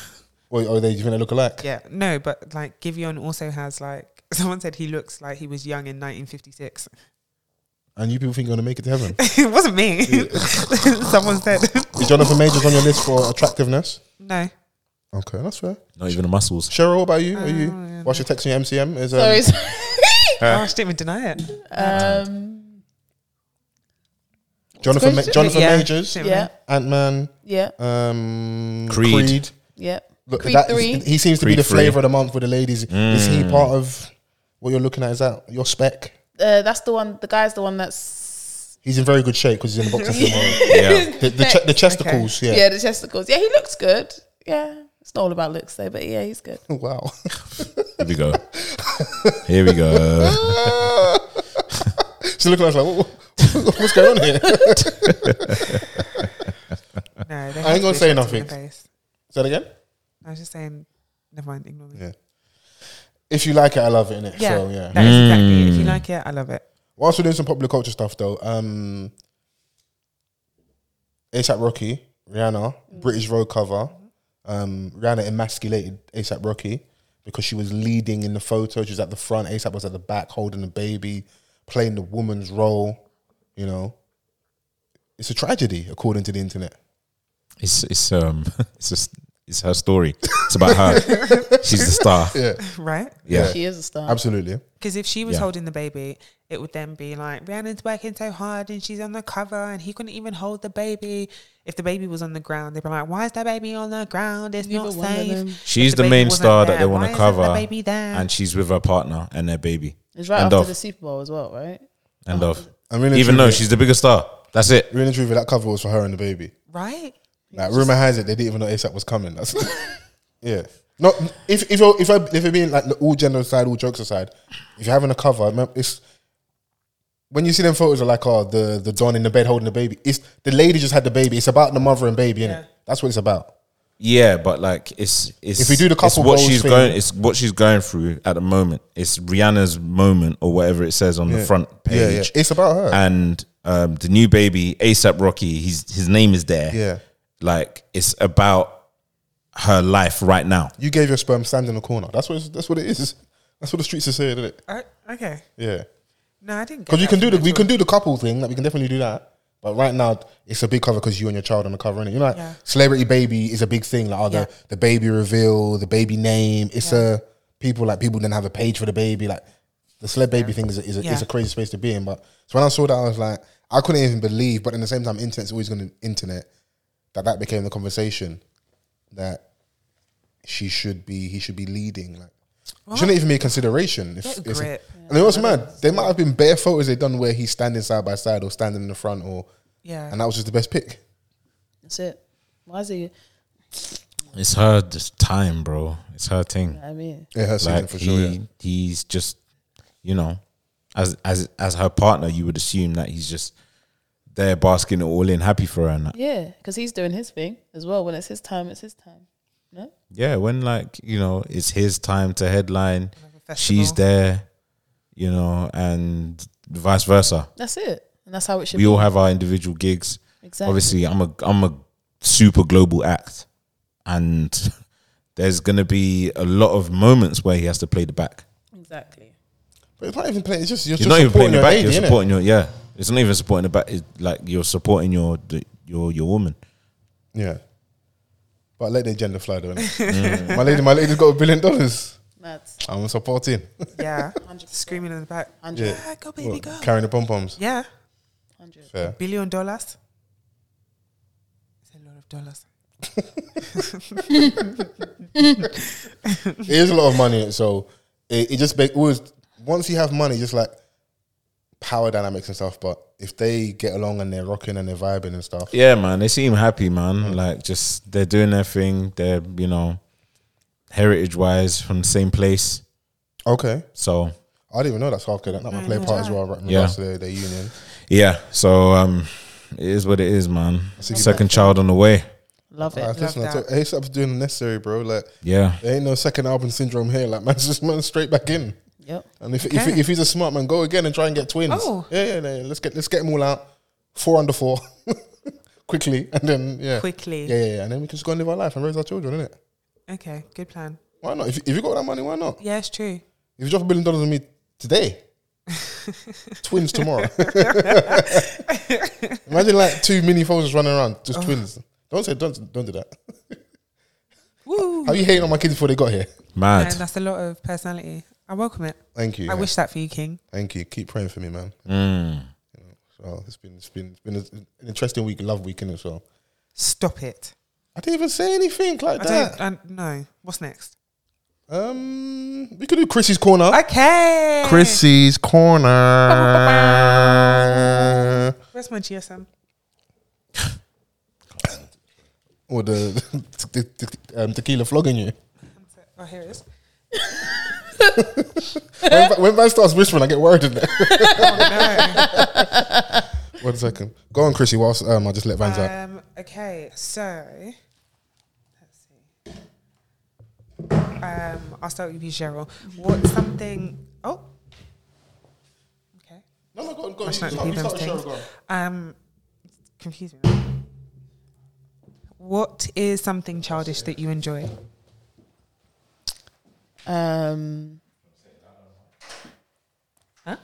Wait, oh, they you think they look alike? yeah no but like Giveon also has like someone said he looks like he was young in 1956 And you people think you're gonna make it to heaven? it wasn't me someone said Is Jonathan Majors on your list for attractiveness? Uh. no Okay, that's fair. Not even the muscles. Cheryl, what about you? Are you? Whilst you're texting your MCM, is um, Sorry. oh, I didn't even deny it um, Jonathan Ma- Question? Jonathan Yeah. Majors, Didn't yeah, Ant Man, yeah, um, Creed. yeah. Look, Creed that is- three. he seems to be Creed the three. Mm. flavor of the month with the ladies. Is he part of what you're looking at? Is that your spec? Uh, that's the one. The guy's the one that's He's in very good shape because he's in the boxing tomorrow. Yeah, The, the, che- the chesticles, yeah. yeah. the chesticles. Yeah, he looks good. Yeah, it's not all about looks though, but yeah, he's good. Oh, Wow. here we go. Here we go. She's looking at us like, what, what- what's going on here? Say no they I ain't have gonna to be say shots in the nothing. face. that again. I was just saying never mind ignore me Yeah. If you like it, I love it, innit? Yeah, So yeah. that is exactly. it. Mm. If you like it, I love it. Whilst we're doing some popular culture stuff though, um ASAP Rocky, Rihanna, British Road cover. Um Rihanna emasculated ASAP Rocky because she was leading in the photo. She was at the front, ASAP was at the back holding the baby, playing the woman's role, you know. It's a tragedy, according to the internet. It's it's um it's just. It's her story. It's about her. She's the star. Yeah. right? She is a star. Absolutely. Because if she was Yeah. holding the baby, it would then be like Rihanna's working so hard and she's on the cover and he couldn't even hold the baby. If the baby was on the ground, they'd be like, "Why is that baby on the ground? It's Neither not one of them. safe." She's If the, baby main wasn't star that there, they want why to isn't the cover, baby there? and she's with her partner and their baby. It's right End after of. the Super Bowl as well, right? End of. I Even mean, it's- though she's the biggest star, that's it. Really and truthfully, that cover was for her and the baby. right? Like rumor has it, they didn't even know ASAP was coming. That's yeah. Not if if you're, if I, if you're being like the all gender aside, all jokes aside, if you're having a cover, remem- it's when you see them photos of like oh the the don in the bed holding the baby. It's the lady just had the baby. It's about the mother and baby, innit? That's what it's about. Yeah, but like it's it's If we do the it's couple what goals she's thing- going it's what she's going through at the moment. It's Rihanna's moment or whatever it says on the front page. Yeah, yeah. It's about her. and um, the new baby ASAP Rocky. He's his name is there. Yeah. like it's about her life right now. you gave your sperm stand in the corner. That's what it's, that's what it is. That's what the streets are saying, isn't it? Uh, okay. Yeah. No, I didn't. Because you can do the we can do the couple thing, like we can definitely do that. But right now, it's a big cover because you and your child on the cover, innit? You know, like Yeah. celebrity baby is a big thing. Like, oh, the, Yeah. the baby reveal, the baby name. It's a people like people didn't have a page for the baby. Like the celeb baby thing is a, is, a, is Yeah. a crazy space to be in. But so when I saw that, I was like, I couldn't even believe. But at the same time, internet's always going to internet. That that became the conversation that she should be, he should be leading. Like, shouldn't even be a consideration. If, Get a it's- grip. and it was mad. There might have been bare photos they done where he's standing side by side or standing in the front, or Yeah. and that was just the best pick. That's it. Why is he? It's her just time, bro. It's her thing. I mean, Yeah, her season like for he, sure. Yeah. he's just, you know, as as as her partner, you would assume that he's just there basking it all in, happy for her. And that. yeah, because he's doing his thing as well. When it's his time, it's his time. No, yeah, when like you know, it's his time to headline. a She's festival. there, you know, and vice versa. that's it, and that's how it should we be. all have our individual gigs. Exactly. Obviously, I'm a I'm a super global act, and there's gonna be a lot of moments where he has to play the back. exactly. But it's not even playing. It's just You're you're, just not even supporting playing the back. your lady, you're innit? supporting your yeah. It's not even supporting the back. It's like you're supporting your the, your your woman. Yeah. But let their gender fly though. innit? Mm. my lady, my lady's got a billion dollars. Mad. I'm supporting. Yeah, 100%. screaming in the back. Yeah. Yeah, go baby, go. Carrying the pom poms. Yeah, Hundred. Fair. billion dollars. It's a lot of dollars. It is a lot of money, so it, it just make, always once you have money, just like power dynamics and stuff. But if they get along and they're rocking and they're vibing and stuff, Yeah, man. They seem happy, man. Like just they're doing their thing. They're you know, heritage wise from the same place. okay. So I didn't even know that's half good. That might play a part Mm-hmm. as well, right? in Yeah. regards to their, their union. yeah. So um, it is what it is, man. Second child on the way. Love Like, it. listen, that. I told- ASAP's doing the necessary, bro. Like, Yeah. there ain't no second album syndrome here. Like, man's just man straight back in. Yep. And if, if if he's a smart man, go again and try and get twins. Oh. Yeah, yeah, yeah. Let's get let's get them all out, four under four, quickly, and then yeah, Quickly. yeah, yeah, yeah, and then we can just go and live our life and raise our children, innit? Okay, good plan. Why not? If, if you got that money, why not? Yeah, it's true. If you drop a billion dollars on me today, twins tomorrow. Imagine like two mini phones running around, just twins. Don't say don't don't do that. Woo. How you hating on my kids before they got here? Mad. And that's a lot of personality. I welcome it. Thank you. I yeah. wish that for you, King. Thank you. Keep praying for me, man. Mm. So it's been it's been it's been an interesting week, love weekend as well. Stop it. I didn't even say anything like I that. don't. I, no. What's next? Um, we could do Chrissy's corner. Okay. Chrissy's corner. Where's my GSM? Or the, the, the um, tequila flogging you. Oh, here it is. When, when man starts whispering, I get worried. Isn't it? Oh, One second. Go on, Chrissy. Whilst um, I just let Vans no. out. um, okay, so let's see. Um, I'll start with you, Cheryl. What's something? Oh, okay. No, no, go on, go on. I shan't do those things. Um, confuse me. now. What is something childish that you enjoy? Um. Huh?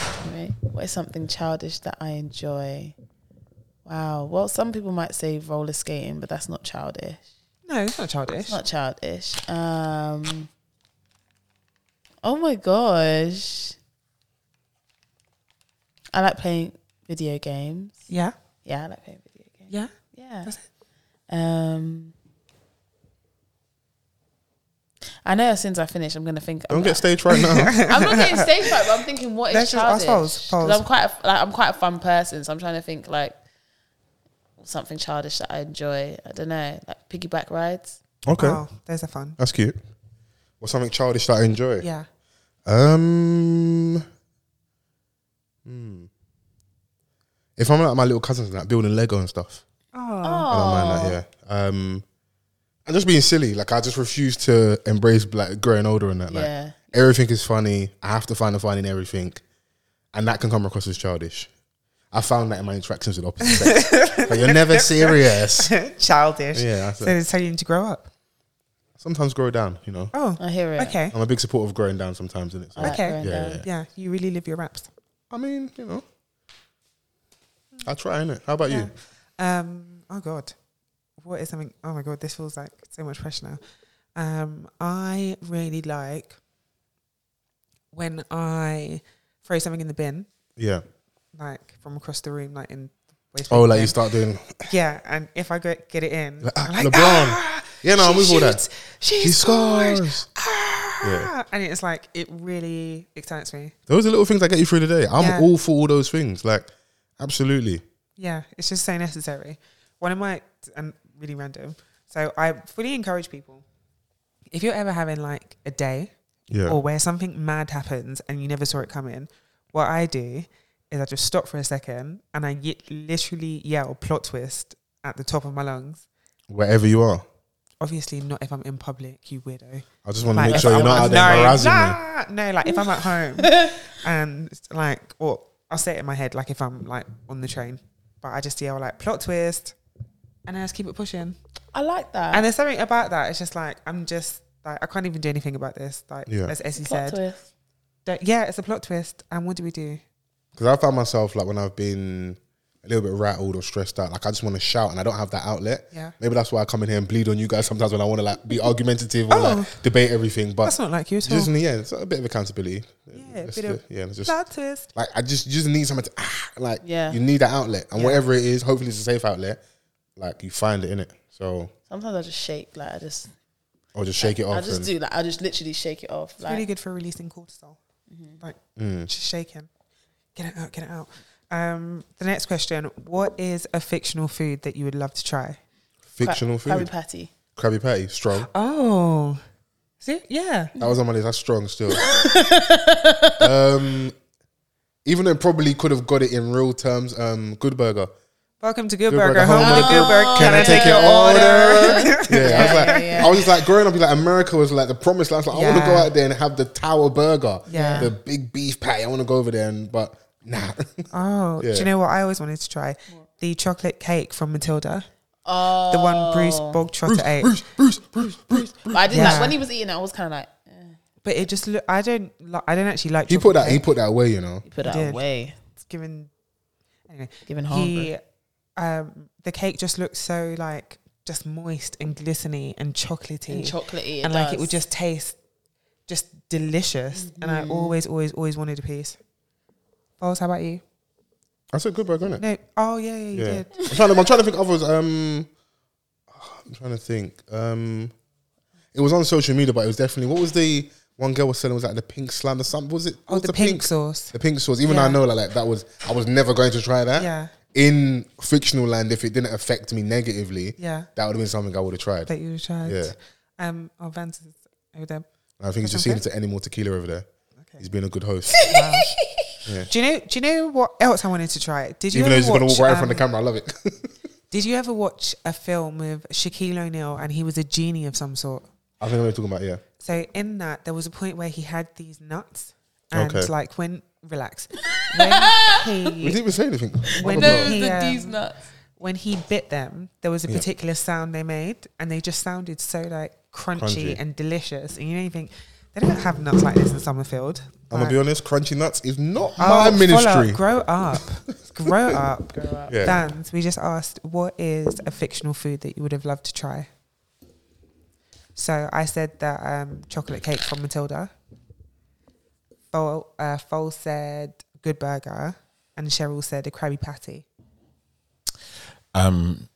Right. What is something childish that I enjoy? Wow. Well, some people might say roller skating, but that's not childish. No, it's not childish. It's not childish. Um. Oh my gosh. I like playing video games. yeah. Yeah, I like playing video games. Yeah. Yeah. That's Um. I know as soon as I finish, I'm gonna think. Don't get staged right now. I'm not getting stage fright, but I'm thinking what Let's is just ask childish? Foles, Foles. 'Cause I'm quite a, like I'm quite a fun person, so I'm trying to think like something childish that I enjoy. I don't know, like piggyback rides. okay, Wow, Oh, there's a fun. that's cute. Or something childish that I enjoy. Yeah. Um. hmm. If I'm like my little cousins and that building Lego and stuff, Oh. I don't mind that. Yeah. Um. And just being silly, like I just refuse to embrace like growing older and that. Like Yeah. everything is funny. I have to find the fun in everything, and that can come across as childish. I found that in my interactions with opposite sex. Like, you're never serious. childish. Yeah, that's So it. they tell you to grow up. Sometimes grow down, you know. Oh. I hear it. Okay. I'm a big supporter of growing down sometimes, isn't it? I like Okay. going Yeah, down. yeah. Yeah, you really live your raps. I mean, you know, I try, innit? How about you? Um, oh god, what is something? Oh my god, this feels like so much pressure now. Um, I really like when I throw something in the bin, Yeah. like from across the room, like in. the waste Oh, paper like you bin. start doing Yeah, and if I get get it in, like, ah, I'm like, LeBron. "Ah, yeah, no, she I'm with all that. shoots, She, He scores. scores. Yeah. Ah, And it's like it really excites me. Those are little things that get you through the day. I'm Yeah. all for all those things. Like, absolutely. Yeah, it's just so necessary. One of my and really random. So I fully encourage people. If you're ever having like a day Yeah. or where something mad happens and you never saw it coming, what I do is I just stop for a second and I ye- literally yell plot twist at the top of my lungs. Wherever you are. Obviously, not if I'm in public, you weirdo. I just want to Like, make if sure you're I'm- not out there no, harassing me. nah, No, like if I'm at home and like, or I'll say it in my head, like if I'm like on the train, but I just yell like plot twist, and I just keep it pushing. I like that. And there's something about that. It's just like I'm just like I can't even do anything about this. Like Yeah. as Essie said, Plot twist. Don't- yeah, it's a plot twist. And what do we do? Because I found myself, like, when I've been a little bit rattled or stressed out, like, I just want to shout and I don't have that outlet. Yeah. Maybe that's why I come in here and bleed on you guys sometimes when I want to, like, be argumentative or, like, debate everything. But Oh. That's not like you at all. just in the end, it's a bit of accountability. Yeah, a Let's bit do- of yeah, let's just plot twist. Like I just you just need something to ah, like Yeah. you need that outlet. And whatever it is, hopefully it's a safe outlet, like you find it in it. So Sometimes I just shake. Like I just, or just shake it off. I just and, do. Like I just literally shake it off. Like really good for releasing cortisol. Like just shaking. Get it out, get it out. Um, the next question: What is a fictional food that you would love to try? Cra- Fictional food. Krabby Patty. Krabby Patty, strong. Oh, see, yeah, That was on my list. That's strong still. um even though it probably could have got it in real terms, um, Good Burger. Welcome to Good, Good Burger, Burger, home home with with a Good Burger. Can I take your order? yeah, I was like, yeah, yeah. I was just like growing up. Like America was like the promised land. I was like, I want to Yeah. go out there and have the Tower Burger, Yeah. the big beef patty. I want to go over there, and but nah, Oh, do Yeah. you know what I always wanted to try? The chocolate cake from Matilda. Oh, the one Bruce Bogtrotter ate. But I didn't Yeah. like when he was eating it. I was kind of like, eh, But it just look. I don't. Li- I don't actually like. he put chocolate that he cake. put that away. You know, put that did. away. It's given. Anyway, Given he, hungry. um, the cake just looked so like just moist and glistening and chocolatey And chocolatey. It and like it does. Mm-hmm. would just taste just delicious. And I always, always, always wanted a piece. Bowles, how about you? that's a good burger, isn't it? No. Oh yeah, yeah, you Uh, Yeah, did. I'm trying, to, I'm trying to think of others. Um, I'm trying to think. Um, it was on social media, but it was definitely what was the one girl was selling was like the pink slime or something. Was it? what Oh, was the, pink, sauce. The pink sauce. Even Yeah. though I know like, like that was I was never going to try that. Yeah. In fictional land, if it didn't affect me negatively, Yeah. that would have been something I would have tried. that you tried. Yeah. Um. Oh, Vance is over there. I think he's just Okay. seen to any more tequila over there. He's been a good host. Do you know? Do you know what else I wanted to try? Did you Even though ever he's going to walk watch, right in um, front of the camera, I love it. Did you ever watch a film with Shaquille O'Neal and he was a genie of some sort? I think I know what you're talking about, yeah. So in that, there was a point where he had these nuts, and Okay. like when relax, when We he didn't even say anything. When- Blah, blah, No. blah. He, The um, D's nuts. when he bit them, there was a Yeah. particular sound they made, and they just sounded so like crunchy, Crunchy. and delicious. And you know, you think They don't have nuts like this in Summerfield. I'm gonna be honest, crunchy nuts is not Oh, my ministry. Fola, grow up. grow up. Yeah. Dans, we just asked, what is a fictional food that you would have loved to try? So I said that um, chocolate cake from Matilda. Fol, uh, Fol said good burger. And Cheryl said a Krabby Patty. um,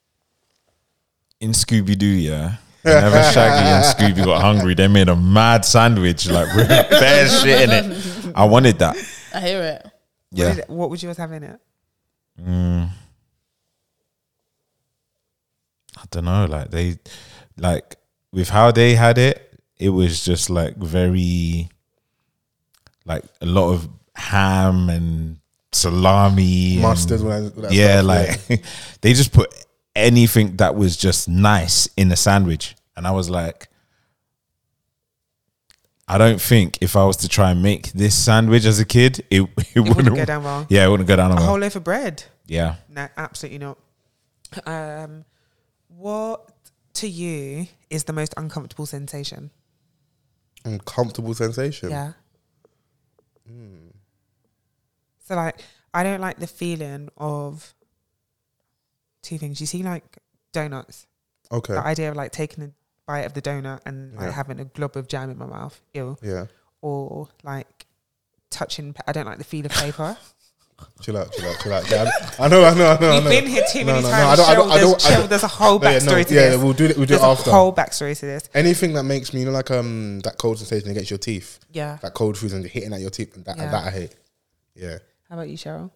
in Scooby Doo, yeah. Whenever Shaggy and Scooby got hungry, they made a mad sandwich like with bear shit in it. I wanted that. I hear it. What, Yeah, did- what would you have in it? I don't know. Like they, like with how they had it, it was just like very, like a lot of ham and salami, and- Mustard, all that- all that yeah, stuff, like they just put anything that was just nice in a sandwich, and I was like, I don't think if I was to try and make this sandwich as a kid, it it, wouldn't wouldn't, go down well. Yeah, it wouldn't go Uh-huh. down A whole well. loaf of bread? Yeah, No, absolutely not. Um, what to you is the most uncomfortable sensation? Uncomfortable sensation. Yeah. Hmm. So like, I don't like the feeling of two things. You see, like donuts. Okay. The idea of like taking a bite of the donut and like Yeah. having a glob of jam in my mouth, ew. yeah. Or like touching. pa- I don't like the feel of paper. Chill out, chill out, chill out. Yeah, I I know, I know, I know. I We've know. been here too many No, no, no, I times. don't- I Cheryl, don't- I there's, don't- I Cheryl, don't- there's a whole No, yeah, backstory no, to yeah, this. we'll do it- we'll do it there's after. a whole backstory to this. Anything that makes me, you know, like um that cold sensation against your teeth. Yeah. That cold food and hitting at your teeth. That, Yeah. that I hate. Yeah. How about you, Cheryl?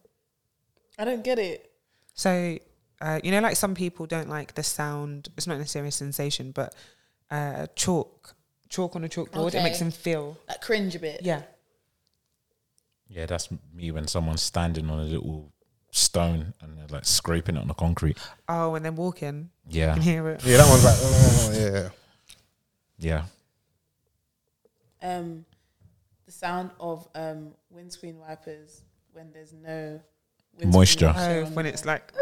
I don't get it. So, uh, you know, like some people don't like the sound. It's not necessarily a sensation, but uh, chalk, chalk on a chalkboard, it makes them Okay. feel. Like cringe a bit. Yeah. yeah, that's me when someone's standing on a little stone and they're like scraping it on the concrete. Oh, and then walking, you Yeah, can hear it. Yeah, that one's like, oh, yeah, yeah. yeah. Um, the sound of um windscreen wipers when there's no windscreen Moisture. Oh, on when there. it's like,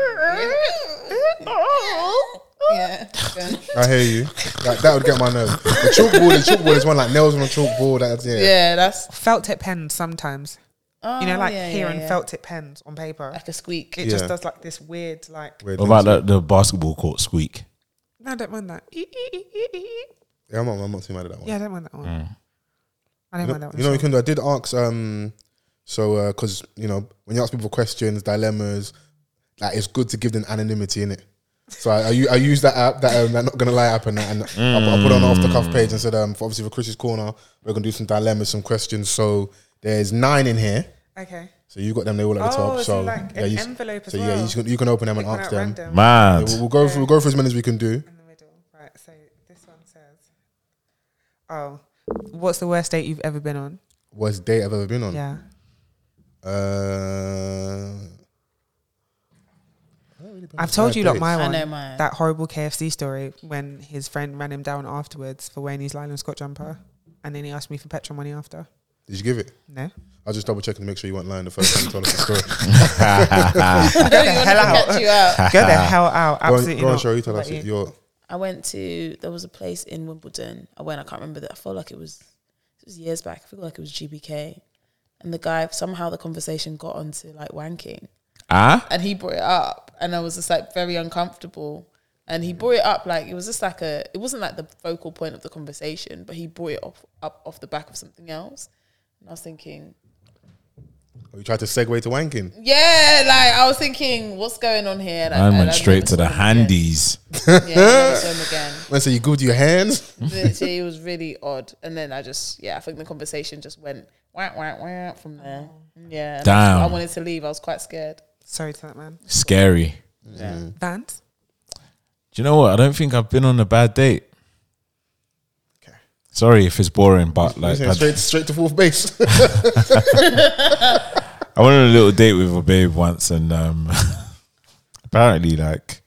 yeah. yeah. I hear you. Like, that would get my nerve. The chalkboard, the chalkboard is one like nails on a chalkboard. That's yeah. Yeah, that's felt tip pens sometimes. you know, Oh, like yeah, here yeah, and yeah. felt tip pens on paper. like a squeak. It Yeah. just does like this weird, like, Weird What about things. the, the basketball court squeak? no, I don't mind that. Yeah, I'm not, I'm not too mad at that one. Yeah, I don't mind that one. I Mm. don't You know, mind that one. you know, so- we can do. I did ask, um, so because you know, when you ask people questions, dilemmas, like it's good to give them anonymity in it. So I, I, u- I use that app, that um, that not gonna lie app, and, that, and I, put- I put it on the off the cuff page and said, um, for, obviously for Chris's corner, we're gonna do some dilemmas, some questions. So there's nine in here. okay. So you got them. They all at the Oh, top. so So, like an you, s- envelope as so yeah, well. you can, you can open them and Picking ask out them. random. Mad. We'll, we'll go for, we'll go for as many as we can do. in the middle. Right, so this one says, "Oh, what's the worst date you've ever been on?" Worst date I've ever been on. Yeah, Uh, I've told you bad like my dates. I one. know mine. That horrible KFC story when his friend ran him down afterwards for wearing his nylon squat jumper, and then he asked me for petrol money after. did you give it? No, I was just double checking to make sure you weren't lying the first time you told us the story. go the hell out. Catch you out. Go the hell out. go on, Absolutely go on not. Cheryl, you tell What us about you? your I went to there was a place in Wimbledon. I went. I can't remember that. I felt like it was it was years back. I feel like it was GBK, and the guy somehow the conversation got onto like wanking, Ah, and he brought it up, and I was just like very uncomfortable. And he Mm. brought it up like it was just like a it wasn't like the focal point of the conversation, but he brought it off, up off the back of something else. And I was thinking, you tried to segue to wanking. yeah, like I was thinking, what's going on here? Like, I and went I straight never to the saw him handies. again. Yeah, I never saw him again. When I say you good with your hands, Literally, it was really odd. And then I just, yeah, I think the conversation just went wah, wah, wah from there. Yeah. and Damn. I wanted to leave. I was quite scared. Sorry to that man. Scary. Vance, Do you know what? I don't think I've been on a bad date. Sorry if it's boring, but You like saying I, straight straight to fourth base. I went on a little date with a babe once, and um, apparently, like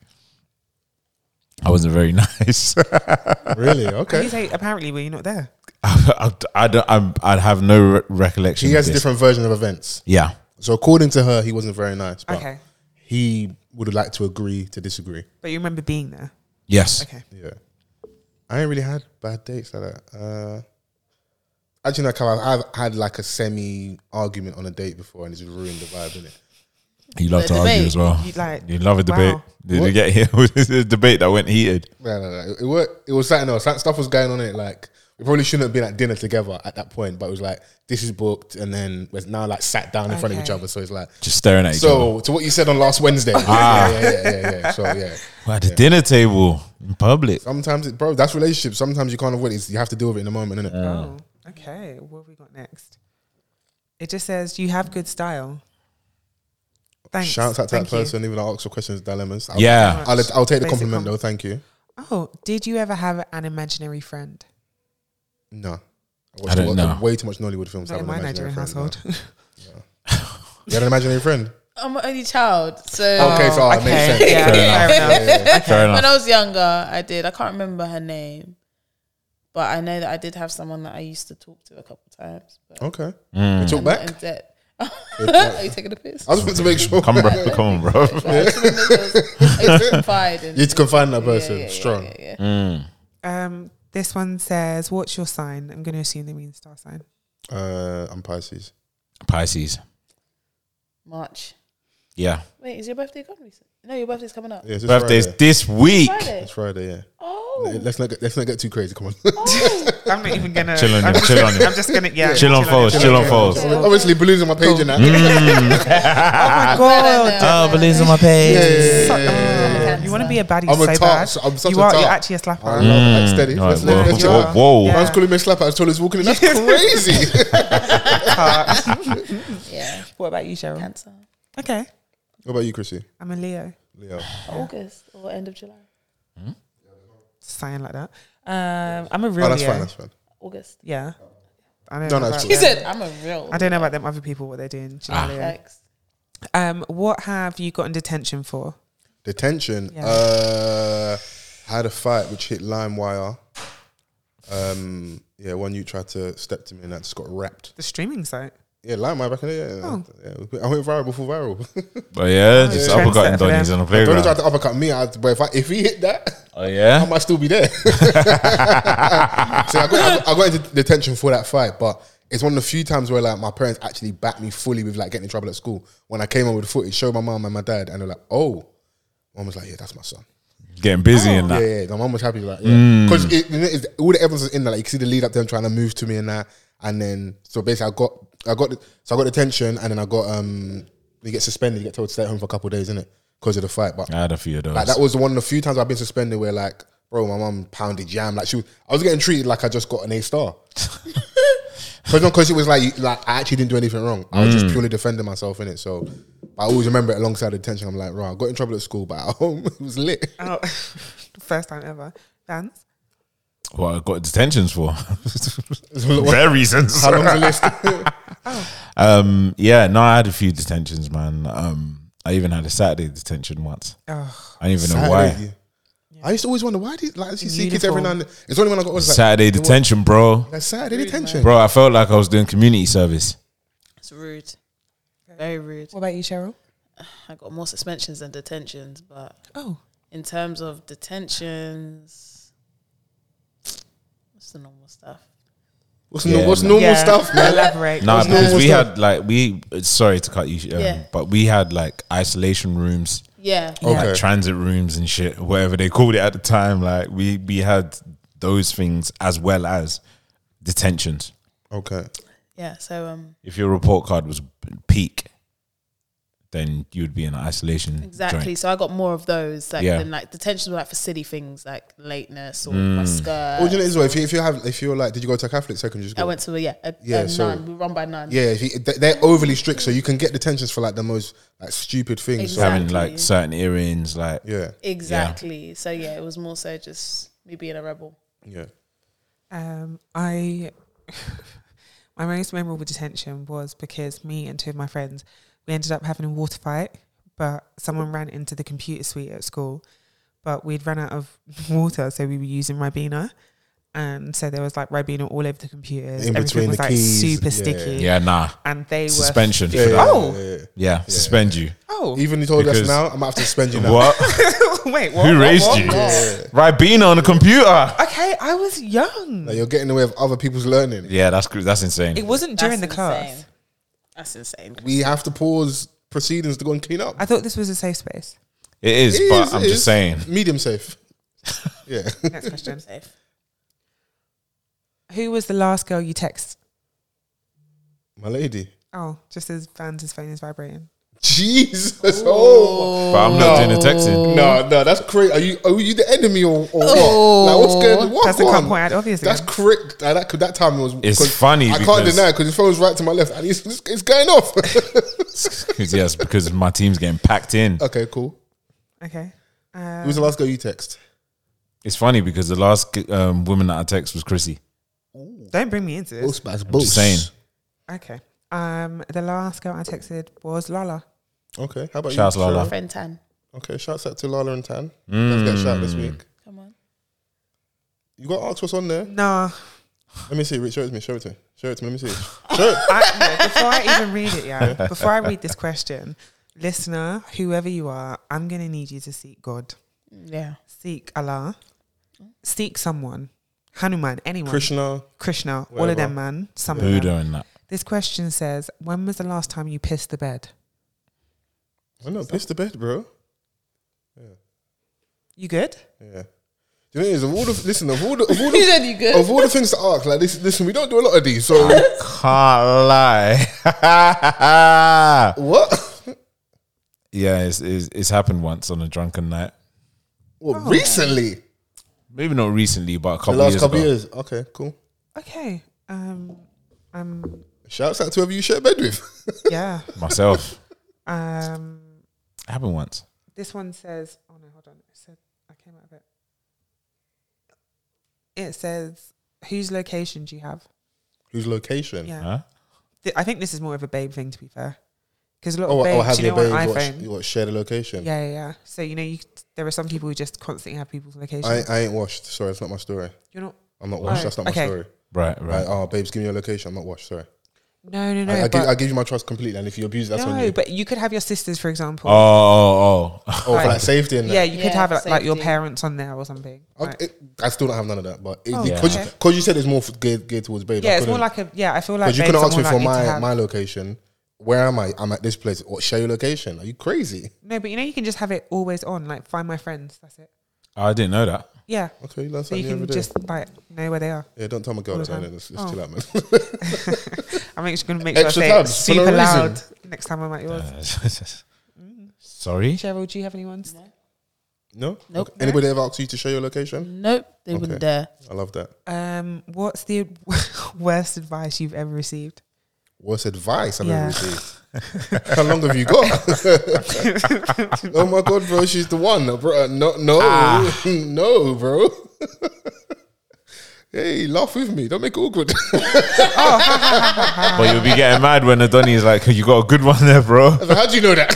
I wasn't very nice. really? Did you Okay. say apparently were you not there? I, I, don't. I'm, I have no re- recollection. She of has a this. different version of events. Yeah. So according to her, he wasn't very nice. But Okay, He would have liked to agree to disagree. but you remember being there. Yes. Okay. Yeah. I ain't really had bad dates like that. Uh, Actually, no, Cal, I've had like a semi argument on a date before, and it's ruined the vibe, innit? You love The to argue debate. as well. You You, like- love a debate. Wow. Did you What? get here? with this debate that went heated. No, no, no. It, it, were, it was something else. That stuff was going on in it. Like, we probably shouldn't have been at dinner together at that point, but it was like, this is booked, and then we're now like sat down in front of each Okay. other. So it's like, Just staring at each other. so to what you said on last Wednesday. Ah. Yeah, yeah, yeah, yeah, yeah. So, yeah. We're at the dinner table in public. Sometimes, it, bro, that's relationships. Sometimes you can't avoid it. It's- You have to deal with it in the moment, innit? Oh, okay. What have we got next? It just says you have good style. Thanks. Shouts out to Thank that you. person, even though I ask for questions, dilemmas. I'll, Yeah. I'll, I'll take the Basic compliment, com- though. Thank you. Oh, did you ever have an imaginary friend? No. I I watched don't wa- know. way too much Nollywood films. to Not in have an my imaginary Nigerian friend, no. household. You had an imaginary friend? I'm an only child, so Okay, so it makes sense. Oh, Yeah, fair enough. Fair when enough. I was younger, I did. I can't remember her name, but I know that I did have someone that I used to talk to a couple times. But Okay. Mm. You took I'm back? not in debt. Are you taking a piss? I just want to make sure. Come, bro. Come on, bro. I just remember it was, it was confide in- You need to confine that Yeah, person. yeah, yeah, Strong. yeah, yeah. Um, this one says, "What's your sign?" I'm going to assume they mean star sign. Uh, I'm Pisces. Pisces. March. Yeah. Wait, is your birthday coming? recent? No, your birthday's coming up. Yeah, it's this Birthday's Friday. this week. Friday. It's Friday, yeah. Oh, Let's not get, let's not get too crazy. Come on. I'm not even gonna. Chill on I'm him, just chill gonna- on him. I'm just gonna. Yeah. Chill on foes. Chill on foes. Oh Obviously, balloons on my page and that. Mm. God, Oh, but these are my page. Yeah, yeah, yeah, Suck- yeah, yeah, yeah. you want to be a baddie I'm a so tart, bad. so- I'm such you a are. tart. You're actually a slapper. I know, like, steady. All right, Let's- whoa, let's- you whoa, are. whoa. Yeah. Man's calling me a slapper as tall as walking in. That's crazy. Tart. yeah. what about you, Cheryl? Cancer. Okay, what about you, Chrissy? Oh, I'm a Leo. Leo. August or end of July. Sign like that. Um, I'm a real Oh, that's Leo. fine. That's fine. August. Yeah. I don't No, know no, about it's them. She said, "I'm a real." I don't know about them other people what they're doing. Do you know, Leo? Ah. Facts. Um, what have you gotten detention for? Detention. Yeah. Uh, had a fight which hit lime wire. Um, yeah, one you tried to step to me and that just got wrapped. The streaming site. Yeah, lime wire back in the yeah. Oh. yeah. I went viral before viral. Oh, yeah. Just Yeah. uppercutting Trendsetter for Donnie's them. on the Don't try playground. to uppercut me, I, but if I, if he hit that, Oh, yeah. I might still be there. so I got, I got into detention for that fight, but it's one of the few times where like my parents actually backed me fully with like getting in trouble at school. When I came home with the footage, showed my mom and my dad, and they're like, "Oh," mom was like, "Yeah, that's my son." Getting busy and Yeah, that. yeah, my mom was happy like because all the evidence was in there. Like, you could see the lead up to them trying to move to me and that, and then so basically I got I got the- so I got detention and then I got um you get suspended, you get told to stay at home for a couple of days, it because of the fight. But I had a few of those. like that was one of the few times I've been suspended where like, bro, my mum pounded jam. Like she, was, I was getting treated like I just got an A star. Because it was like, you- like I actually didn't do anything wrong. I was just purely defending myself in it. So I always remember it alongside the tension. I'm like, right, I got in trouble at school, but at home it was lit. Oh, first time ever. Vans. what I got detentions for. How Fair reasons. long's the list? Um, yeah, no, I had a few detentions, man. Um, I even had a Saturday detention once. Oh, I don't even know Saturday, why. yeah. I used to always wonder why these like you see kids Uniform. every now and then. It's only when I got older, it's like, Saturday you know what? detention, bro. That's Saturday detention. Bro, I felt like I was doing community service. It's rude. Very rude. what about you, Cheryl? I got more suspensions than detentions, but Oh, in terms of detentions, what's the normal stuff? What's, Yeah, no, what's no. normal Yeah, stuff, man? Elaborate. No, What's because normal we stuff? had like we. uh, Sorry to cut you, um, Yeah. but we had like isolation rooms, Yeah. Okay. like transit rooms and shit, whatever they called it at the time. Like we we had those things as well as detentions. Okay. Yeah. So um If your report card was peak, then you'd be in isolation. exactly. joint. So I got more of those like Yeah. than like detentions were like for silly things like lateness or my skirt. Well, do Oh, you know as well? If you, if you have, if you're like, did you go to a Catholic secondary school? I went to a yeah, a, Yeah, a so- nun. We were run by nuns. Yeah, if you, they- they're overly strict, so you can get detentions for like the most like stupid things. So, Exactly. Having like certain earrings, like yeah, Exactly. So yeah, it was more so just me being a rebel. yeah. Um, I my most memorable detention was because me and two of my friends we ended up having a water fight, but someone ran into the computer suite at school, but we'd run out of water, so we were using Ribena, and so there was like Ribena all over the computers. In between Everything was the like keys, super yeah. sticky. Yeah, nah. And they Suspension. were Yeah, yeah, Oh. suspend you. oh Even you told us Because- now, I'm gonna have to suspend you now. What? wait what, Who what, raised what? you? Ribena on the computer. Okay, I was young. Like, you're getting away with other people's learning. Yeah, that's cr- that's insane. It wasn't during the class. That's insane. We have to pause proceedings to go and clean up. I thought this was a safe space. It is, It but is- I'm it just is saying. medium safe. Yeah, Next question. Who was the last girl you text? my lady. Oh, just as Van's phone is vibrating. Jesus, oh But I'm not doing the texting. no, no, that's crazy. Are you are you the enemy or, or what? Like Oh. what's going? What? That's a go cut on. point, obviously. That's correct. Like, that could that time it was. It's 'cause funny I can't because- deny because his phone's right to my left and it's, it's, it's going off. 'Cause yes, because my team's getting packed in. okay, cool. okay. Who was the last girl you text? It's funny because the last um, woman that I text was Chrissy. Don't bring me into this. Just saying. Okay. Um, the last girl I texted was Lala. Okay, how about Shouts you? Lala. Cheryl? Friend Tan. Okay, shouts out to Lala and Tan. Let's get a shout this Mm. week. Come on. You got to ask what's on there. Nah. Let me see. Rich, show it to me. Show it to me. Show it to me. Let me see. it. Show it. I, no, before I even read it, yeah. Before I read this question, listener, whoever you are, I'm gonna need you to seek God, Yeah. seek Allah, seek someone, Hanuman, anyone, Krishna. Krishna, all Whatever. of them, man. Some Who of them. doing that? This question says, when was the last time you pissed the bed? I know. Piss the bed, bro. You good? Yeah. Do you know what it is? Of all the listen of all the of all the, said you good. of all the things to ask like this listen we don't do a lot of these so Can't lie. what yeah, it's, it's it's happened once on a drunken night. well Oh. recently Maybe not recently, but a couple the last years couple ago. years okay cool Okay. Um, um, shouts out to whoever you share bed with yeah. Myself. Um, It happened once. this one says, oh no, hold on. It said, I came out of it. It says, whose location do you have? whose location Yeah. Huh? Th- I think this is more of a babe thing, to be fair. Because a lot oh of babes, or have you your know, on babe what, iPhone. you what share the location yeah, yeah, yeah. So, you know, you, there are some people who just constantly have people's locations. I, I ain't washed sorry it's not my story You're not. I'm not washed Oh, that's not my okay. story Right, right. like, oh babes give me your location I'm not washed sorry No, no, no. I, I, give, but, I give you my trust completely and if you abuse it, that's on no, you but you could have your sisters, for example. Oh, oh, oh. oh for like safety and that. yeah, you could Yeah, have like, like your safety. parents on there or something. I, Like- it, I still don't have none of that but it, Oh, because okay. you, 'cause you said it's more for- geared, geared towards babes I yeah, it's more couldn't- like a yeah. I feel like Because you babes are couldn't ask me more for likely to my, have- my location. Where am I? I'm at this place. Or share your location. Are you crazy? No, but you know you can just have it always on. Like find my friends. That's it. I didn't know that. Yeah. Okay, you learn So something you every can day. just like know where they are. yeah, don't tell my girl All that. the time. man. Let's, let's Oh. chill out, man. I'm All actually gonna make sure Extra I say it tabs for no super reason. loud next time I'm at yours. Sorry? Cheryl, do you have any ones? No? Nope. Okay. Anybody ever asked you to share your location? Nope, they wouldn't Okay. dare. I love that. Um, what's the worst advice you've ever received? Worst advice I've Yeah. ever received. How long have you got? oh my god, bro, she's the one, bro. uh, No, no, Ah. no, bro. hey, laugh with me. Don't make it awkward. But you'll be getting mad when Adonis is like, you got a good one there, bro. How do you know that?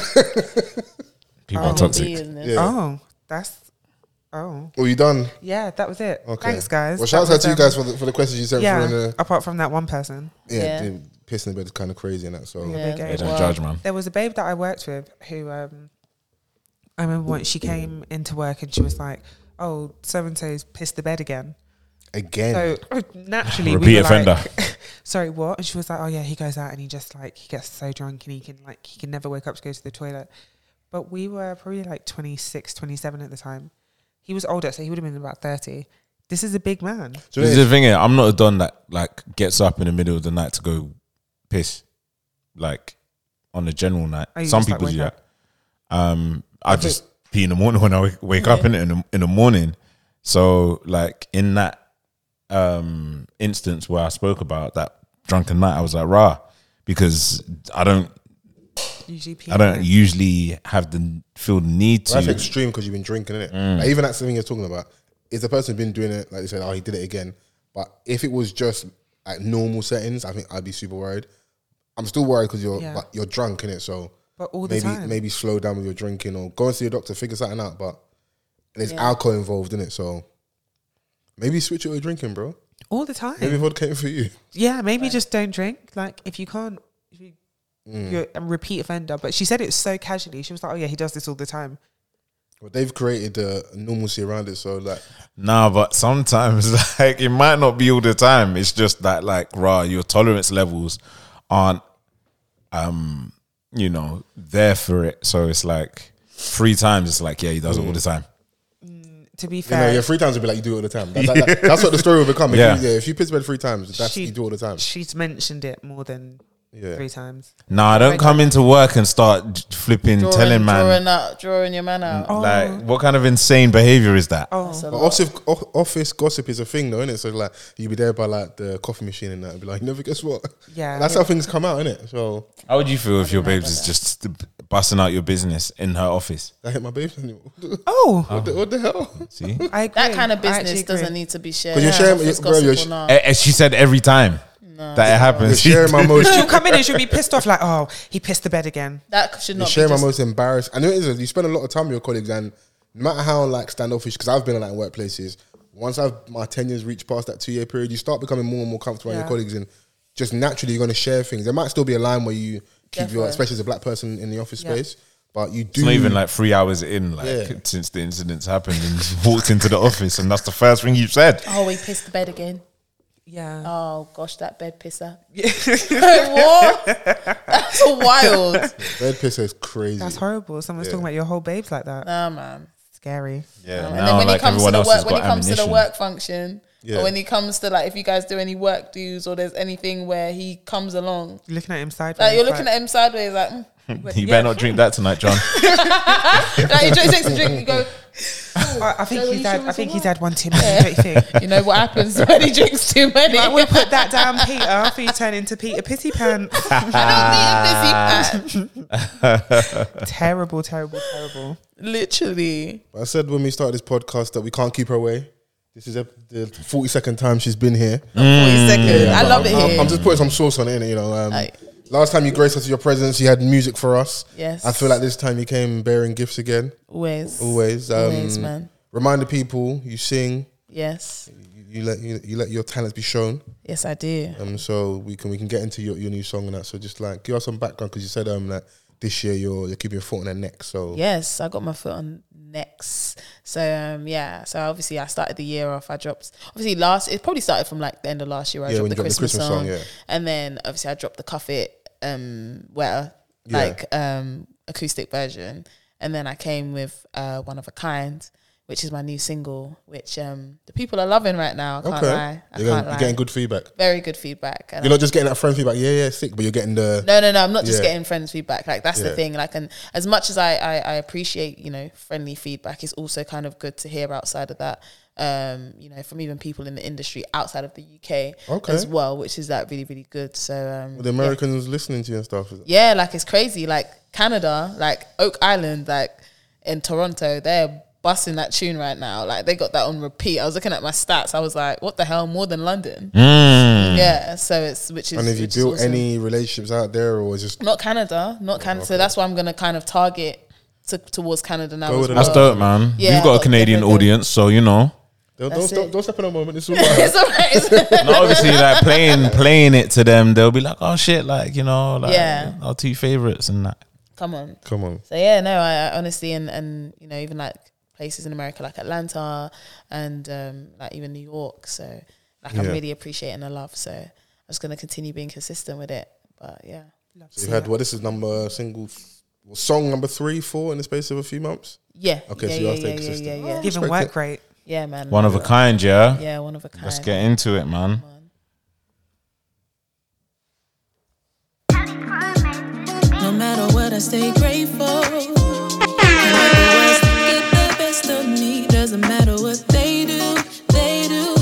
People are Be toxic. in this. Oh, that's oh Well, you done? yeah, that was it. Okay. Thanks, guys. Well, That shout out was, to you um, guys for the, for uh, the questions you sent. Yeah, Yeah. The, apart from that one person, yeah, Yeah. Dude, pissing in the bed is kind of crazy and that. So Yeah. go. They don't Wow. judge, man. there was a babe that I worked with who um I remember once she came into work and she was like, "Oh, so and so's pissed the bed again." again, So naturally, we Repeat were offender. Like, Sorry, what? And she was like, "Oh yeah, he goes out and he just like he gets so drunk and he can like he can never wake up to go to the toilet." But we were probably like 26, 27 at the time. He was older, so he would have been about thirty. This is a big man. Do you know This is what the it is? thing, yeah, I'm not a don that like gets up in the middle of the night to go piss, like on a general night. Oh, you Some just, like, people do wake that. Um, I, just pee in the morning when I wake, wake up in, in the in the morning. So like in that um instance where I spoke about that drunken night, I was like rah because I don't Usually, pee I don't usually have the feel the need that's to. extreme because you've been drinking it. Like, even that thing you're talking about is the person who's been doing it. Like they said, oh, he did it again. But if it was just at normal settings, I think I'd be super worried. I'm still worried because you're Yeah. but you're drunk in it. So But all the maybe time. maybe slow down with your drinking or go and see your doctor, figure something out. But there's alcohol involved in it, so Maybe switch it with drinking, bro. all the time. Maybe vodka ain't for you. Yeah, maybe just don't drink. Like if you can't, if you, Mm. you're a repeat offender. But she said it so casually. She was like, "Oh yeah, he does this all the time." Well, they've created a normalcy around it, so like Nah, but sometimes like it might not be all the time. It's just that like raw, your tolerance levels aren't um, you know, there for it. So it's like three times it's like, yeah, he does it Mm. all the time. To be you know, fair, yeah, three times would be like you do it all the time. That- that- that- that's what the story will become. If Yeah. you, yeah, if you piss bed three times, that's she you do all the time. She's mentioned it more than Yeah. three times. Nah, don't come into work and start j- flipping Drawing, telling man drawing out, drawing Oh. your man Oh. out. like what kind of insane behavior is that? That's a But lot. office, o- office gossip is a thing, though, innit? So like, you'd be there by like the coffee machine and that, and be like, never guess what? Yeah. that's how things come out, innit? So How would you feel if your babes is just busting out your business in her office? I hit my babes anymore. Oh, what, the, what the hell? See? I agree. That kind of I actually business agree. doesn't need to be shared. 'Cause you're sharing- Office bro, you're gossip sh- or not. Eh, eh, she said every time that it You're happens. sharing my most, She'll come in and she'll be pissed off, like, "Oh, he pissed the bed again." That should you're not sharing be my just most embarrassed. I know it is. You spend a lot of time with your colleagues, and no matter how like standoffish, because I've been like in workplaces. Once I've my tenures reached past that two year period, you start becoming more and more comfortable with Yeah. your colleagues, and just naturally you're going to share things. There might still be a line where you keep your, Definitely. especially as a black person in the office Yeah. space, but you do It's not even like three hours in, like Mm. Yeah. since the incident's happened, and you walked into the office, and that's the first thing you said. Oh, he pissed the bed again. Yeah. Oh gosh, that bed pisser. what? That's wild. Bed piss is crazy. That's horrible. Someone's talking about your whole babes like that. Nah, man. Scary. Yeah, and then when he comes to the work, when he comes to the work function, Yeah. or when he comes to like, if you guys do any work dues, or there's anything where he comes along, You're looking at him sideways. like you're looking at him sideways, like, mm. You better not drink that tonight, John. like he drinks a drink, you go, I, I think So he's you had. sure I think it's he's had one too many. Don't you think? you know what happens when he drinks too many. Like, we'll put that down, Peter. After you turn into Peter Pissy Pants. I don't need a busy Ah. patch. terrible, terrible, terrible. Literally, I said when we started this podcast that we can't keep her away. This is ep- the forty second time she's been here. forty seconds. I love it Mm. I'm, here. I'm just putting some sauce on it, innit, you know. Um, Like- last time you graced us with your presence, you had music for us. Yes. I feel like this time you came bearing gifts again. always, Always, um, Always, man. Remind the people you sing. Yes, You, you let you, you let your talents be shown. yes, I do. Um, so we can we can get into your, your new song and that. So just like give us some background because you said um that this year you're you're keeping your foot on their neck. So Yes, I got my foot on next. So um, yeah, so obviously I started the year off. I dropped obviously last. It probably started from like the end of last year. Where Yeah, I dropped when the, you dropped the Christmas Christmas song, song, yeah. and then obviously I dropped the Cuff It um, Wetter Yeah. like um, acoustic version, and then I came with uh, One of a Kind, which is my new single, which um, the people are loving right now. I can't lie. I you're, can't getting, lie. you're getting good feedback. very good feedback. And You're not just getting that friend feedback. Yeah, yeah, sick. But you're getting the No, no, no. I'm not just Yeah. getting friends feedback. Like that's Yeah. the thing. Like, and as much as I, I, I appreciate, you know, friendly feedback, it's also kind of good to hear outside of that. Um, you know, from even people in the industry outside of the UK Okay. as well, which is like really, really good. So, um, the Americans listening to you and stuff. is it? yeah. yeah, like it's crazy. Like Canada, like Oak Island, like in Toronto, they're busting that tune right now. Like they got that on repeat. I was looking at my stats. I was like, what the hell? More than London. Yeah. So it's which is And have you which is built awesome. any relationships out there, or is just Not Canada, Oh, not Canada. So that's why I'm gonna kind of target to, towards Canada now. Go as with That's well. dope, man. Yeah, We've got a but Canadian definitely. audience, so you know. don't don't, That's stop, it. don't step in a moment? It's all right. It's alright. It's- No, obviously, like playing playing it to them, they'll be like, "Oh shit!" Like you know, like Yeah. our two favorites and that. Come on. Come on, So yeah, no, I, I honestly and and you know even like places in America like Atlanta and um, like even New York. So like I'm Yeah. really appreciating the love. So I'm just gonna continue being consistent with it. But yeah, so you had well, this is number single, well, song number three, four in the space of a few months. yeah. Okay, yeah, so you are yeah, staying yeah, yeah, consistent. yeah, yeah, Given Respect work rate. it. yeah, man. One of a kind, yeah. Yeah, one of a kind. Let's get into it, man. No matter what, I stay grateful. I let the worst get the best of me. Doesn't matter what they do, they do.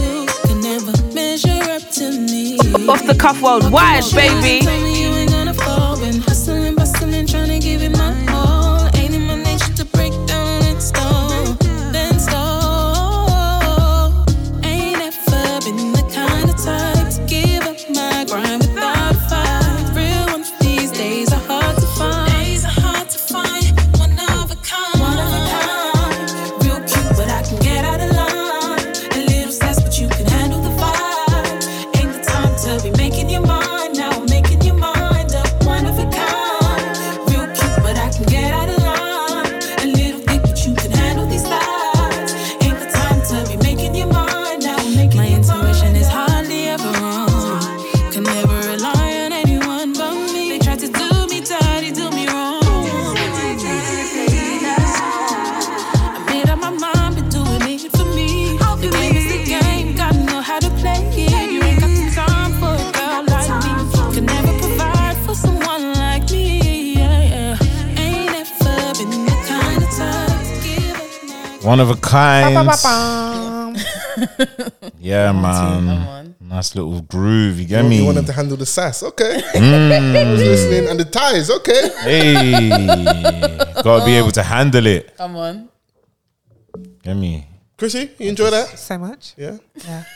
Can never measure up to me. Off the cuff worldwide, baby. Tell me you ain't gonna fall. Been hustling, bustling, trying to give it my all. Ain't in my nature to break down and stall. Then stall. Ain't ever been the kind of type to give up my grind without a fight. Real ones these days are hard to find. Days are hard to find. One of a kind. One of a kind. Real cute, but I can get out of line. A little sass, but One of a kind. Ba-ba-bam. Yeah, Come man. on. Nice little groove. You get You me? want them to handle the sass, okay? I was listening, and the ties, okay? Hey, gotta be able to handle it. Come on. Get me? Chrissy, you enjoy that? So much. Yeah. Yeah.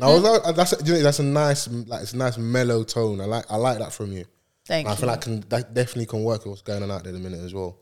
No, that- that's a, you know, that's a nice, like it's a nice mellow tone. I like I like that from you. Thank I you. feel like can, that definitely can work with what's going on out there at the minute as well.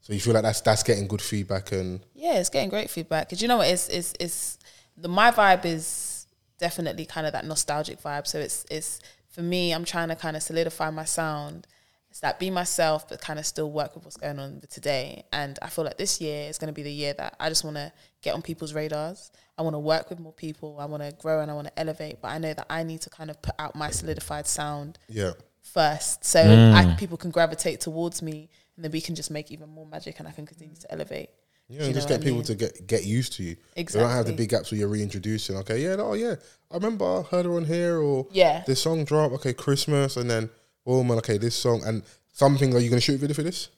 So you feel like that's that's getting good feedback and yeah, it's getting great feedback. Cause you know what? It's it's it's the my vibe is definitely kind of that nostalgic vibe. So it's it's for me, I'm trying to kind of solidify my sound. It's that be myself, but kind of still work with what's going on with today. And I feel like this year is going to be the year that I just want to get on people's radars. I want to work with more people. I want to grow and I want to elevate. But I know that I need to kind of put out my solidified sound yeah. first, so I, people can gravitate towards me, and then we can just make even more magic, and I can continue to elevate. Yeah, Do you and just know what get I people mean? to get get used to you. You don't have the Exactly. big gaps where you're reintroducing. Okay, yeah, oh yeah, I remember I heard her on here or Yeah. this song drop. Okay, Christmas, and then oh man, okay, this song and something. Are you gonna shoot a video for this?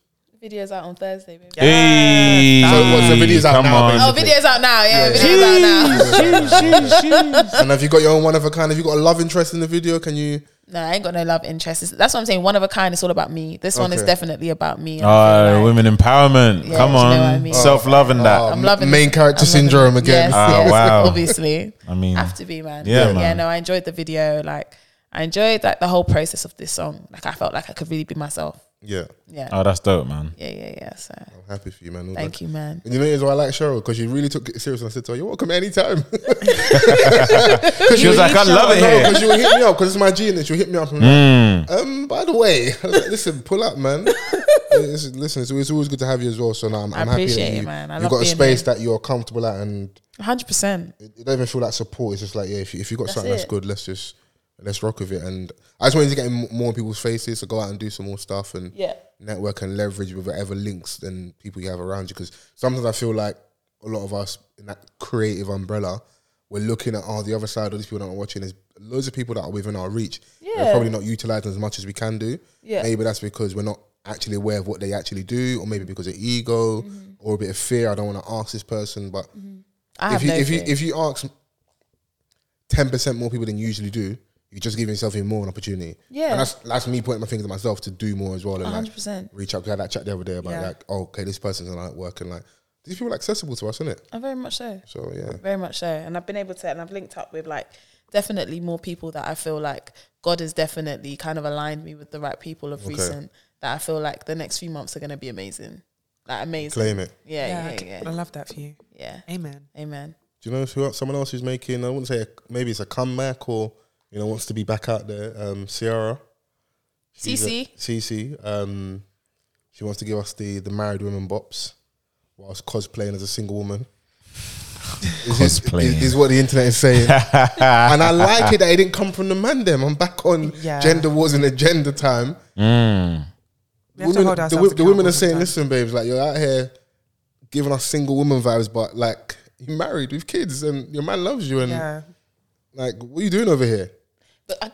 Videos out on Thursday, baby. Hey, So what's the videos out come now, on. Oh, videos out now. Yeah, videos out now. and have you got your own one of a kind? Have you got a love interest in the video? Can you? No, I ain't got no love interest. It's- That's what I'm saying. One of a kind. It's all about me. This one is Okay. definitely about me. and I feel Oh, like women empowerment. Yeah, come do you know on, what I mean? um, self love and that. Oh, I'm loving main it. character I'm loving syndrome it. again. Yes, Oh, yes, wow. Obviously, I mean, have to be, man. Yeah, Yeah, yeah. man. No, I enjoyed the video. Like, I enjoyed like the whole process of this song. Like, I felt like I could really be myself. Yeah, Yeah, oh, that's dope, man. yeah, yeah, yeah. So, I'm happy for you, man. All thank that. you, man. And you know, is why I like Cheryl because she really took it serious. And I said to her, "You're welcome anytime." Because She was like, I love it here. Hmm. she would hit me up because it's my gene, and she'll hit me up. And Um, by the way, I was like, listen, pull up, man. listen, listen, it's, it's always good to have you as well. So now I'm, I I'm happy appreciate that it, you, man. I you've love got a being space that you're comfortable at, and 100. percent you don't even feel like support. It's just like, yeah, if you, if you got That's something that's it. good, let's just let's rock with it. And I just wanted to get in m- more people's faces to go out and do some more stuff and Yeah. network and leverage with whatever links and people you have around you. Because sometimes I feel like a lot of us in that creative umbrella, we're looking at oh the other side of these people that are watching. There's loads of people that are within our reach. and We're Yeah. probably not utilizing as much as we can do. Yeah. Maybe that's because we're not actually aware of what they actually do, or maybe because of ego Mm-hmm. or a bit of fear. I don't want to ask this person, but I have if you no if you fear. if you ask ten percent more people than you usually do, you're just giving yourself even more an opportunity. Yeah. and that's that's me pointing my finger at myself to do more as well. And like 100%. reach out. 'Cause I had that chat the other day about Yeah. like, oh, okay, this person's like working like these people are accessible to us, isn't it? Oh, very much so. So yeah, Very much so. And I've been able to, and I've linked up with like definitely more people that I feel like God has definitely kind of aligned me with the right people of recent that I feel like the next few months are going to be amazing. Like amazing. claim it. Yeah, Yeah, yeah, yeah. I Yeah. love that for you. Amen. Amen. Do you know who else, someone else who's making? I wouldn't say a, maybe it's a comeback or you know wants to be back out there. Um, Ciara, She's a- CC. CC. Um, she wants to give us the the married women bops whilst cosplaying as a single woman. Is, this- Cosplaying. is, is what the internet is saying, and I like it that it didn't come from the man. Them, I'm back on Yeah. gender wars and agenda time. Mm. We have to hold the, ourselves wo- the women accountable are saying, sometimes. "Listen, babes, like you're out here giving us single woman vibes, but like you married with kids and your man loves you, and Yeah. like what are you doing over here?" But I,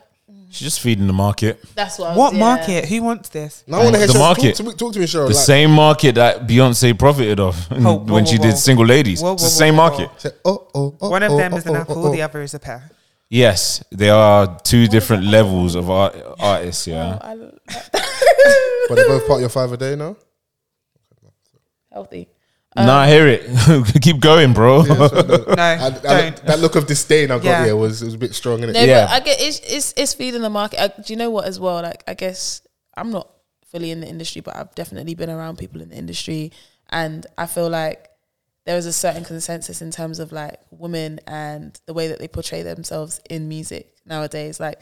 She's just feeding the market. that's what. I was- What yeah. market? Who wants this? Now I want to hear The Cheryl, market. Talk to, me, talk to me, The Cheryl. like, same market that Beyonce profited off whoa, when she whoa, whoa. did Single Ladies. Whoa, it's whoa, the same whoa, whoa. market. say, oh, oh, oh, One of oh, them is oh, an oh, apple, oh, oh. the other is a pear. Yes, there are two different levels of art, artists. Yeah, I l- But they're both part of your five a day now. healthy. nah, I hear it. Keep going, bro. No, I, don't. I look- that look of disdain I got Yeah. here was, was a bit strong, innit? No, it? Yeah. but I get it's it's it's feeding the market. I, do you know what as well? Like I guess I'm not fully in the industry, but I've definitely been around people in the industry, and I feel like there is a certain consensus in terms of like women and the way that they portray themselves in music nowadays. Like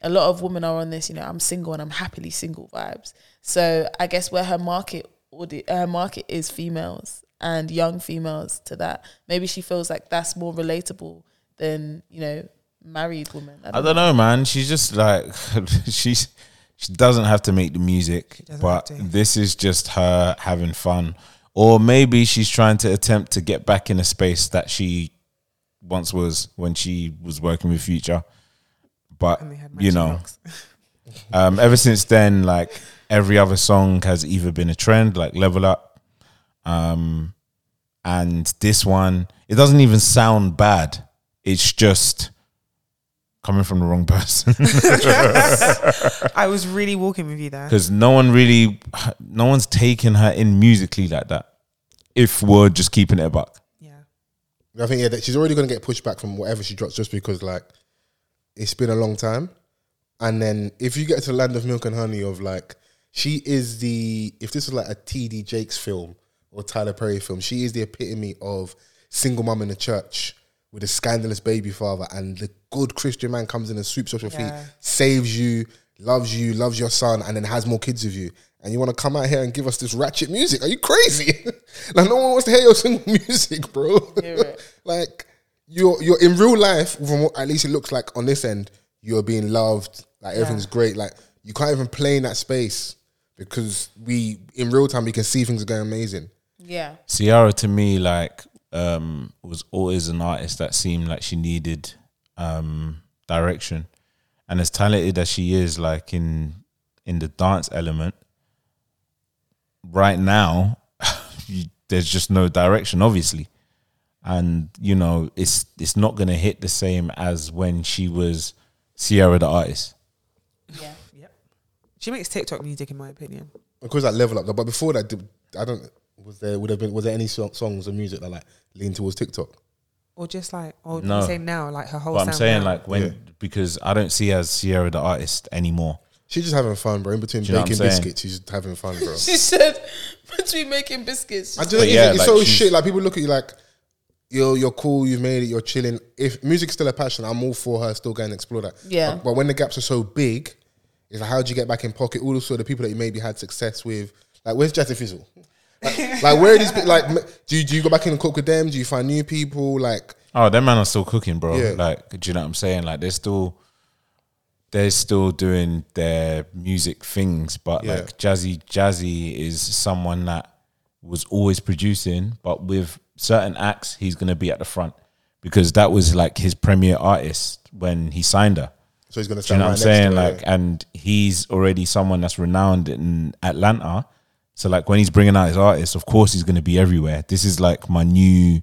a lot of women are on this, you know, I'm single and I'm happily single vibes. So I guess where her market audi- her market is females and young females to that. Maybe she feels like that's more relatable than you know married women. I I don't know. don't know, man. She's just like she's she doesn't have to make the music, but have to. this is just her having fun, or maybe she's trying to attempt to get back in a space that she once was when she was working with Future. But And they had you matching know, rocks. um, ever since then, like every other song has either been a trend, like Level Up, um, and this one it doesn't even sound bad. It's just coming from the wrong person I was really walking with you there. because no one really, no one's taking her in musically like that. If we're just keeping it a buck, Yeah. I think yeah, that she's already going to get pushback from whatever she drops just because like it's been a long time. And then if you get to the land of milk and honey of like she is the if this was like a TD Jakes film or Tyler Perry film, she is the epitome of single mum in the church with a scandalous baby father and the good Christian man comes in and swoops off your Yeah. feet, saves you, loves you, loves your son, and then has more kids with you. And you want to come out here and give us this ratchet music? Are you crazy? like no one wants to hear your single music, bro. like you're you're in real life, from what at least it looks like on this end, you're being loved, like everything's great. Like you can't even play in that space because we in real time we can see things are going amazing. Yeah. Ciara to me like um, was always an artist that seemed like she needed um, direction, and as talented as she is, like in in the dance element, right now you, there's just no direction, obviously, and you know it's it's not gonna hit the same as when she was Ciara the artist. Yeah. She makes TikTok music, in my opinion. Of course, that level up. But before that, did- I don't. Was there would have been was there any so- songs or music that like lean towards TikTok? Or just like, oh, or No. say now, like her whole But I'm sound saying now. like when because I don't see her as Ciara the artist anymore. She's just having fun, bro. In between you know what baking I'm saying? biscuits, she's just having fun, bro. She said, between making biscuits. I just think yeah, it's, like, it's so she's- shit. Like people look at you like, you're you're cool, you've made it, you're chilling. If music's still a passion, I'm all for her still going to explore that. Yeah. But, but when the gaps are so big, it's like how do you get back in pocket? All also the people that you maybe had success with, like where's Jazzy Fizzle? Like, like where are these? pe- Like m- do you, do you go back in and cook with them? Do you find new people? Like Oh, that man are still cooking, bro. Yeah. Like, do you know what I'm saying? Like, they're still, they're still doing their music things. But Yeah. like, Jazzy, Jazzy is someone that was always producing, but with certain acts, he's gonna be at the front because that was like his premier artist when he signed her. so he's Do you gonna stand. know what I'm right next saying? to her, Like, and he's already someone that's renowned in Atlanta. So like, when he's bringing out his artists, of course he's going to be everywhere. This is like my new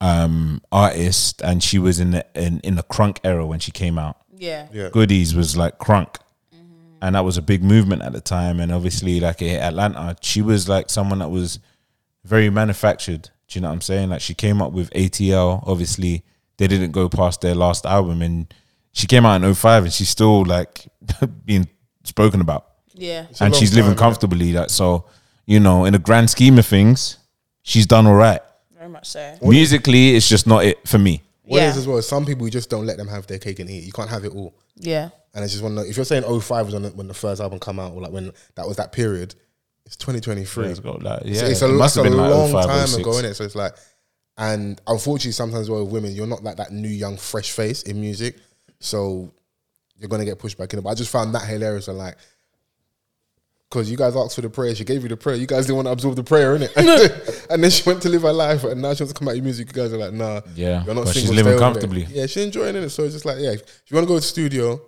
um artist, and she was in the in, in the crunk era when she came out. yeah. yeah. yeah. Goodies was like crunk, and that was a big movement at the time. And obviously, like it hit Atlanta, she was like someone that was very manufactured. Do you know what I'm saying? Like she came up with ATL. Obviously, they didn't go past their last album, and she came out in 05 and she's still like being spoken about, Yeah. a and long she's living time, yeah. comfortably. Like so, you know, in the grand scheme of things, she's done all right. Very much so. Musically, it's just not it for me. What it Yeah. is as well? is Some people you just don't let them have their cake and eat. it. You can't have it all. Yeah. And it's just one. of the- If you're saying 05 was on the, when the first album come out, or like when that was that period, it's 2023. It's got, like, yeah, So it's a, it must it's a have been like long 05, time 06. ago, innit? So it's like, and unfortunately, sometimes well, with women, you're not like that new, young, fresh face in music. So you're going to get pushed back in. But I just found that hilarious and like, because you guys asked for the prayer, she gave you the prayer. You guys didn't want to absorb the prayer, innit? and then she went to live her life, and now she wants to come out with music. You guys are like, nah, Yeah, you're not but she's living single, stay over there. comfortably. Yeah, she's enjoying it. So it's just like, yeah, if you want to go to the studio,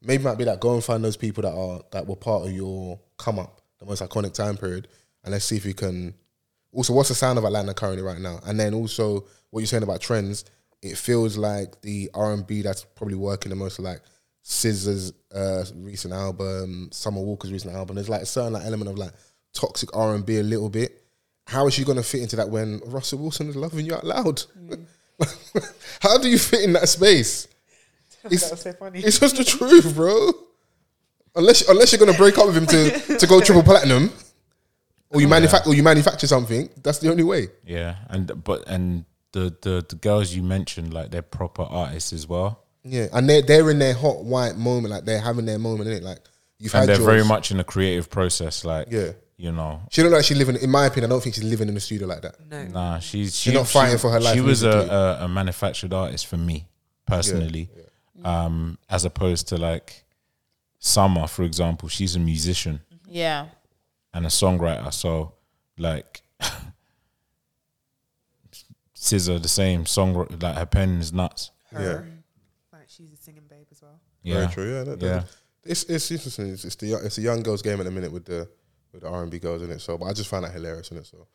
maybe might be like go and find those people that are that were part of your come up, the most iconic time period, and let's see if you can. Also, what's the sound of Atlanta currently right now? And then also, what you're saying about trends, it feels like the R and B that's probably working the most, like Scissors' uh, recent album, Summer Walker's recent album. There's like a certain like, element of like toxic R and B a little bit. How is she going to fit into that when Russell Wilson is loving you out loud? How do you fit in that space? It's, was so funny. it's just the truth, bro. Unless unless you're gonna break up with him to, to go triple platinum, or you manufacture or you manufacture something, that's the only way. Yeah, and but and the the the girls you mentioned like they're proper artists as well, Yeah, and they're they're in their hot white moment, like they're having their moment in it. Like you've and had they're yours. very much in a creative process. Like, Yeah. you know, She don't actually living. In my opinion, I don't think she's living in the studio like that. No. nah, she's she's not fighting for her life She was musically. a, a a manufactured artist for me personally, um, as opposed to like Summer, for example. She's a musician Yeah. and a songwriter, so like. Scissor the same song like her pen is nuts. Yeah, Like she's a singing babe as well. Yeah, very true. Yeah, that, that- Yeah. It's it's interesting. It's, it's the it's a young girls game in a minute with the with the R and B girls in it. So, but I just find that hilarious in it. So,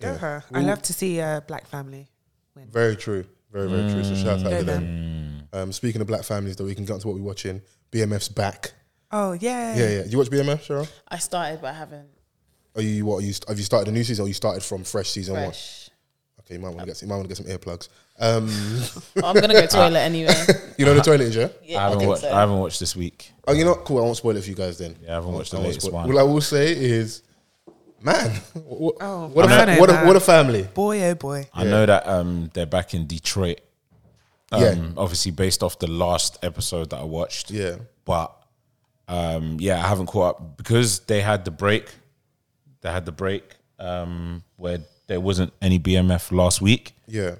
Go her. I love to see a black family. Very true. Very, very true. So shout out Go to them. them. Mm. Um, speaking of black families, though, we can get on to what we're watching. BMF's back. Oh yeah. Yeah, yeah. Do you watch BMF, Cheryl? I started, but I haven't. Are you what? Are you st- have you started a new season, or you started from fresh season Fresh. one? Okay, you might want to get some, you might want to get some earplugs. Um, Oh, I'm gonna go toilet anyway. you know the toilet is, yeah. Yeah, I haven't think watched. so. I haven't watched this week. Oh, you know, what? cool. I won't spoil it for you guys then. Yeah, I haven't watched the won't latest spoil- one. All I will say is, man, what, Oh, what, a, I fa- know what, a, that. what a family. Boy, oh boy. I know that um, they're back in Detroit. Um, Yeah. Obviously, based off the last episode that I watched. Yeah. But um, yeah, I haven't caught up because they had the break. They had the break um, where there wasn't any BMF last week. Yeah,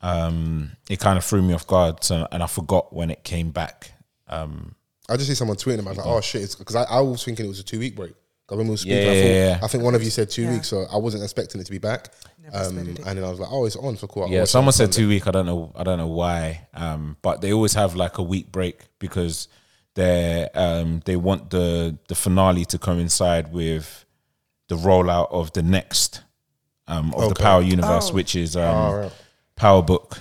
Um, it kind of threw me off guard, so, and I forgot when it came back. I just see someone tweeting. Them. I was like, oh shit, because I, I was thinking it was a two week break. 'Cause when we were speaking, Yeah, I, yeah, yeah. thought, I think one of you said two Yeah. weeks, so I wasn't expecting it to be back. Um, and then I was like, oh, it's on, so cool. I'll Yeah, watch it someone on said Sunday. two week. I don't know. I don't know why. Um, but they always have like a week break because they um they want the the finale to coincide with the rollout of the next um of the Okay. Ah, Power Universe, Oh. which is um Alright. Power Book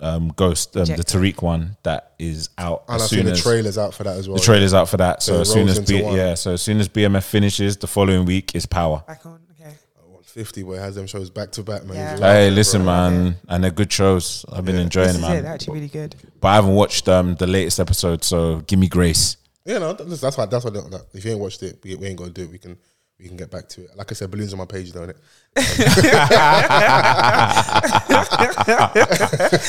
um Ghost um, the Ejected. Tariq one that is out And I've as seen soon the as trailers out for that as well. the trailer's out for that. So So it as soon rolls as into B, one. yeah, so as soon as BMF finishes, the following week is Power. Back on. Okay. 50 where it has them shows back to back, man. Yeah. It's like- Hey, listen, man, and they're good shows. I've been enjoying This it, is man. it. They're actually really good. but I haven't watched um, the latest episode, so give me grace. Yeah, no, that's that's why. That's why. That, if you ain't watched it, we, we ain't gonna do it. We can we can get back to it. Like I said, balloons on my page, though, innit?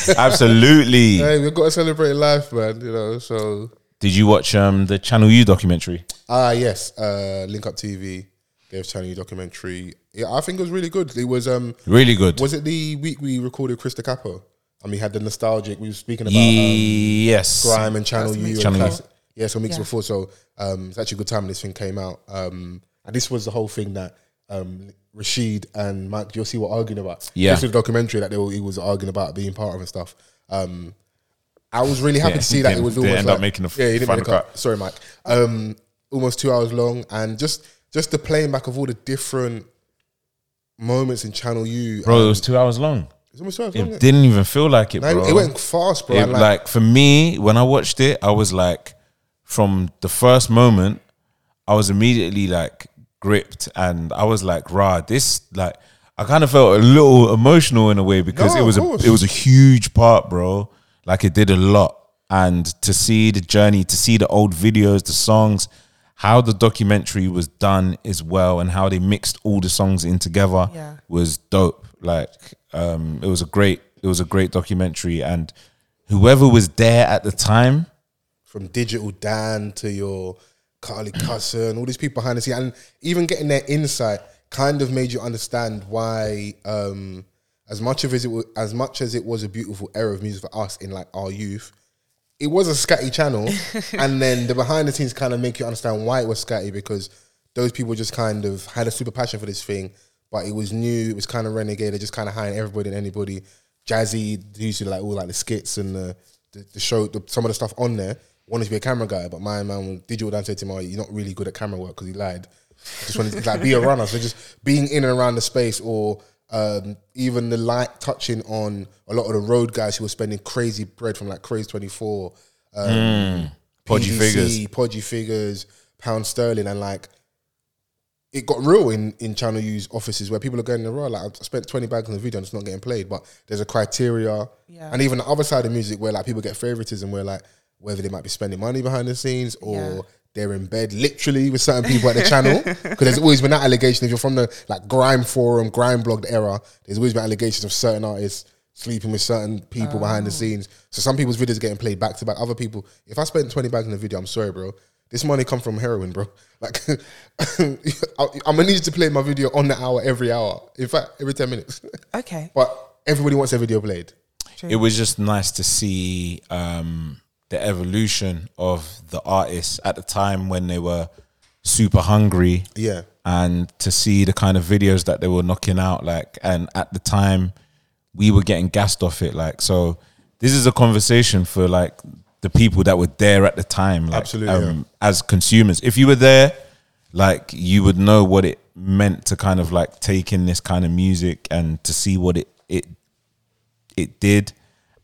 Absolutely. Hey, we've got to celebrate life, man. You know, so Did you watch um, the Channel U documentary? ah yes, uh, Link Up TV gave Channel U documentary. Yeah, I think it was really good. It was um, Really good. was it the week we recorded Chris De Capo and we had the nostalgic. We were speaking about um, yes. Grime and Channel U, and Channel U. classic- yeah, so weeks Yeah. before. So um, it's actually a good time this thing came out. Um, and this was the whole thing that um, Rashid and Mike Yossi were arguing about. Yeah. this was a documentary that they were, he was arguing about being part of and stuff. Um, I was really happy Yeah, to see that it didn't- was didn't almost end like, up making the yeah, he didn't final make the cut. cut. Sorry, Mike. Um, almost two hours long, and just just the playing back of all the different moments in Channel U. Bro, it um, was two hours long. it's almost two hours It long. innit? didn't even feel like it, Like, bro. it went fast, bro. It, and, like, for me, when I watched it, I was like, from the first moment, I was immediately like gripped, and I was like, "Rah, this like." I kind of felt a little emotional in a way because No, it was of a course. it was a huge part, bro. Like it did a lot, and to see the journey, to see the old videos, the songs, how the documentary was done as well, and how they mixed all the songs in together Yeah. was dope. Like, um, it was a great, it was a great documentary, and whoever was there at the time, from digital Dan to your Carly Cousin, all these people behind the scene, and even getting their insight kind of made you understand why, um, as much of as it was, as much as it was a beautiful era of music for us in like our youth, it was a scatty channel, and then the behind the scenes kind of make you understand why it was scatty because those people just kind of had a super passion for this thing, but it was new, it was kind of renegade, they just kind of hiring everybody and anybody. Jazzy who used to do, like all like the skits and the the, the show, the, some of the stuff on there. Wanted to be a camera guy, but my man was digital Dan said to him, "Oh, you're not really good at camera work because he lied. Just wanted to like be a runner, so just being in and around the space or." Um, even the light touching on a lot of the road guys who were spending crazy bread from like Craze 24, um, Mm. Podgy Figures. podgy figures, pound sterling, and like it got real in in Channel U's offices where people are going in the row. Like I spent twenty bags on the video and it's not getting played, but there's a criteria, Yeah. and even the other side of music where like people get favoritism, where like whether they might be spending money behind the scenes or. Yeah. They're in bed literally with certain people at the channel because there's always been that allegation. If you're from the like grime forum, grime blog era, there's always been allegations of certain artists sleeping with certain people behind the scenes. So some people's videos are getting played back to back. Other people, if I spent twenty bags in a video, I'm sorry, bro. This money come from heroin, bro. Like, I- I'm gonna need you to play my video on the hour every hour. In fact, every ten minutes. Okay. but everybody wants their video played. it was just nice to see um, the evolution of the artists at the time when they were super hungry. Yeah. and to see the kind of videos that they were knocking out like and at the time we were getting gassed off it like so this is a conversation for like the people that were there at the time like um, Absolutely, as consumers if you were there like you would know what it meant to kind of like take in this kind of music and to see what it it it did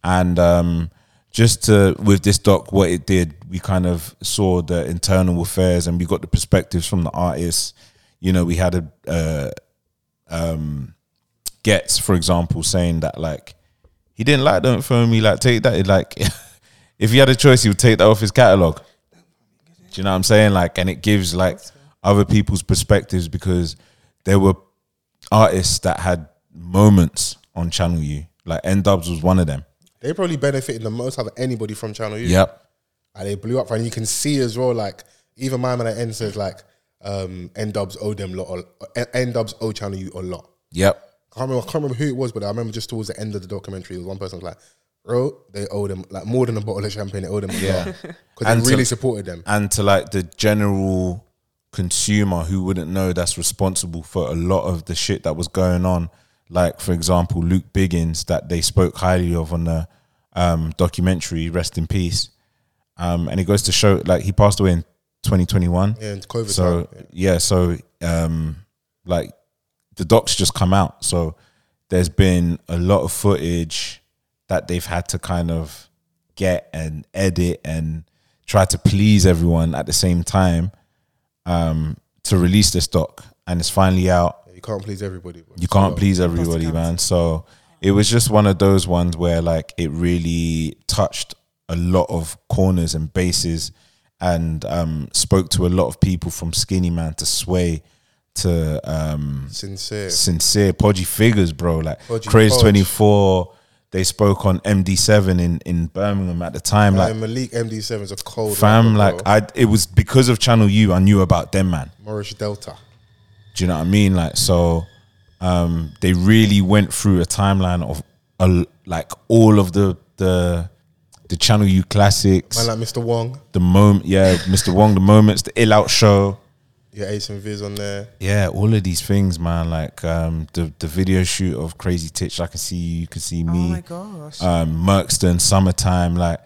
and um just to with this doc what it did we kind of saw the internal affairs and we got the perspectives from the artists you know we had a uh, um gets for example saying that like he didn't like don't phone me like take that It, like if he had a choice he would take that off his catalog do you know what I'm saying? Like, and it gives like other people's perspectives because there were artists that had moments on Channel U. Like N Dubs was one of them. They probably benefited the most out of anybody from Channel U. Yep. And they blew up, and you can see as well, like, even my man at N says, like, um, N Dubs owe them a lot, N Dubs owe Channel U a lot. Yep. I can't, remember, I can't remember who it was, but I remember just towards the end of the documentary, one person was like, bro, they owe them like more than a bottle of champagne, they owe them a yeah. Because And they to- really supported them. And to like the general consumer who wouldn't know that's responsible for a lot of the shit that was going on. Like, for example, Luke Biggins that they spoke highly of on the um, documentary, Rest in Peace. Um, and it goes to show like he passed away in 2021. Yeah, and COVID. so time. yeah so um like the docs just come out so there's been a lot of footage that they've had to kind of get and edit and try to please everyone at the same time um to release this doc and it's finally out you can't please everybody. bro. you can't please everybody, man. So it was just one of those ones where like it really touched a lot of corners and bases and um spoke to a lot of people from skinny man to sway to um Sincere. sincere podgy figures, bro. Like Podgy Craze Podge. twenty four, they spoke on MD seven in, in Birmingham at the time. Like, Like Malik MD7 is a cold fam, rapper, like bro. I it was because of Channel U I knew about them man. Moorish Delta. Do you know what I mean? Like so, um, they really went through a timeline of a, like all of the the the Channel U classics, Man like Mr. Wong. the moment, yeah, Mr. Wong, the moments, the Ill Out Show, Yeah, Ace and Viz on there. yeah, all of these things, man. Like um, the the video shoot of Crazy Titch, I can see you, you can see me Oh my gosh. um, Merkston, summertime, like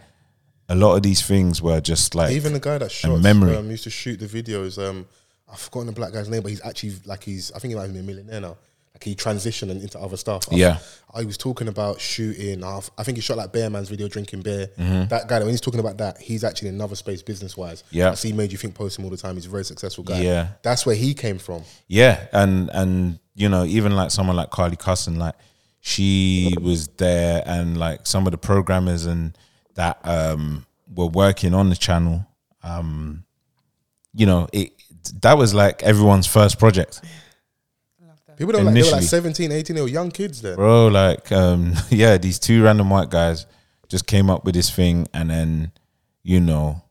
a lot of these things were just like Even the guy that shot memory. um, used to shoot the videos. Um, I've forgotten the black guy's name, but he's actually like he's I think he might be a millionaire now. Like he transitioned and into other stuff. I- Yeah. I was talking about shooting. i I think he shot like Bear Man's video, drinking beer. Mm-hmm. That guy when he's talking about that, he's actually in another space business wise. Yeah. so he made you think post him all the time. He's a very successful guy. Yeah. that's where he came from. yeah and and you know even like someone like carly cusson like she was there and like some of the programmers and that um were working on the channel um you know it that was like everyone's first project People don't like they were like Initially. 17, 18, they were young kids then. bro like um yeah these two random white guys just came up with this thing and then you know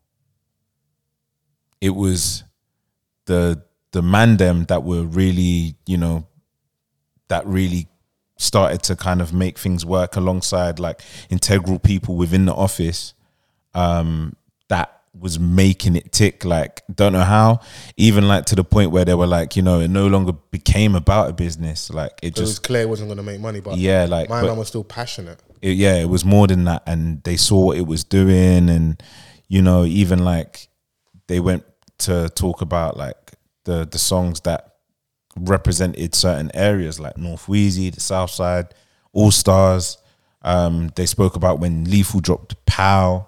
it was the the mandem that were really you know that really started to kind of make things work alongside like integral people within the office um that was making it tick like don't know how even like to the point where they were like you know it no longer became about a business like it It was just clear it wasn't going to make money, but yeah like my but- man was still passionate. it, yeah, it was more than that, and they saw what it was doing, and you know, even like they went to talk about like the the songs that represented certain areas, like North Wheezy, the South Side, All Stars. Um, they spoke about when Lethal dropped Pow,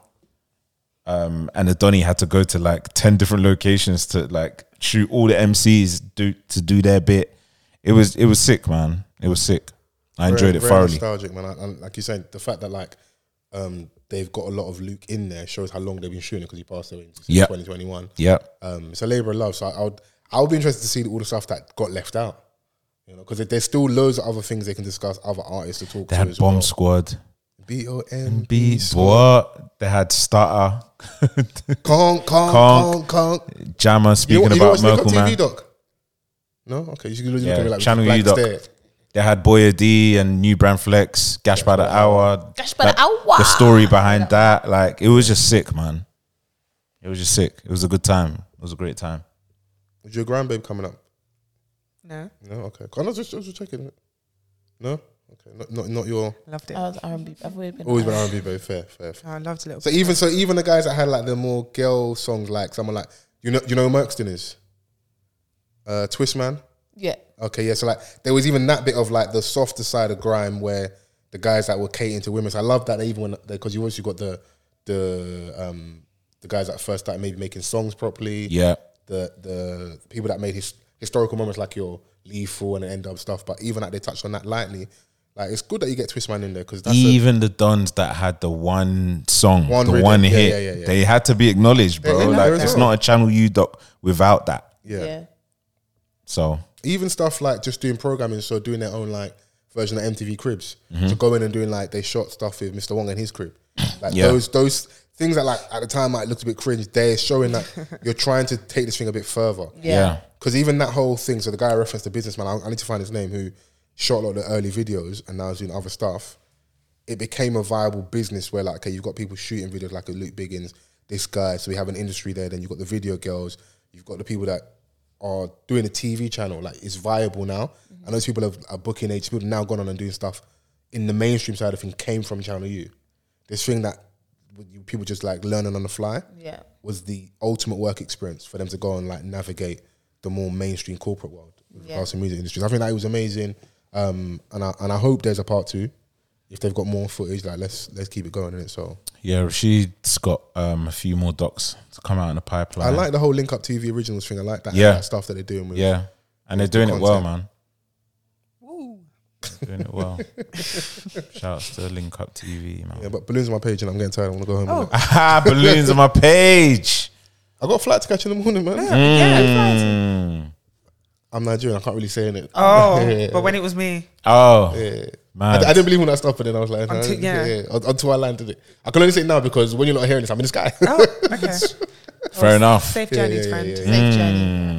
um, and Adoni had to go to like ten different locations to like shoot all the MCs do to do their bit. It was it was sick, man. It was sick. I enjoyed very- it very thoroughly. Nostalgic, man. And like you said, the fact that like um, they've got a lot of Luke in there shows how long they've been shooting because he passed away in Yeah. 2021. Yep. Um, it's a labor of love. So I would I would be interested to see all the stuff that got left out. You know, because there's still loads of other things they can discuss, other artists to talk They to had as Bomb well. Squad. B O M B. Beat what? They had Starter, Conk, conk, Conk. conk, conk. Jammer You, speaking wa- you about watch Nick Merkel on TV, Man. Doc? No? Okay, you can look Yeah, at me like Channel blank U doc. stare. They had Boya D and New Brand Flex, Gash by the Hour. Gash by the Hour. The story behind that, like, it was just sick, man. It was just sick. It was a good time. It was a great time. Is your grandbabe coming up? no, No? Okay. I was just, I was just checking. No? Okay. Not, not, not your. loved it. Oh, I was R&B. I've always been. Always been R&B, very fair, fair. fair. I loved a little. So even so, even the guys that had like the more girl songs, like someone like you know, you know, who Merkston is, uh, Twist Man. Yeah. Okay, yeah. So like there was even that bit of like the softer side of grime where the guys that were catering to women. So I love that they even when because you obviously got the the um the guys that first started maybe making songs properly. Yeah. The the people that made his, historical moments like your lethal and end up stuff. But even like they touched on that lightly. Like it's good that you get Twistman in there because that's a, Even the Dons that had the one song, One the rhythm. one Yeah, hit, yeah, yeah, yeah. they had to be acknowledged, bro. they had like to it's as well. not a channel you doc without that. Yeah. yeah. So even stuff like just doing programming, so doing their own like version of MTV Cribs. So going and doing like they shot stuff with Mr. Wong in his crib. Like Yeah. those those things that like at the time like looked a bit cringe. They're showing that you're trying to take this thing a bit further. yeah, Because even that whole thing, so the guy I referenced the businessman, I, I need to find his name, who shot a lot of the early videos and now is doing other stuff. It became a viable business where, like, okay, you've got people shooting videos like a Luke Biggins, this guy. So we have an industry there. Then you've got the video girls. You've got the people that are doing a TV channel. Like, it's viable now. And those people are, are booking age. People have now gone on and doing stuff in the mainstream side of things came from Channel U. This thing that you- people just like learning on the fly Yeah. was the ultimate work experience for them to go and like navigate the more mainstream corporate world with Yeah. regards to music industries. I think that was amazing, um, and I and I hope there's a part two. If they've got more footage, like let's let's keep it going in it. So yeah. Rashid's got um, a few more docs to come out in the pipeline. I like the whole link up TV originals thing. I like that, Yeah. that stuff that they're doing with yeah, and they're doing it well, content. man. They're Doing it well. Shouts to Link Up TV, man. Yeah, but balloons on my page, and I'm getting tired. I want to go home. Oh. innit? Ah, balloons on my page. I got a flight to catch in the morning, man. Mm. I'm Nigerian. I can't really say it. Oh, but when it was me, Oh, I, man. I didn't believe when I stopped, and then I was like, Until- nah, yeah. un- until I landed it. I can only say it now because when you're not hearing this, I'm in the sky. oh, okay. Fair enough. Safe journeys, yeah, friend. yeah, Safe journey.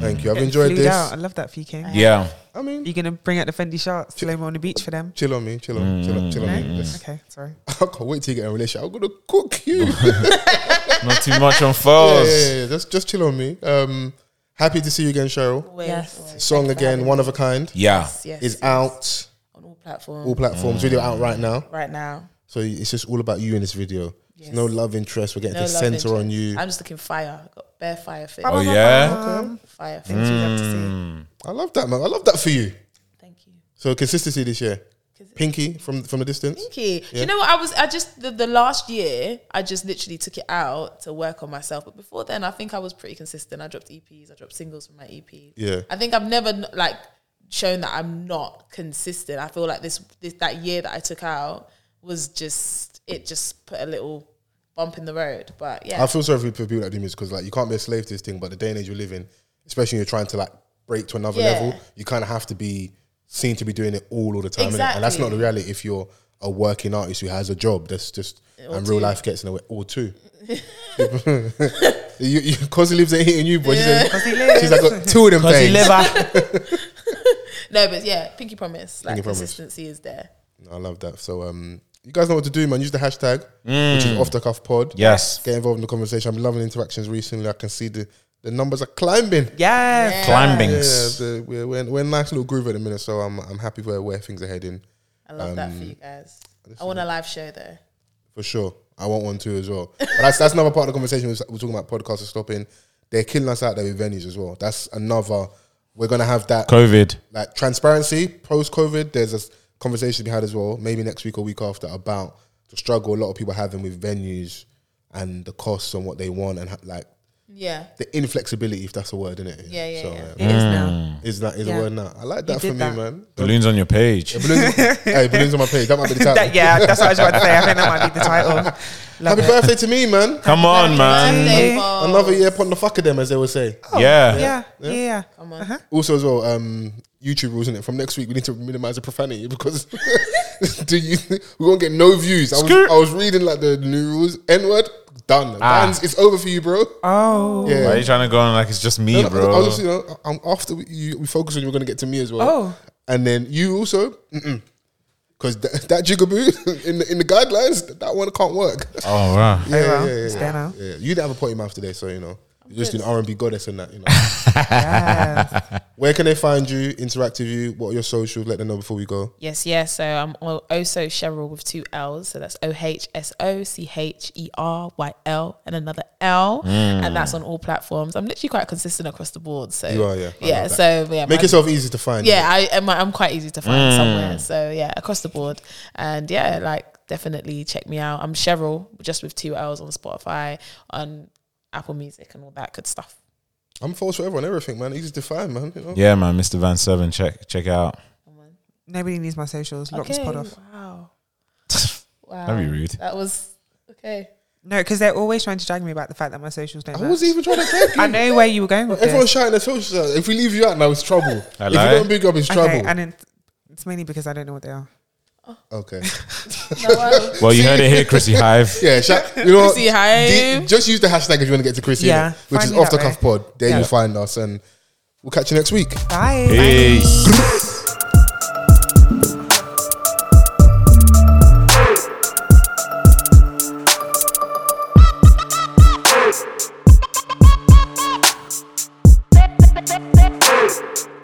Thank you. I've Getting enjoyed flued this. out. I love that for you, King. Yeah. I mean, You gonna bring out the Fendi shots, slow mo on the beach for them? chill on me, chill on, me, chill on, chill on Mm. me. Let's- Okay, sorry. I can't wait till you get in a relationship. I'm gonna cook you. Not too much on yeah, foes. yeah, yeah. Just, just chill on me. Um, happy to see you again, Cheryl. Yes. Song again, one of a kind, Yeah. Yes. is out. on all platforms All platforms, video out right now. right now. So it's just all about you in this video. There's No love interest. We're getting No to love center interest. on you. I'm just looking fire. I've got bare fire fit. Oh yeah. Fire fit. Things we love to see. I love that, man. I love that for you. Thank you. So consistency this year. Pinky from from a distance. Pinky. Do you know what I was? I just the, the last year I just literally took it out to work on myself. But before then, I think I was pretty consistent. I dropped EPs. I dropped singles from my EPs. Yeah. I think I've never n- like shown that I'm not consistent. I feel like this, this that year that I took out was just it just put a little bump in the road. But yeah, I feel sorry for people that do music because like you can't be a slave to this thing. But the day and age we live in, especially when you're trying to like break to another Yeah. level, you kind of have to be seen to be doing it all all the time, innit? and that's Exactly. not the reality if you're a working artist who has a job. That's just and real life gets in the way. Or two, you, you, cause he lives ain't hitting you, boy. She's He lives. like, got two of them Cause you live things. a- no, but yeah, Pinky promise. Like Pinky promise. consistency is there. I love that. So um, you guys know what to do, man. Use the hashtag, which is off the cuff pod. Yes. get involved in the conversation. I've been loving interactions recently. I can see the the numbers are climbing. Yes. Yeah, Climbings. the, we're, we're, in, we're in a nice little groove at the minute, so I'm I'm happy where where things are heading I love that Um, for you guys. I want a live show though. for sure. I want one too as well. But that's that's another part of the conversation. We're, we're talking about podcasts are stopping. They're killing us out there with venues as well. That's another. We're gonna have that COVID. like transparency post COVID. There's a s- conversation to be had as well, maybe next week or week after, about the struggle a lot of people are having with venues and the costs and what they want and ha- like Yeah. the inflexibility, if that's a word, isn't it? Yeah, yeah, yeah. It is now. Is that is Yeah. a word now? I like that for did me, that. man. Balloons on your page. Balloons, hey, balloons on my page. That might be the title. That, yeah, that's what I was about to say. I think that might be the title. Love Happy it. birthday to me, man. Come on, man. Birthday, Bob. Another year upon the fuck of them, as they would say. Yeah. Yeah, yeah. yeah. Come on. Also, as well, um, YouTube rules, isn't it? From next week, we need to minimize the profanity because do you, we won't get no views. I was, Skirt. I was reading like the new rules. N word, done. Ah. Bans, it's over for you, bro. Oh, yeah. Why are you trying to go on like it's just me, No, no, I bro? was just, you know, I'm after we- you. We focus on you. We're gonna get to me as well. Oh. and then you also, because that, that jigaboo in the, in the guidelines, that one can't work. oh, right. Oh, well. yeah, yeah, It's there now. Yeah, you didn't have a potty mouth today, so you know. You just do R and B goddess and that. You know. Where can they find you? Interact with you? What are your socials? Let them know before we go. Yes, yes. So I'm well, also Cheryl with two L's. So that's O H S O C H E R Y L and another L, Mm. and that's on all platforms. I'm literally quite consistent across the board. So You are, yeah. I yeah. love So that. yeah, make my- yourself easy to find. Yeah, I am. I'm quite easy to Mm. find somewhere. So yeah, across the board, and yeah, like definitely check me out. I'm Cheryl, just with two L's on Spotify, on Apple Music, and all that good stuff. I'm false for everyone, everything, man. Easy to find, man. You know? Yeah, man, Mr. Van Seven, check check it out. Nobody needs my socials. Lock this pod off. Wow. wow. That'd be rude. That was okay. No, because they're always trying to drag me about the fact that my socials don't. I wasn't match. even trying to get you. I know where you were going with Everyone's this. shouting their socials. out. If we leave you out now, it's trouble. If you Hello? don't big up, it's trouble. Okay, and it- it's mainly because I don't know what they are. okay. Well, you heard it here, Chrissy Hive. Yeah, shout, you know, Chrissy Hive. D- just use the hashtag if you want to get to Chrissy, Yeah, innit? which find is me off the that cuff way. pod. There Yeah. you find us, and we'll catch you next week. Bye. Peace. Hey.